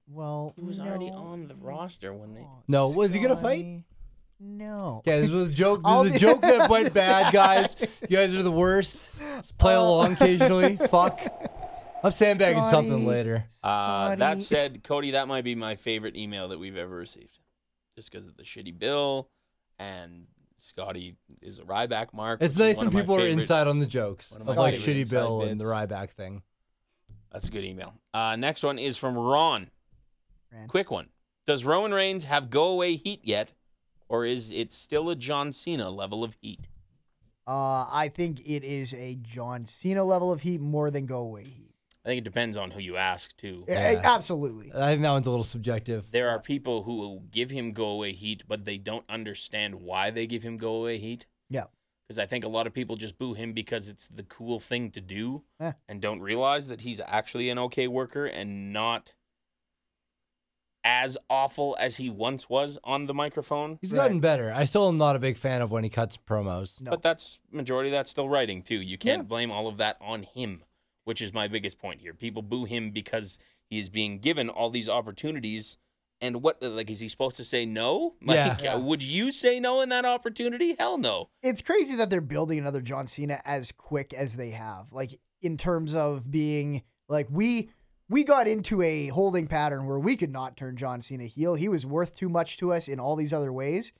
S3: Well,
S1: He was already
S3: no.
S1: on the roster when they.
S2: No, was he gonna fight?
S3: Scotty, No.
S2: Yeah, this was a joke.
S3: I'll
S2: This is
S3: be-
S2: a joke that went bad, guys. You guys are the worst. Just play
S3: Uh,
S1: Oh.
S2: along occasionally. Fuck. I'm sandbagging something
S3: Scotty.
S2: later.
S1: Uh,
S3: Scotty.
S1: that said, Cody, that might be my favorite email that we've ever received, just because of the shitty bill, and Scotty is a Ryback mark. which
S2: It's
S1: is
S2: nice
S1: one
S2: when
S1: of my
S2: people are
S1: favorite-
S2: inside on the jokes
S1: one
S2: of
S1: of my
S2: like
S1: favorite
S2: Shitty
S1: inside
S2: Bill and the
S1: bits.
S2: Ryback thing.
S1: That's a good email. Uh, next one is from Ron.
S3: Ron.
S1: Quick one. Does Roman Reigns have go away heat yet, or is it still a John Cena level of heat?
S3: Uh, I think it is a John Cena level of heat more than go away heat.
S1: I think it depends on who you ask, too.
S3: A-
S2: Yeah. Uh,
S3: a- Absolutely.
S2: I think that one's a little subjective.
S1: There are people who give him go away heat, but they don't understand why they give him go away heat.
S3: Yeah.
S1: Because I think a lot of people just boo him because it's the cool thing to do
S3: Yeah.
S1: and don't realize that he's actually an okay worker and not as awful as he once was on the microphone.
S2: He's
S3: Right.
S2: gotten better. I still am not a big fan of when he cuts promos.
S3: No.
S1: But that's majority of that's still writing too. You can't blame all of that on him, which is my biggest point here. People boo him because he is being given all these opportunities. And what like is he supposed to say no? Like
S2: Yeah.
S1: uh, would you say no in that opportunity? Hell no.
S3: It's crazy that they're building another John Cena as quick as they have. Like in terms of being like we we got into a holding pattern where we could not turn John Cena heel. He was worth too much to us in all these other ways.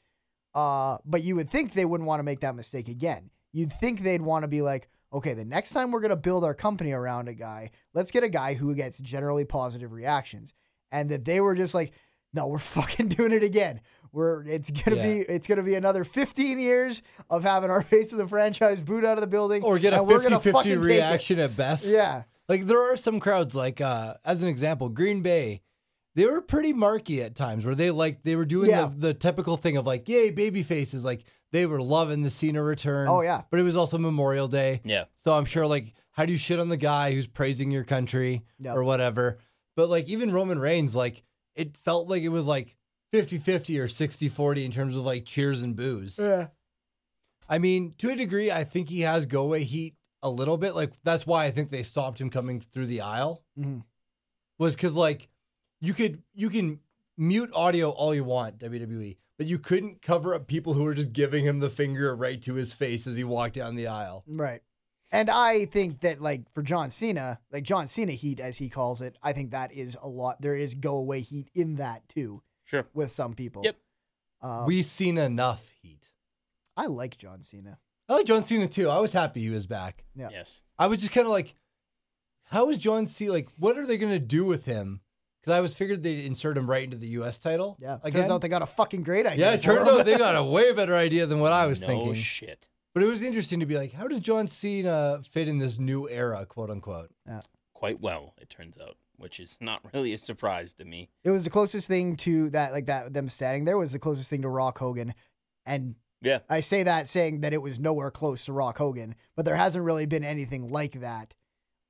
S3: Uh, but you would think they wouldn't want to make that mistake again. You'd think they'd want to be like, okay, the next time we're going to build our company around a guy, let's get a guy who gets generally positive reactions. And that they were just like, no, we're fucking doing it again. We're it's gonna
S2: Yeah.
S3: be it's gonna be another 15 years of having our face of the franchise booed out of the building,
S2: Or get a
S3: and we're gonna
S2: 50 50
S3: fucking take it.
S2: reaction at best.
S3: Yeah,
S2: Like there are some crowds, like uh, as an example, Green Bay, they were pretty marky at times where they like they were doing
S3: Yeah.
S2: the, the typical thing of like, yay, baby faces. Like they were loving the Cena return.
S3: Oh, yeah.
S2: But it was also Memorial Day.
S1: Yeah.
S2: So I'm sure like how do you shit on the guy who's praising your country
S3: Yeah.
S2: or whatever? But like even Roman Reigns, like it felt like it was like 50-50 or 60-40 in terms of like cheers and boos.
S3: yeah,
S2: I mean, to a degree, I think he has go away heat a little bit. Like that's why I think they stopped him coming through the aisle.
S3: Mhm.
S2: Was because like you could you can mute audio all you want WWE, but you couldn't cover up people who were just giving him the finger right to his face as he walked down the aisle.
S3: right. And I think that like for John Cena, like John Cena heat as he calls it, I think that is a lot. There is go away heat in that too
S1: Sure.
S3: with some people.
S1: Yep.
S3: Uh,
S2: We've seen enough heat.
S3: I like John Cena.
S2: I like John Cena too. I was happy he was back.
S3: Yeah.
S1: Yes.
S2: I was just kind of like, how is John C like? What are they gonna do with him? Because I was figured they'd insert him right into the U.S. title.
S3: Yeah.
S2: again.
S3: Turns out they got a fucking great idea.
S2: Yeah, it turns
S3: for him.
S2: out they got a way better idea than what I was
S1: no
S2: thinking.
S1: shit.
S2: but it was interesting to be like, how does John Cena fit in this new era, quote unquote?
S1: Quite well, it turns out, which is not really a surprise to me.
S3: It was the closest thing to that, like that them standing there was the closest thing to Rock Hogan, and
S1: Yeah.
S3: I say that saying that it was nowhere close to Rock Hogan, but there hasn't really been anything like that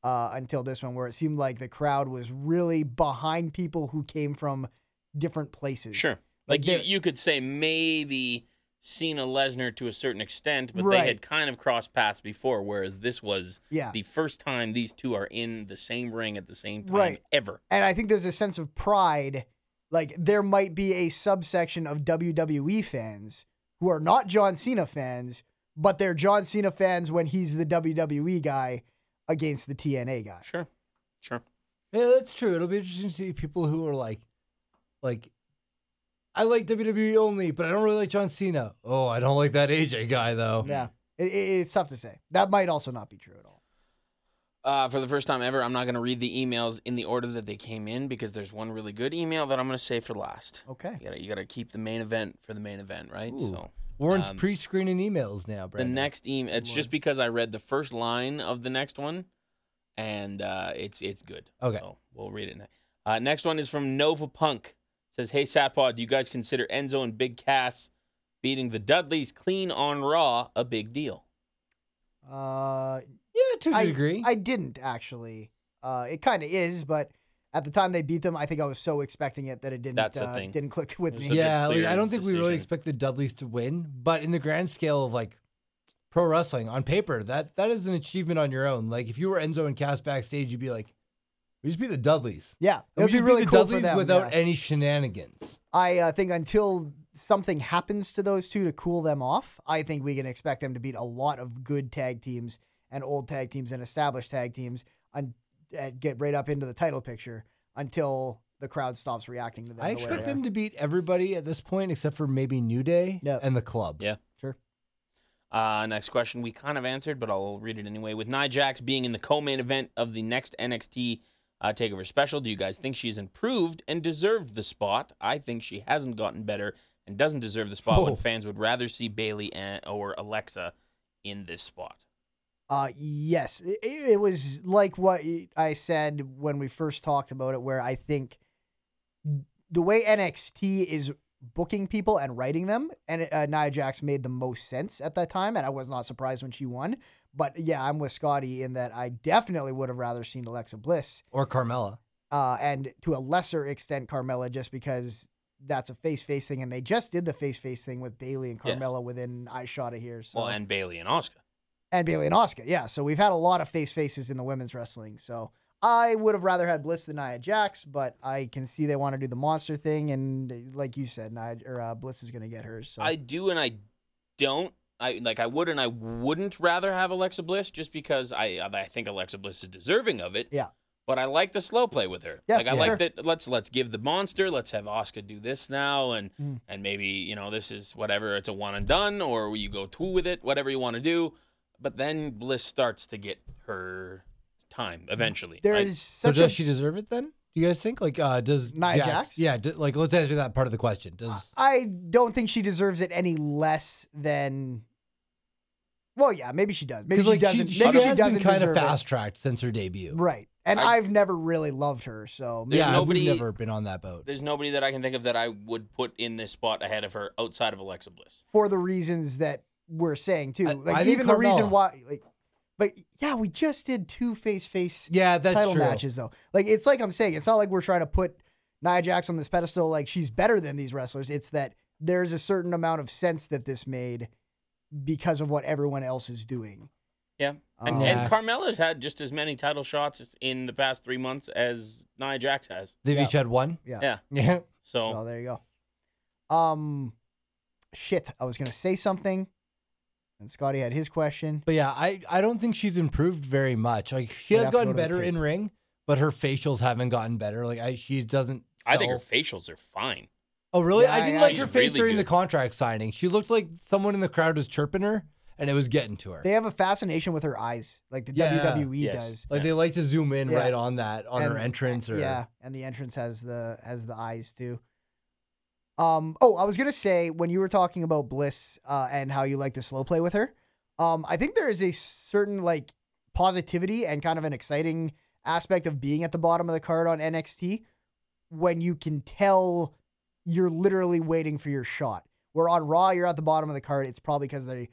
S3: uh, until this one, where it seemed like the crowd was really behind people who came from different places.
S1: Sure. Like,
S3: Like
S1: you,
S3: there-
S1: you could say maybe Cena Lesnar to a certain extent, but they
S3: Right.
S1: had kind of crossed paths before, whereas this was
S3: Yeah.
S1: the first time these two are in the same ring at the same time
S3: Right.
S1: ever.
S3: And I think there's a sense of pride. Like there might be a subsection of WWE fans who are not John Cena fans, but they're John Cena fans when he's the WWE guy against the TNA guy.
S1: Sure. Sure.
S2: Yeah, that's true. It'll be interesting to see people who are like, like, I like WWE only, but I don't really like John Cena. Oh, I don't like that AJ guy though.
S3: Yeah. It, it- it's tough to say. That might also not be true at all.
S1: Uh, for the first time ever, I'm not going to read the emails in the order that they came in because there's one really good email that I'm going to save for last.
S3: Okay.
S1: You gotta, you gotta keep the main event for the main event, right?
S2: Ooh.
S1: So
S2: Warren's
S1: Um,
S2: pre-screening emails now,
S1: the
S2: Brandon.
S1: next email, it's just because I read the first line of the next one, and uh, it's it's good.
S2: Okay.
S1: so we'll read it. Next. Uh, next one is from Nova Punk. says, "Hey Satpod, do you guys consider Enzo and Big Cass beating the Dudleys clean on Raw a big deal?"
S3: Uh,
S2: yeah, to a
S3: I,
S2: degree.
S3: I didn't actually. Uh, it kind of is, but at the time they beat them, I think I was so expecting it that it didn't.
S1: That's the
S3: uh,
S1: thing.
S3: Didn't click with
S1: It
S3: me.
S1: such a
S2: yeah, like,
S1: clear
S2: I don't think we
S1: decision.
S2: really expect the Dudleys to win, but in the grand scale of like pro wrestling on paper, that that is an achievement on your own. Like if you were Enzo and Cass backstage, you'd be like, "We just beat the Dudleys.
S3: Yeah, it
S2: And we
S3: would be
S2: just beat
S3: really
S2: the
S3: cool for
S2: Dudleys
S3: them,
S2: without
S3: yeah.
S2: any shenanigans."
S3: I uh, think until something happens to those two to cool them off, I think we can expect them to beat a lot of good tag teams and old tag teams and established tag teams and, and get right up into the title picture until the crowd stops reacting to them.
S2: I
S3: the way
S2: expect
S3: they
S2: them to beat everybody at this point, except for maybe New Day
S3: Yep.
S2: and the Club.
S1: Yeah.
S3: Sure.
S1: Uh, next question we kind of answered, but I'll read it anyway. With Nia Jax being in the co-main event of the next NXT uh, Takeover special, do you guys think she's improved and deserved the spot? I think she hasn't gotten better and doesn't deserve the spot
S2: Oh.
S1: when fans would rather see Bailey and, or Alexa in this spot.
S3: Uh, yes, it, it was like what I said when we first talked about it, where I think the way NXT is booking people and writing them, and uh, Nia Jax made the most sense at that time, and I was not surprised when she won. But yeah, I'm with Scotty in that I definitely would have rather seen Alexa Bliss,
S2: Or Carmella.
S3: uh, and to a lesser extent Carmella, just because that's a face face thing, and they just did the face face thing with Bailey and
S1: Yes.
S3: Carmella within eye shot of here. So
S1: Well, and Bailey and Oscar.
S3: and Bailey and Oscar. Yeah, so we've had a lot of face faces in the women's wrestling. So I would have rather had Bliss than Nia Jax, but I can see they want to do the monster thing, and uh, like you said, Nia or uh, Bliss is going to get hers. So
S1: I do and I don't. I like I would and I wouldn't rather have Alexa Bliss just because I I think Alexa Bliss is deserving of it.
S3: Yeah.
S1: But I like the slow play with her.
S3: Yeah,
S1: like I
S3: yeah.
S1: like
S3: Sure.
S1: that let's let's give the monster, let's have Oscar do this now and
S3: Mm.
S1: and maybe, you know, this is whatever, it's a one and done or you go two with it, whatever you want to do. But then Bliss starts to get her time eventually.
S3: there
S1: right?
S3: is
S2: So
S3: such
S2: does
S3: a
S2: she deserve it then? Do you guys think? Like, uh, does
S3: Nia
S2: Jax-
S3: Jax?
S2: Yeah. d like, let's answer that part of the question. Does
S3: I don't think she deserves it any less than. Well, yeah, maybe she does. Maybe
S2: 'cause,
S3: she
S2: like
S3: doesn't.
S2: She,
S3: maybe
S2: has
S3: she
S2: been
S3: doesn't
S2: kind of
S3: deserve it.
S2: fast tracked since her debut.
S3: right? And
S1: I-
S3: I, have never really loved her, so maybe-
S2: yeah,
S1: nobody-
S2: we've never been on that boat.
S1: There's nobody that I can think of that I would put in this spot ahead of her outside of Alexa Bliss.
S3: for the reasons that we're saying too.
S2: I-
S3: Like
S2: I think
S3: even the reason
S2: Carmella.
S3: why like but yeah, we just did two face face
S2: Yeah, that's
S3: title
S2: true.
S3: matches though. Like it's like I'm saying, it's not like we're trying to put Nia Jax on this pedestal like she's better than these wrestlers. It's that there's a certain amount of sense that this made because of what everyone else is doing.
S1: Yeah. And,
S3: Um,
S1: and Carmella's had just as many title shots in the past three months as Nia Jax has.
S2: They've
S3: Yeah.
S2: each had one.
S3: Yeah.
S1: Yeah.
S2: Yeah.
S1: So,
S3: So there you go. Um shit, I was gonna say something. And Scotty had his question.
S2: But yeah, I, I don't think she's improved very much. Like she
S3: We'd
S2: has
S3: have to go
S2: gotten
S3: to the
S2: better
S3: tape.
S2: in ring, but her facials haven't gotten better. Like I, she doesn't.
S1: I think her
S2: sell-
S1: facials are fine.
S2: Oh really?
S3: Yeah,
S2: I didn't
S3: yeah,
S2: like
S1: yeah.
S2: her
S1: She's
S2: face
S1: really
S2: during the
S1: good.
S2: contract signing. She looked like someone in the crowd was chirping her, and it was getting to her.
S3: They have a fascination with her eyes, like the
S2: Yeah.
S3: WWE
S1: Yes.
S3: does.
S2: like they like to zoom in
S3: Yeah.
S2: right on that on her
S3: And-
S2: entrance or
S3: yeah and the entrance has the has the eyes too um oh i was gonna say when you were talking about bliss uh and how you like the slow play with her um i think there is a certain like positivity and kind of an exciting aspect of being at the bottom of the card on nxt when you can tell you're literally waiting for your shot where on raw you're at the bottom of the card it's probably because they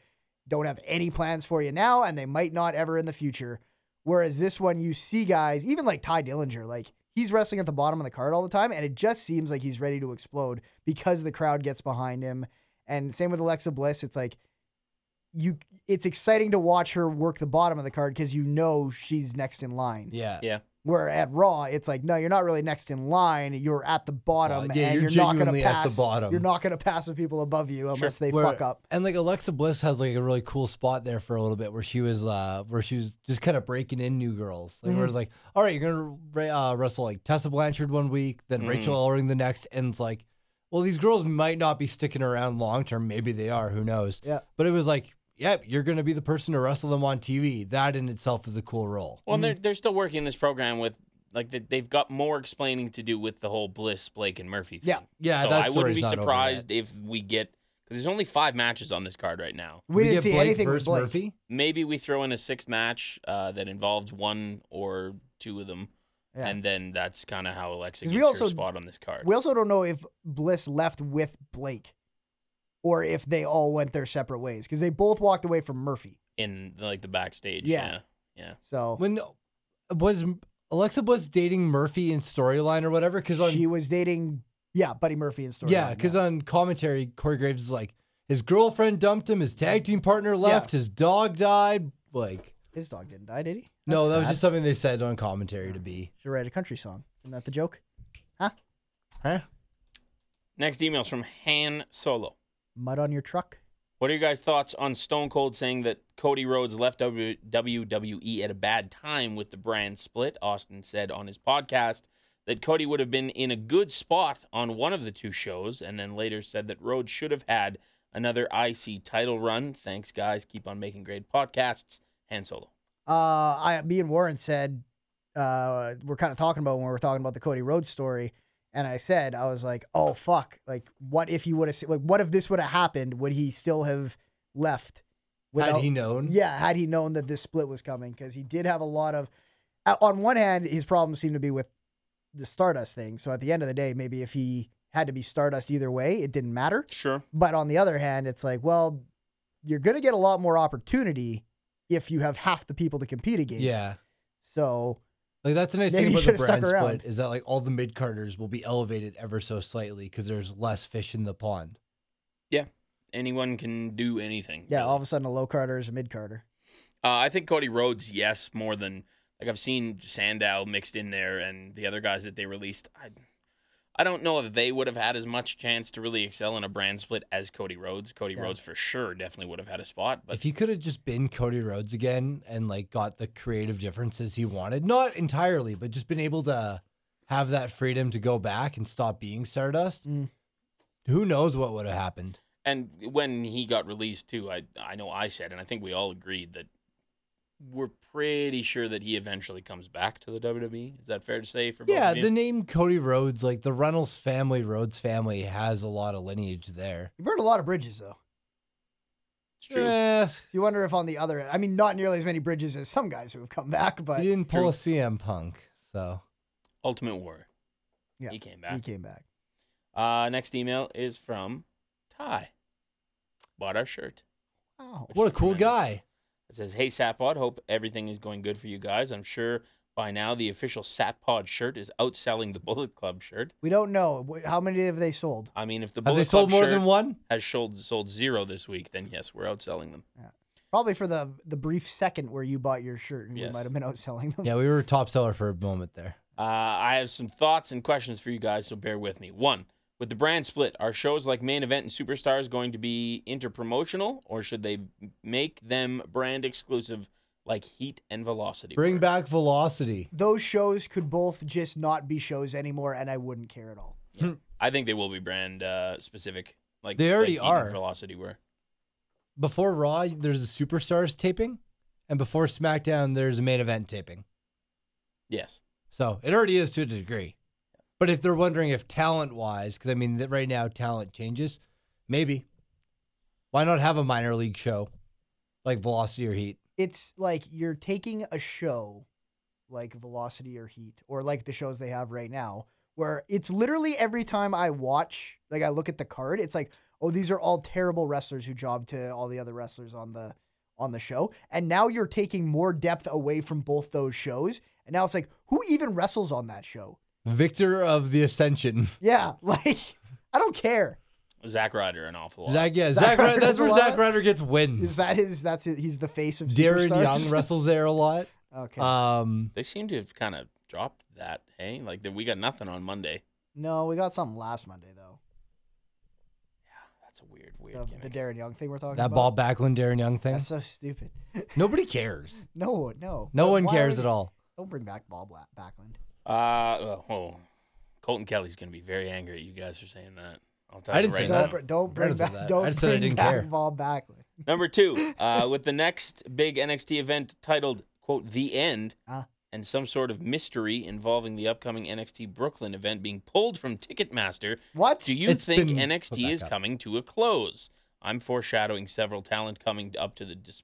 S3: don't have any plans for you now and they might not ever in the future Whereas this one, you see guys, even like Ty Dillinger, like he's wrestling at the bottom of the card all the time, and it just seems like he's ready to explode because the crowd gets behind him. And same with Alexa Bliss, it's like you, it's exciting to watch her work the bottom of the card because you know she's next in line.
S2: Yeah.
S1: Yeah.
S3: Where at Raw, it's like, no, you're not really next in line. You're at the bottom,
S2: yeah,
S3: and
S2: you're
S3: you're, not going to
S2: genuinely at
S3: pass.
S2: the bottom.
S3: You're not going to pass the people above you unless they
S2: Where-
S3: fuck up.
S2: And like Alexa Bliss has like a really cool spot there for a little bit where she was uh where she was just kind of breaking in new girls. Like
S3: Mm-hmm.
S2: where it's like, all right, you're gonna uh, wrestle like Tessa Blanchard one week, then Rachel Ellering the next, and it's like, well, these girls might not be sticking around long term. Maybe they are. Who knows?
S3: Yeah.
S2: But it was like, yep, you're gonna be the person to wrestle them on TV. That in itself is a cool role.
S3: Mm-hmm.
S1: Well, and they're they're still working this program with like they- they've got more explaining to do with the whole Bliss, Blake, and Murphy thing.
S3: Yeah.
S2: Yeah,
S1: So
S2: that
S1: I wouldn't
S2: story's
S1: be
S2: not over
S1: surprised if we get because there's only five matches on this card right now.
S3: We, didn't
S2: get
S3: see
S2: Blake
S3: anything with
S2: versus
S3: Blake.
S2: Murphy.
S1: Maybe we throw in a sixth match uh, that involved one or two of them,
S3: Yeah.
S1: and then that's kind of how Alexa
S3: 'Cause
S1: gets
S3: we
S1: her
S3: also-
S1: spot on this card.
S3: We also don't know if Bliss left with Blake or if they all went their separate ways because they both walked away from Murphy.
S1: in like the backstage.
S3: Yeah.
S1: yeah,
S3: So
S2: When was Alexa Bliss dating Murphy in storyline or whatever? Because on
S3: she was dating, yeah, Buddy Murphy and Story.
S2: Yeah, because on commentary, Corey Graves is like, his girlfriend dumped him, his tag team partner left, his dog died. Like,
S3: his dog didn't die, did he?
S2: no,
S3: That's
S2: that was
S3: sad.
S2: just something they said on commentary to be.
S3: Should write a country song. Isn't that the joke?
S2: Huh?
S1: Next email's from Han Solo.
S3: Mud on your truck.
S1: What are your guys' thoughts on Stone Cold saying that Cody Rhodes left W- WWE at a bad time with the brand split? Austin said on his podcast that Cody would have been in a good spot on one of the two shows, and then later said that Rhodes should have had another IC title run. Thanks, guys. Keep on making great podcasts. Han Solo.
S3: Uh, I, me and Warren said uh, we're kind of talking about when we were talking about the Cody Rhodes story, and I said I was like, oh fuck, like what if he would have like what if this would have happened? Would he still have left?
S2: Had he known?
S3: Yeah, had he known that this split was coming, because he did have a lot of. uh, On one hand, his problem seemed to be with the Stardust thing. So at the end of the day, maybe if he had to be Stardust either way, it didn't matter.
S1: Sure.
S3: But on the other hand, it's like, well, you're going to get a lot more opportunity if you have half the people to compete against.
S2: Yeah.
S3: So
S2: Like, that's a nice
S3: Maybe
S2: thing
S3: you
S2: about the
S3: should've stuck
S2: brand split
S3: around.
S2: is that, like, all the mid carders will be elevated ever so slightly because there's less fish in the pond.
S1: Yeah. Anyone can do anything.
S3: yeah,
S1: really.
S3: all of a sudden a low carter is a mid carter.
S1: Uh, I think Cody Rhodes, yes, more than like I've seen Sandow mixed in there and the other guys that they released. I, I don't know if they would have had as much chance to really excel in a brand split as Cody Rhodes. Cody Rhodes for sure definitely would have had a spot, but
S2: if he could have just been Cody Rhodes again and, like, got the creative differences he wanted, not entirely, but just been able to have that freedom to go back and stop being Stardust,
S3: Mm.
S2: who knows what would have happened?
S1: and when he got released too, I I know I said and I think we all agreed that we're pretty sure that he eventually comes back to the WWE. Is that fair to say for both
S2: Yeah,
S1: of you?
S2: the name Cody Rhodes, like the Reynolds family, Rhodes family has a lot of lineage there.
S3: You burned a lot of bridges though.
S1: it's true.
S2: Eh,
S3: So you wonder if on the other, I mean, not nearly as many bridges as some guys who have come back, but
S2: he didn't pull a CM Punk, so
S1: Ultimate Warrior.
S3: yeah,
S1: He came back.
S3: He came back.
S1: Uh, next email is from Ty. Bought our shirt.
S3: Wow.
S1: Which
S2: what a
S1: is
S2: cool
S1: tremendous.
S2: guy.
S1: It says, Hey, Satpod, hope everything is going good for you guys. I'm sure by now the official Satpod shirt is outselling the Bullet Club shirt.
S3: We don't know Wh- how many have they sold.
S1: I mean, if the
S2: Have
S1: Bullet
S2: they sold
S1: Club
S2: more
S1: shirt
S2: than one?
S1: has sold, sold zero this week, then yes, we're outselling them.
S3: Probably for the the brief second where you bought your shirt, and we
S1: Yes.
S3: might have been outselling them.
S2: Yeah, we were a top seller for a moment there.
S1: Uh, I have some thoughts and questions for you guys, so bear with me. One, with the brand split, are shows like Main Event and Superstars going to be interpromotional, or should they make them brand exclusive like Heat and Velocity?
S2: Bring
S1: were?
S2: back velocity.
S3: Those shows could both just not be shows anymore, and I wouldn't care at all.
S1: I think they will be brand uh, specific. Like
S2: They already
S1: like Heat and
S2: are.
S1: Velocity were.
S2: Before Raw, there's a Superstars taping, and before SmackDown, there's a main event taping.
S1: Yes.
S2: So it already is to a degree. But if they're wondering if talent wise, because I mean, th- right now talent changes, maybe. Why not have a minor league show like Velocity or Heat?
S3: It's like you're taking a show like Velocity or Heat, or like the shows they have right now, where it's literally every time I watch, like I look at the card, it's like, oh, these are all terrible wrestlers who job to all the other wrestlers on the on the show. And now you're taking more depth away from both those shows. And now it's like, who even wrestles on that show?
S2: Victor of the Ascension.
S3: Yeah, like I don't care.
S1: Zack Ryder an awful lot.
S2: Zach, yeah,
S3: Zack
S2: Zach. Ryder,
S3: Ryder
S2: that's
S3: does a
S2: where Zach
S3: lot.
S2: Ryder gets wins.
S3: Is that his? That's his, he's the face of
S2: Darren
S3: superstars?
S2: Young wrestles there a lot.
S3: Okay.
S2: Um,
S1: they seem to have kind of dropped that. Hey, like that we got nothing on Monday.
S3: no, we got something last Monday though.
S1: That's a weird,
S3: The,
S1: weird
S3: the
S1: gimmick.
S3: Darren Young thing we're talking
S2: that
S3: about.
S2: Bob Backlund, Darren Young thing.
S3: That's so stupid.
S2: Nobody cares.
S3: No, no.
S2: No one
S3: Why
S2: cares
S3: would-
S2: at all.
S3: Don't bring back Bob La- Backlund.
S1: Uh, oh, oh, Colton Kelly's gonna be very angry at you guys for saying that. I'll tell
S2: I
S1: you
S2: didn't
S1: right
S2: say
S1: now.
S2: that.
S3: Don't, br- don't bring
S2: Brandon said
S3: back.
S2: that. I
S3: Don't
S2: just said I
S3: bring
S2: didn't
S3: back
S2: care.
S3: Bob Backlund.
S1: Number two, uh, with the next big NXT event titled "quote The End"
S3: Ah.
S1: and some sort of mystery involving the upcoming NXT Brooklyn event being pulled from Ticketmaster.
S3: What?
S1: Do you
S2: It's
S1: think
S2: been put
S1: NXT
S2: back
S1: is
S2: up.
S1: coming to a close? I'm foreshadowing several talent coming up to the dis-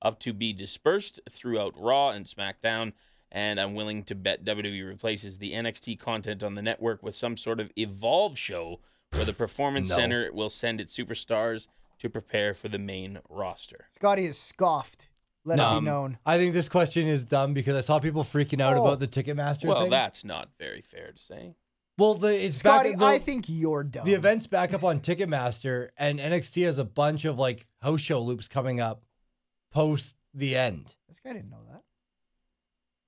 S1: up to be dispersed throughout Raw and SmackDown, and I'm willing to bet WWE replaces the NXT content on the network with some sort of Evolve show where the Performance
S2: No.
S1: Center will send its superstars to prepare for the main roster.
S3: Scotty is scoffed. Let it
S2: No.
S3: be known.
S2: Um, I think this question is dumb because I saw people freaking out
S3: Oh.
S2: about the Ticketmaster
S1: Well,
S2: thing.
S1: that's not very fair to say.
S2: well, the it's
S3: Scotty,
S2: back, the,
S3: I think you're dumb.
S2: the event's back up on Ticketmaster, and NXT has a bunch of like house show loops coming up post the end.
S3: This guy didn't know that.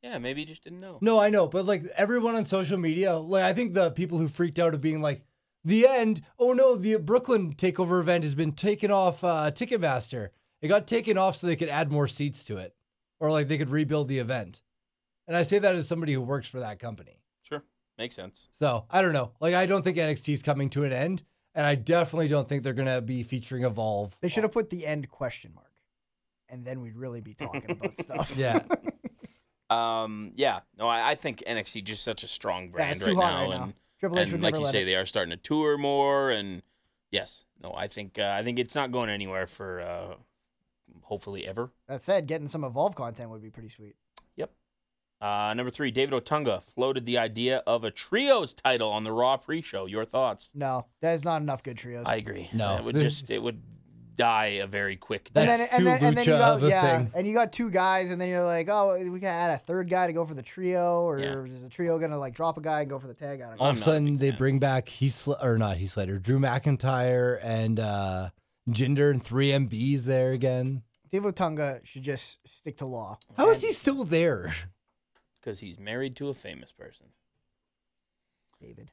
S1: Yeah, maybe you just didn't know.
S2: No, I know, but like everyone on social media, like I think the people who freaked out of being like the end. Oh no, the Brooklyn takeover event has been taken off uh, Ticketmaster. It got taken off so they could add more seats to it, or like they could rebuild the event. And I say that as somebody who works for that company.
S1: Sure, makes sense.
S2: So I don't know. Like I don't think NXT is coming to an end, and I definitely don't think they're gonna be featuring Evolve.
S3: They should have put the end question mark, and then we'd really be talking about stuff.
S2: Yeah,
S1: Um, yeah, no, I, I think NXT just such a strong
S3: Yeah,
S1: brand
S3: it's
S1: right,
S3: too hot
S1: now,
S3: right now.
S1: and
S3: Triple H would
S1: and like
S3: never
S1: you
S3: let
S1: say,
S3: it.
S1: they are starting to tour more. And yes, no, I think uh, I think it's not going anywhere for uh, hopefully ever.
S3: That said, getting some Evolve content would be pretty sweet.
S1: Uh, number three, David Otunga floated the idea of a trios title on the Raw pre-show. Your thoughts?
S3: No, that is not enough good trios.
S1: I agree.
S2: No.
S1: it would just it would die a very quick.
S2: That-
S1: death.
S2: That's too lucha of a thing.
S3: and you got two guys, and then you're like, oh, we gotta add a third guy to go for the trio, or
S1: Yeah.
S3: is the trio gonna like drop a guy and go for the tag? I don't know.
S2: all
S1: I'm
S2: of a
S1: not a
S2: sudden
S1: big
S2: they
S1: fan.
S2: bring back Heath Sl- or not Heath Slater, Drew McIntyre and uh Jinder and three MBs there again.
S3: Dave Otunga should just stick to law.
S2: How is he still there?
S1: because he's married to a famous person.
S3: David?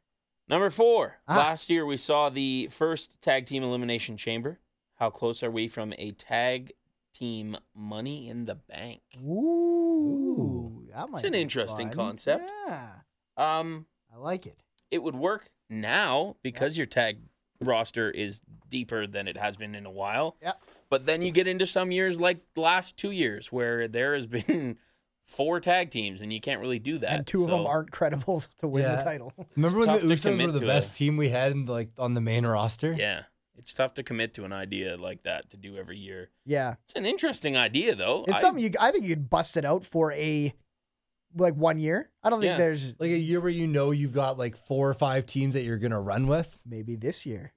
S1: Number four.
S3: Ah.
S1: Last year we saw the first tag team elimination chamber. How close are we from a tag team Money in the Bank?
S3: Ooh, that might
S1: an
S3: be
S1: interesting
S3: fun.
S1: concept.
S3: Yeah,
S1: Um,
S3: I like it.
S1: it would work now because your tag roster is deeper than it has been in a while.
S3: Yep.
S1: But then you get into some years like the last two years where there has been four tag teams and you can't really do that.
S3: and two of them
S1: so-
S3: aren't credible to win
S2: Yeah.
S3: the title.
S2: Remember when
S1: tough
S2: the
S1: to
S2: Usos were
S1: commit
S2: the
S1: to
S2: best
S1: a-
S2: team we had in like on the main roster?
S1: Yeah. It's tough to commit to an idea like that to do every year.
S3: Yeah,
S1: It's an interesting idea though.
S3: it's
S1: I-
S3: something you. I think you'd bust it out for a like one year. I don't think
S1: Yeah.
S3: there's
S2: Like a year where you know you've got like four or five teams that you're gonna run with.
S3: maybe this year.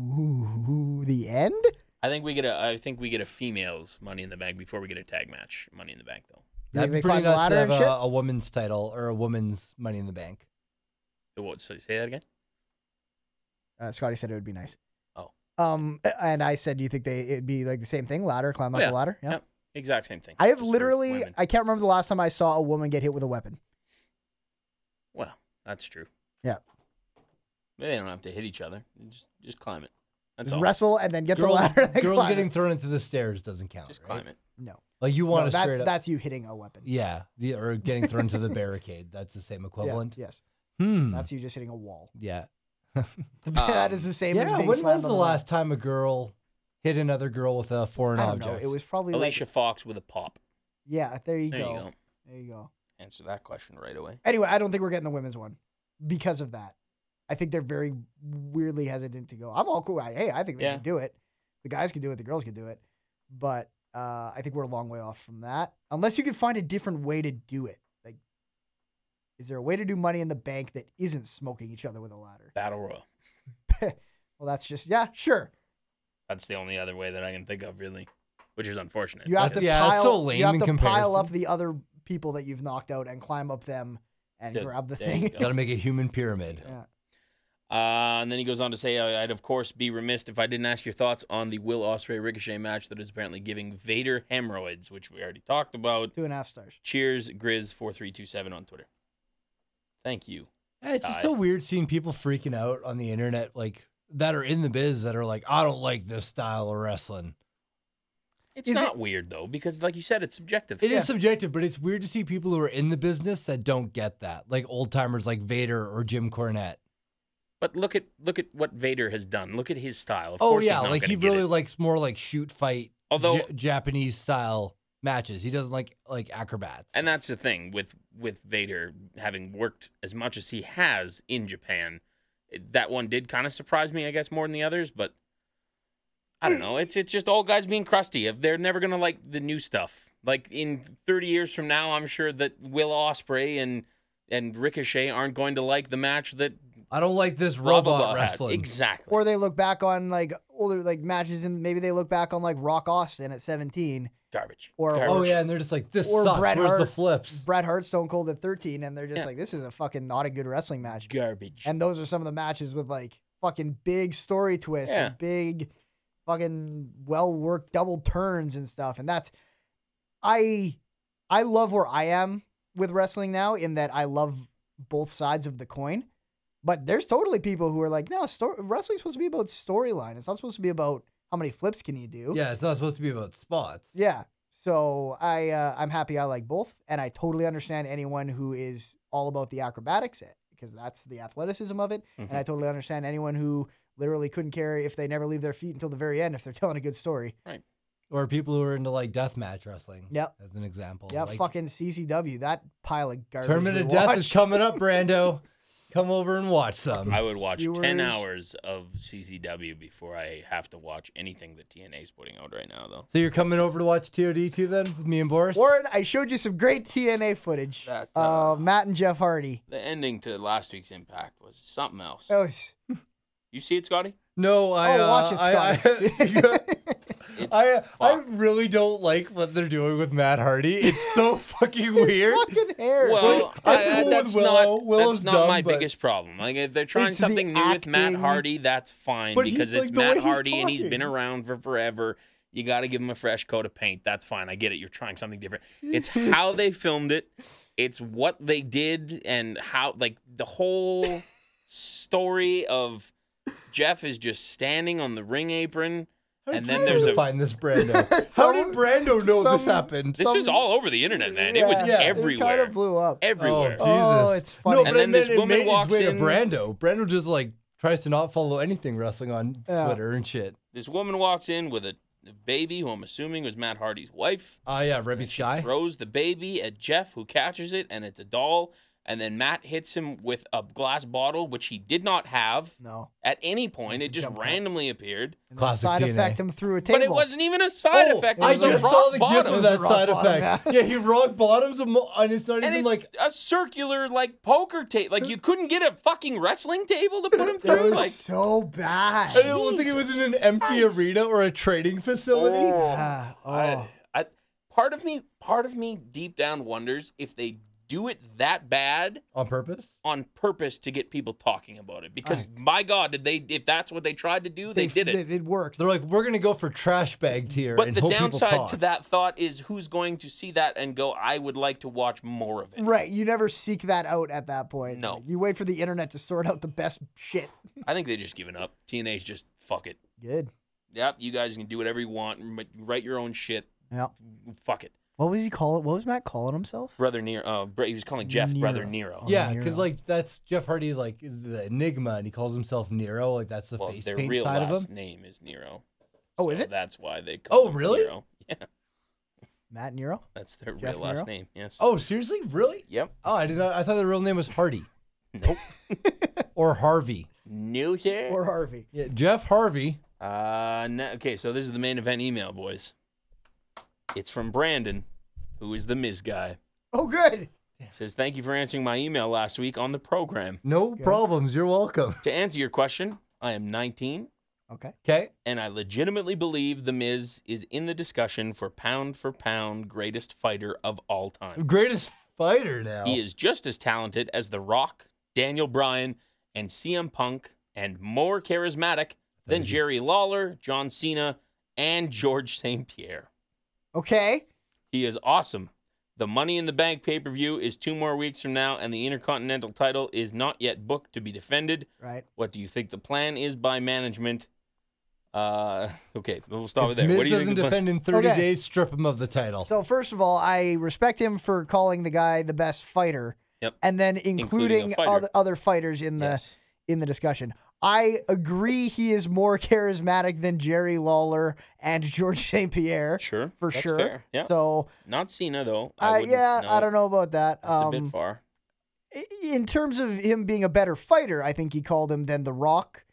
S3: Ooh, the end.
S1: I think we get a. I think we get a females Money in the Bank before we get a tag match Money in the Bank though.
S3: You think
S2: That'd
S3: they
S2: be pretty
S3: climb the
S2: nuts
S3: ladder
S2: to have
S3: and
S2: a,
S3: shit?
S2: a woman's title or a woman's Money in the Bank.
S1: Uh, What? So say that again.
S3: Uh, Scotty said it would be nice.
S1: Oh.
S3: Um, and I said, do you think they it'd be like the same thing? Ladder, climb up
S1: Oh, Yeah.
S3: the ladder. Yeah.
S1: Yep. Exact same thing.
S3: I have
S1: Just for
S3: literally,
S1: women.
S3: I can't remember the last time I saw a woman get hit with a weapon.
S1: well, that's true.
S3: Yeah.
S1: Maybe they don't have to hit each other. Just just climb it. That's
S3: Just
S1: all.
S3: wrestle and then get the
S2: Girls,
S3: ladder. and then
S2: girls
S3: climb
S2: getting
S3: it.
S2: thrown into the stairs doesn't count.
S1: just
S2: right?
S1: climb it.
S3: no.
S2: Like you want
S3: no
S2: to
S3: that's
S2: straight up,
S3: that's you hitting a weapon.
S2: yeah, the, or getting thrown to the barricade. That's the same
S3: Yeah,
S2: equivalent.
S3: yes.
S2: Hmm.
S3: That's you just hitting a wall.
S2: yeah.
S3: that
S1: Um,
S3: is the same as
S2: yeah,
S3: being
S2: when
S3: slammed
S2: was
S3: on
S2: the last time a girl hit another girl with a
S3: I
S2: foreign
S3: don't know.
S2: object?
S3: It was probably like-
S1: Alicia Fox with a pop.
S3: yeah. There you
S1: There
S3: go.
S1: you go.
S3: There you go.
S1: Answer that question right away.
S3: Anyway, I don't think we're getting the women's one because of that. I think they're very weirdly hesitant to go. I'm all cool. I, hey, I think they
S1: Yeah.
S3: can do it. The guys can do it. The girls can do it. But uh, I think we're a long way off from that. Unless you can find a different way to do it. Like, is there a way to do money in the bank that isn't smoking each other with a ladder?
S1: Battle Royal.
S3: well, that's just yeah, sure.
S1: That's the only other way that I can think of really. which is unfortunate.
S3: You have to
S2: Yeah,
S3: pile,
S2: it's so
S3: you
S2: lame
S3: have
S2: in
S3: to pile
S2: comparison.
S3: up the other people that you've knocked out and climb up them and
S1: To-
S3: grab the
S1: there you
S3: thing.
S1: go.
S2: Got to make a human pyramid.
S3: Yeah.
S1: Uh, and then he goes on to say, "I- I'd of course be remiss if I didn't ask your thoughts on the Will Osprey Ricochet match that is apparently giving Vader hemorrhoids, which we already talked about.
S3: Two and a half stars.
S1: Cheers, Grizz four three two seven on Twitter. Thank you.
S2: Eh, It's just so weird seeing people freaking out on the internet, like that are in the biz that are like, I don't like this style of wrestling.
S1: It's
S3: Is
S1: not weird though, because like you said, it's subjective.
S2: It is subjective, but it's weird to see people who are in the business that don't get that, like old timers like Vader or Jim Cornette.
S1: But look at look at what Vader has done. Look at his style. Of
S2: Oh
S1: course
S2: yeah,
S1: he's not
S2: like
S1: gonna
S2: he
S1: get
S2: really
S1: it.
S2: likes more like shoot fight,
S1: Although-
S2: Ja- Japanese style matches. He doesn't like like acrobats.
S1: And that's the thing with with Vader having worked as much as he has in Japan. it- That one did kind of surprise me, I guess, more than the others, but I don't know. It's it's just all guys being crusty. If they're never gonna like the new stuff. Like in 30 years from now, I'm sure that Will Osprey and and Ricochet aren't going to like the match that
S2: I don't like this
S1: blah,
S2: robot
S1: blah, blah had.
S2: wrestling.
S1: Exactly.
S3: Or they look back on like older like matches and maybe they look back on like Rock Austin at 17
S1: garbage.
S3: Or-
S1: garbage.
S2: Oh yeah, and they're just like this
S3: Or
S2: sucks.
S3: Bret
S2: Where's the
S3: Hart.
S2: flips?
S3: Bret Hart Stone Cold at 13 and they're just
S1: Yeah.
S3: like this is a fucking not a good wrestling match.
S1: garbage.
S3: And those are some of the matches with like fucking big story twists
S1: Yeah.
S3: and big fucking well worked double turns and stuff. And that's I I love where I am with wrestling now in that I love both sides of the coin. But there's totally people who are like, no, sto- wrestling's supposed to be about storyline. It's not supposed to be about how many flips can you do.
S2: Yeah, it's not supposed to be about spots.
S3: Yeah. So I uh, I'm happy I like both, and I totally understand anyone who is all about the acrobatics because that's the athleticism of it,
S1: Mhm.
S2: Mm-hmm.
S3: and I totally understand anyone who literally couldn't care if they never leave their feet until the very end if they're telling a good story.
S2: Or people who are into like deathmatch wrestling.
S3: Yep.
S2: As an example.
S3: Yeah,
S2: Like,
S3: fucking CCW, that pile of garbage.
S2: Tournament
S3: we
S2: of Death is
S3: watched.
S2: coming up, Brando. Come over and watch some.
S1: I would watch 10
S3: Viewers.
S1: hours of CCW before I have to watch anything that TNA's putting out right now, though.
S2: So you're coming over to watch TOD too then with me and Boris?
S3: Warren, I showed you some great TNA footage.
S1: That,
S3: uh,
S1: uh,
S3: Matt and Jeff Hardy.
S1: The ending to last week's Impact was something else.
S3: That was,
S1: You see it, Scotty?
S2: no, I
S3: oh,
S2: uh,
S3: watch
S2: I-
S3: it, Scott.
S1: It's
S2: I, I, I
S1: fucked.
S2: really don't like what they're doing with Matt Hardy. It's so fucking weird.
S3: fucking hair.
S1: Well,
S2: I'm
S1: I-
S2: cool
S1: I-
S2: with
S1: that's
S2: Willow.
S1: not
S2: Willow's
S1: that's not
S2: dumb,
S1: my
S2: but-
S1: biggest problem. Like if they're trying
S3: It's the
S1: something new with Matt
S3: acting.
S1: Hardy, that's fine
S2: But
S1: because
S2: he's,
S1: it's
S2: like, the way
S1: Matt
S2: he's
S1: Hardy and he's been
S2: talking.
S1: around for forever. You got to give him a fresh coat of paint. That's fine. I get it. You're trying something different. It's how they filmed it. It's what they did and how like the whole story of Jeff is just standing on the ring apron and then there's
S2: to
S1: a
S2: find this Brando. How did Brando know this
S3: some-
S2: happened?
S1: This is all over the internet, man. it was
S3: Yeah,
S2: Yeah.
S1: everywhere.
S3: It kind of blew up.
S1: everywhere.
S2: Oh,
S3: Oh,
S2: Jesus.
S3: it's funny.
S2: No,
S1: And
S2: but
S1: then
S2: it
S1: this
S2: made- it
S1: woman
S2: made its
S1: walks
S2: way
S1: in.
S2: To Brando. Brando just like tries to not follow anything wrestling on
S3: Yeah.
S2: Twitter and shit.
S1: This woman walks in with a a baby who I'm assuming was Matt Hardy's wife.
S2: Oh yeah, Rebby Shy.
S1: Throws the baby at Jeff, who catches it, and it's a doll. And then Matt hits him with a glass bottle, which he did not have
S3: No.
S1: at any point.
S3: It's
S1: It
S3: a
S1: just
S3: jump cut.
S1: randomly appeared.
S3: And
S2: Classic
S3: then side
S2: TNA.
S3: effect him through a table.
S1: But it wasn't even a side
S2: Oh,
S1: effect. It
S2: I
S1: was a
S2: just
S1: rock
S2: saw the
S1: bottom.
S2: gif
S3: It
S2: of
S3: was a
S2: that
S3: rock
S2: side
S3: bottom,
S2: effect.
S3: yeah.
S2: Yeah. he rock bottoms, a mo- and it's not
S1: And
S2: even
S1: it's
S2: like
S1: a circular like poker table. Like you couldn't get a fucking wrestling table to put him
S3: It
S1: through.
S3: was
S1: Like
S3: so bad.
S2: I don't think it was in an empty arena or a training facility.
S3: Ah, oh.
S1: I, I, part of me, part of me, deep down wonders if they do it that bad
S2: On purpose?
S1: on purpose to get people talking about it. Because my God, did they? If that's what they tried to do, they, did it.
S3: It, worked.
S2: They're like, we're gonna go for trash bag tier
S1: but
S2: and
S1: the
S2: hope people
S1: downside
S2: talk.
S1: to that thought is who's going to see that and go, "I would like to watch more of it."
S3: Right. You never seek that out at that point.
S1: No.
S3: You wait for the internet to sort out the best shit.
S1: I think they just given up. TNA's just fuck it.
S3: Good.
S1: Yep, you guys can do whatever you want. but Write your own shit.
S3: Yeah.
S1: Fuck it,
S3: What was he calling? What was Matt calling himself?
S1: brother Nero. Uh, Br- he was calling Jeff
S3: Nero.
S1: brother Nero.
S2: Yeah,
S3: Nero.
S2: because like that's Jeff Hardy like is the Enigma, and he calls himself Nero. Like that's the
S1: well,
S2: face
S1: their
S2: paint
S1: real
S2: side of him.
S1: last name is Nero.
S3: Oh, is
S1: So
S3: it?
S1: That's why they. Call
S2: Oh,
S1: him
S2: really?
S1: Nero. Yeah,
S3: Matt Nero?
S1: that's their
S3: Jeff
S1: real last
S3: Nero?
S1: name. Yes.
S2: Oh, seriously? Really?
S1: Yep.
S2: Oh, I did not. I thought the real name was Hardy
S1: Nope.
S2: or Harvey.
S1: New here.
S3: Or Harvey?
S2: Yeah, Jeff Harvey.
S1: Uh, no, okay, so this is the main event email, boys. It's from Brandon, who is the Miz guy.
S3: Oh, good.
S1: Says, Thank you for answering my email last week on the program.
S2: No problems. You're welcome.
S1: To answer your question, I am 19,
S3: Okay.
S2: Okay.
S1: and I legitimately believe The Miz is in the discussion for pound for pound greatest fighter of all time.
S2: Greatest fighter now.
S1: He is just as talented as The Rock, Daniel Bryan, and CM Punk, and more charismatic than
S2: was just-
S1: Jerry Lawler, John Cena, and George St. Pierre.
S3: Okay.
S1: He is awesome. The Money in the Bank pay per view is two more weeks from now, and the Intercontinental title is not yet booked to be defended.
S3: Right.
S1: What do you think the plan is by management? Uh, okay, we'll stop
S2: If
S1: with there.
S2: Miz
S1: what do you
S2: doesn't
S1: think the plan-
S2: defend in 30
S3: Okay.
S2: days, strip him of the
S1: Oh.
S2: title.
S3: So first of all, I respect him for calling the guy the best fighter.
S1: Yep.
S3: And then
S1: Including a
S3: including,
S1: fighter.
S3: other, other fighters in the
S1: Yes.
S3: in the discussion. I agree he is more charismatic than Jerry Lawler and George St. Pierre.
S1: Sure,
S3: For
S1: that's
S3: sure.
S1: fair, yeah.
S3: So
S1: Not Cena though.
S3: I
S1: wouldn't-
S3: Uh, yeah,
S1: no,
S3: I don't know about that.
S1: That's
S3: um
S1: a bit far.
S3: i- in terms of him being a better fighter, I think he called him than The Rock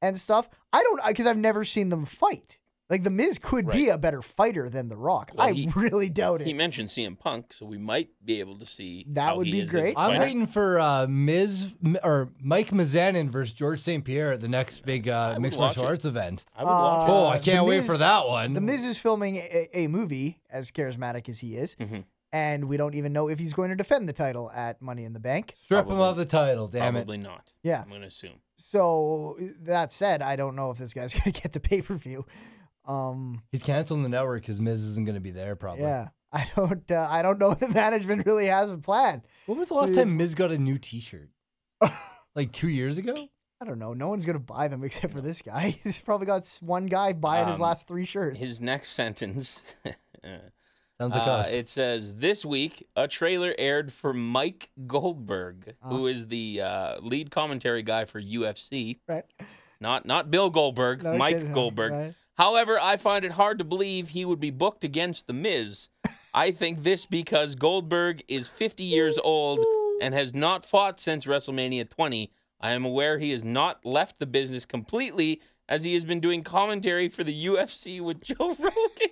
S3: and stuff. I don't because I've never seen them fight. Like The Miz could be
S1: Right.
S3: a better fighter than The Rock.
S1: Well,
S3: I
S1: he-
S3: really doubt it.
S1: He mentioned CM Punk, so we might be able to see
S3: That
S1: how
S3: would
S1: he
S3: be
S1: is as a
S3: great.
S2: I'm
S1: fighter.
S2: waiting for uh, Miz M- or Mike Mizanin versus George St. Pierre at the next big uh,
S1: would
S2: mixed
S1: watch
S2: martial
S1: it.
S2: arts event.
S1: I would watch it.
S2: oh, I
S3: Uh, The
S2: can't wait
S3: Miz-
S2: for that one.
S3: The Miz is filming a, a movie, as charismatic as he is,
S1: Mhm.
S3: and we don't even know if he's going to defend the title at Money in the Bank.
S2: strip him
S1: Probably.
S2: of the title, damn
S1: Probably not.
S3: Yeah.
S1: I'm gonna assume.
S3: So that said, I don't know if this guy's going to get the pay per view. Um,
S2: it. He's canceling the network because Miz isn't going to be there. Probably.
S3: yeah, I don't. Uh, I don't know. if The management really has a plan.
S2: When was the last time Miz got a new T-shirt? like two years ago.
S3: I don't know. No one's going to buy them except for this guy. He's probably got s- one guy buying his
S1: Um,
S3: last three shirts.
S1: His next sentence.
S2: Sounds like
S1: uh,
S2: us.
S1: it says this week a trailer aired for Mike Goldberg,
S3: Uh-huh.
S1: who is the uh, lead commentary guy for UFC.
S3: right?
S1: Not not Bill Goldberg,
S3: No,
S1: Mike
S3: shit, no,
S1: Goldberg.
S3: right.
S1: However, I find it hard to believe he would be booked against The Miz. I think this because Goldberg is 50 years old and has not fought since WrestleMania 20. I am aware he has not left the business completely as he has been doing commentary for the UFC with Joe Rogan.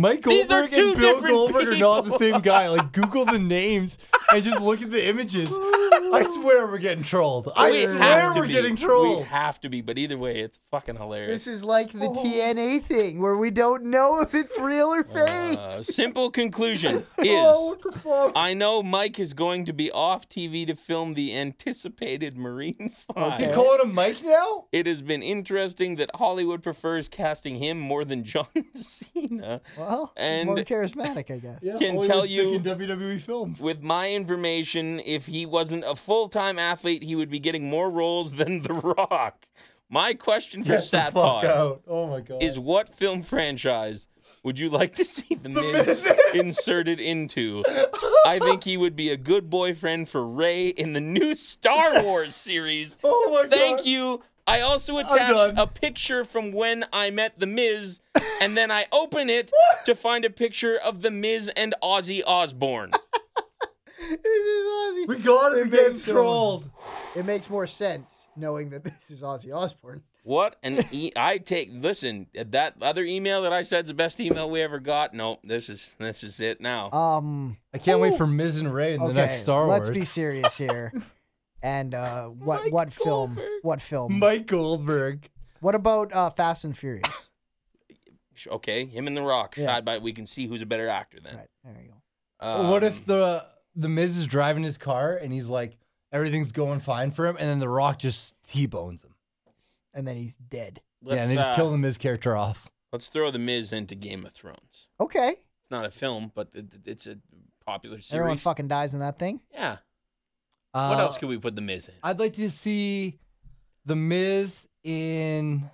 S2: Mike
S1: These are
S2: Goldberg
S1: two
S2: and Bill
S1: different
S2: Goldberg are not the same guy. Like Google the names and just look at the images. I swear we're getting trolled. I
S1: We
S2: swear
S1: have to
S2: we're
S1: be.
S2: getting
S1: We
S2: trolled.
S1: have to be, but either way, it's fucking hilarious.
S3: This is like the TNA thing where we don't know if it's real or fake.
S1: Uh, simple conclusion
S3: oh,
S1: is
S3: what the fuck?
S1: I know Mike is going to be off TV to film the anticipated Marine 5.
S2: You calling him Mike now?
S1: It has been interesting that Hollywood prefers casting him more than John Cena.
S3: Well,
S1: And-
S3: more charismatic, I guess.
S2: Yeah,
S1: Can
S2: only
S1: tell
S2: with
S1: you-
S2: fucking
S1: E
S2: WWE films.
S1: With my information, if he wasn't a full time athlete, he would be getting more roles than The Rock. My question for
S2: Get the fuck
S1: Satpod
S2: out. Oh my god.
S1: is what film franchise would you like to see The Miz inserted into? I think he would be a good boyfriend for Ray in the new Star Wars series.
S2: oh my
S1: Thank
S2: god.
S1: you. I also attached
S2: done.
S1: a picture from when I met The Miz, and then I open it to find a picture of The Miz and Ozzy Osbourne.
S3: This is Ozzy.
S2: We got it. We getting
S3: makes so-
S2: trolled.
S3: It makes more sense knowing that this is Ozzy Osbourne.
S1: What an e- I take. Listen, that other email that I said's the best email we ever got. No, this is this is it now.
S2: Uh,
S3: Um,
S2: I can't wait for Miz and Ray in
S3: okay,
S2: the next Star Wars.
S3: let's be serious here. and uh, what
S1: Mike
S3: what film?
S1: Goldberg.
S3: What film?
S2: Mike Goldberg.
S3: What about uh, Fast and Furious?
S1: okay, him and The Rock
S3: Yeah.
S1: side by. We can see who's a better actor then.
S3: right there you go.
S2: what if
S1: Um,
S2: the the Miz is driving his car and he's like everything's going fine for him, and then The Rock just T bones him.
S3: And then he's dead.
S2: yeah,
S1: let's,
S2: and they just
S1: uh,
S2: kill the Miz character off.
S1: Let's throw The Miz into Game of Thrones.
S3: Okay,
S1: It's not a film, but it, it's a popular series.
S3: everyone fucking dies in that thing.
S1: yeah.
S2: Uh,
S1: What else could we put The Miz in?
S2: I'd like to see the Miz in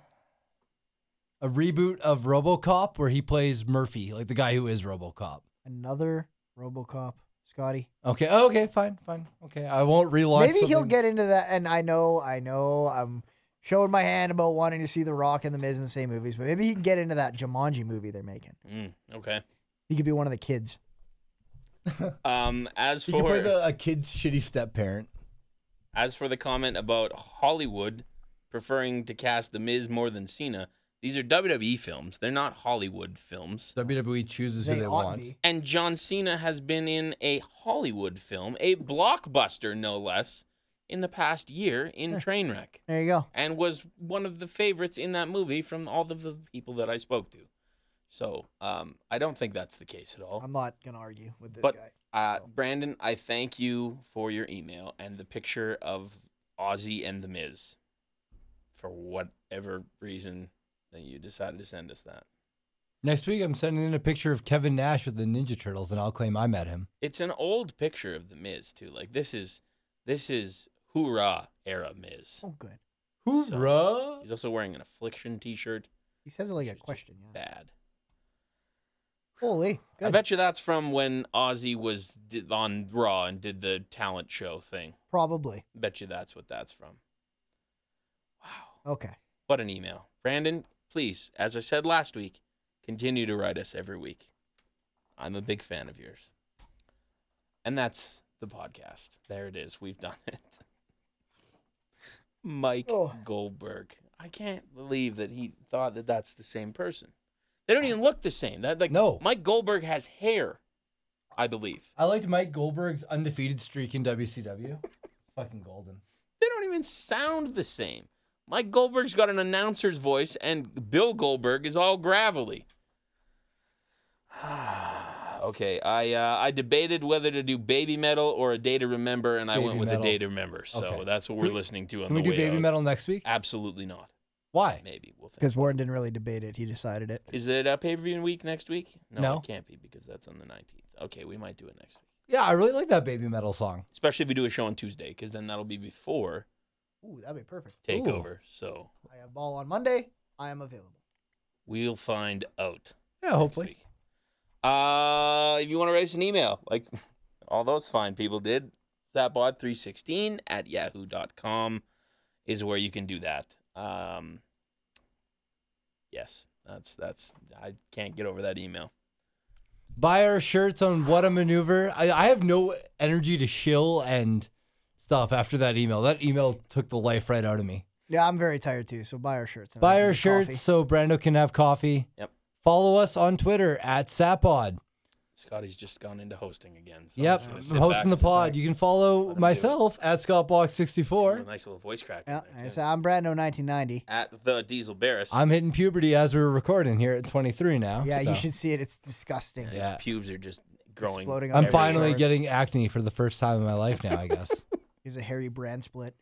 S2: a reboot of RoboCop where he plays Murphy, like the guy who is RoboCop.
S3: Another RoboCop, Scotty.
S2: Okay. Oh, okay. Fine. Fine. Okay. I won't relaunch.
S3: Maybe he'll
S2: something.
S3: get into that. And I know, I know, I'm showing my hand about wanting to see The Rock and The Miz in the same movies, but maybe he can get into that Jumanji movie they're making.
S1: Mm, okay.
S3: He could be one of the kids.
S1: Um, as
S2: He can play
S1: for
S2: the, a kid's shitty step parent.
S1: as for the comment about Hollywood preferring to cast The Miz more than Cena, these are WWE films. They're not Hollywood films.
S2: WWE E chooses who
S3: They
S2: they
S3: ought to
S2: want.
S3: be.
S1: And John Cena has been in a Hollywood film, a blockbuster no less. in the past year in Trainwreck
S3: There you go.
S1: and was one of the favorites in that movie from all of the people that I spoke to. So um, I don't think that's the case at all.
S3: I'm not gonna argue with this
S1: but
S3: guy.
S1: uh, Brandon, I thank you for your email and the picture of Ozzy and the Miz for whatever reason that you decided to send us that.
S2: Next week, I'm sending in a picture of Kevin Nash with the Ninja Turtles, and I'll claim I met him.
S1: It's an old picture of the Miz too. Like this is this is hoorah era Miz.
S3: Oh, good.
S1: So-
S2: Hoorah!
S1: He's also wearing an affliction T-shirt.
S3: He says it like a
S1: It's just
S3: question. Yeah.
S1: Bad.
S3: Holy. Good.
S1: I bet you that's from when Ozzy was did, on Raw and did the talent show thing.
S3: Probably.
S1: Bet you that's what that's from. Wow.
S3: Okay.
S1: What an email. Brandon, please, as I said last week, continue to write us every week. I'm a big fan of yours. And that's the podcast. There it is. We've done it. Mike
S3: Oh.
S1: Goldberg. I can't believe that he thought that that's the same person. They don't even look the same. That like
S2: No.
S1: Mike Goldberg has hair, I believe.
S2: I liked Mike Goldberg's undefeated streak in WCW. Fucking golden.
S1: They don't even sound the same. Mike Goldberg's got an announcer's voice, and Bill Goldberg is all gravelly. okay, I uh, I debated whether to do Baby Metal or A Day to Remember, and I
S2: Baby
S1: went with
S2: Metal.
S1: A Day to Remember. So
S2: Okay.
S1: that's what we're listening to on
S2: Can
S1: the
S2: we do
S1: way
S2: Baby
S1: out.
S2: Metal next week?
S1: Absolutely not.
S2: Why?
S1: Maybe we'll think.
S3: Because Warren didn't really debate it. He decided it.
S1: Is it a pay per view week next week?
S2: No.
S1: it can't be because that's on the 19th. Okay, we might do it next week,
S2: Yeah, I really like that Baby Metal song.
S1: especially if we do a show on Tuesday, because then that'll be before
S3: Ooh, that'd be perfect.
S1: Takeover. So
S3: I have ball on Monday. I am available.
S1: we'll find out.
S2: Yeah,
S1: next
S2: hopefully.
S1: week. Uh, if you want to write us an email, like all those fine people did, zapbot316 at yahoo.com is where you can do that. Um, yes, that's, that's, I can't get over that email.
S2: Buy our shirts on What a Maneuver. I, I have no energy to shill and stuff after that email. That email took the life right out of me.
S3: Yeah, I'm very tired too. So buy our shirts. and I'll
S2: Buy
S3: get
S2: our
S3: you coffee.
S2: shirts so Brando can have coffee.
S1: Yep.
S2: Follow us on Twitter at Sapod.
S1: Scotty's just gone into hosting again. So I'm
S2: Yep,
S1: just gonna
S2: I'm
S1: sit back,
S2: hosting the
S1: sit back.
S2: pod. You can follow
S1: do it.
S2: myself at
S1: A
S2: ScottBlock64.
S1: nice little voice crack. in
S3: Yeah,
S1: there,
S3: and
S1: too.
S3: so I'm Brando 1990.
S1: At the Diesel Barris.
S2: I'm hitting puberty as we were recording here at 23 now.
S3: Yeah,
S2: so.
S3: you should see it. It's disgusting.
S1: His
S2: Yeah.
S1: pubes are just growing.
S3: Exploding on
S2: I'm
S3: Hairy
S2: finally
S3: shorts.
S2: getting acne for the first time in my life now, I guess.
S3: Here's a hairy brand split.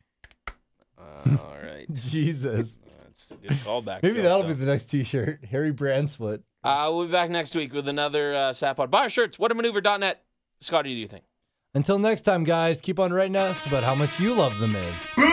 S1: Uh, all right.
S2: Jesus.
S1: That's a good callback.
S2: Maybe
S1: Joe.
S2: that'll
S1: Don't-
S2: be the next t shirt. Harry Brand split.
S1: Uh, we'll be back next week with another uh, Sapod. Buy our shirts, whatamaneuver.net. Scotty, do you think?
S2: Until next time, guys, keep on writing us about how much you love the Miz.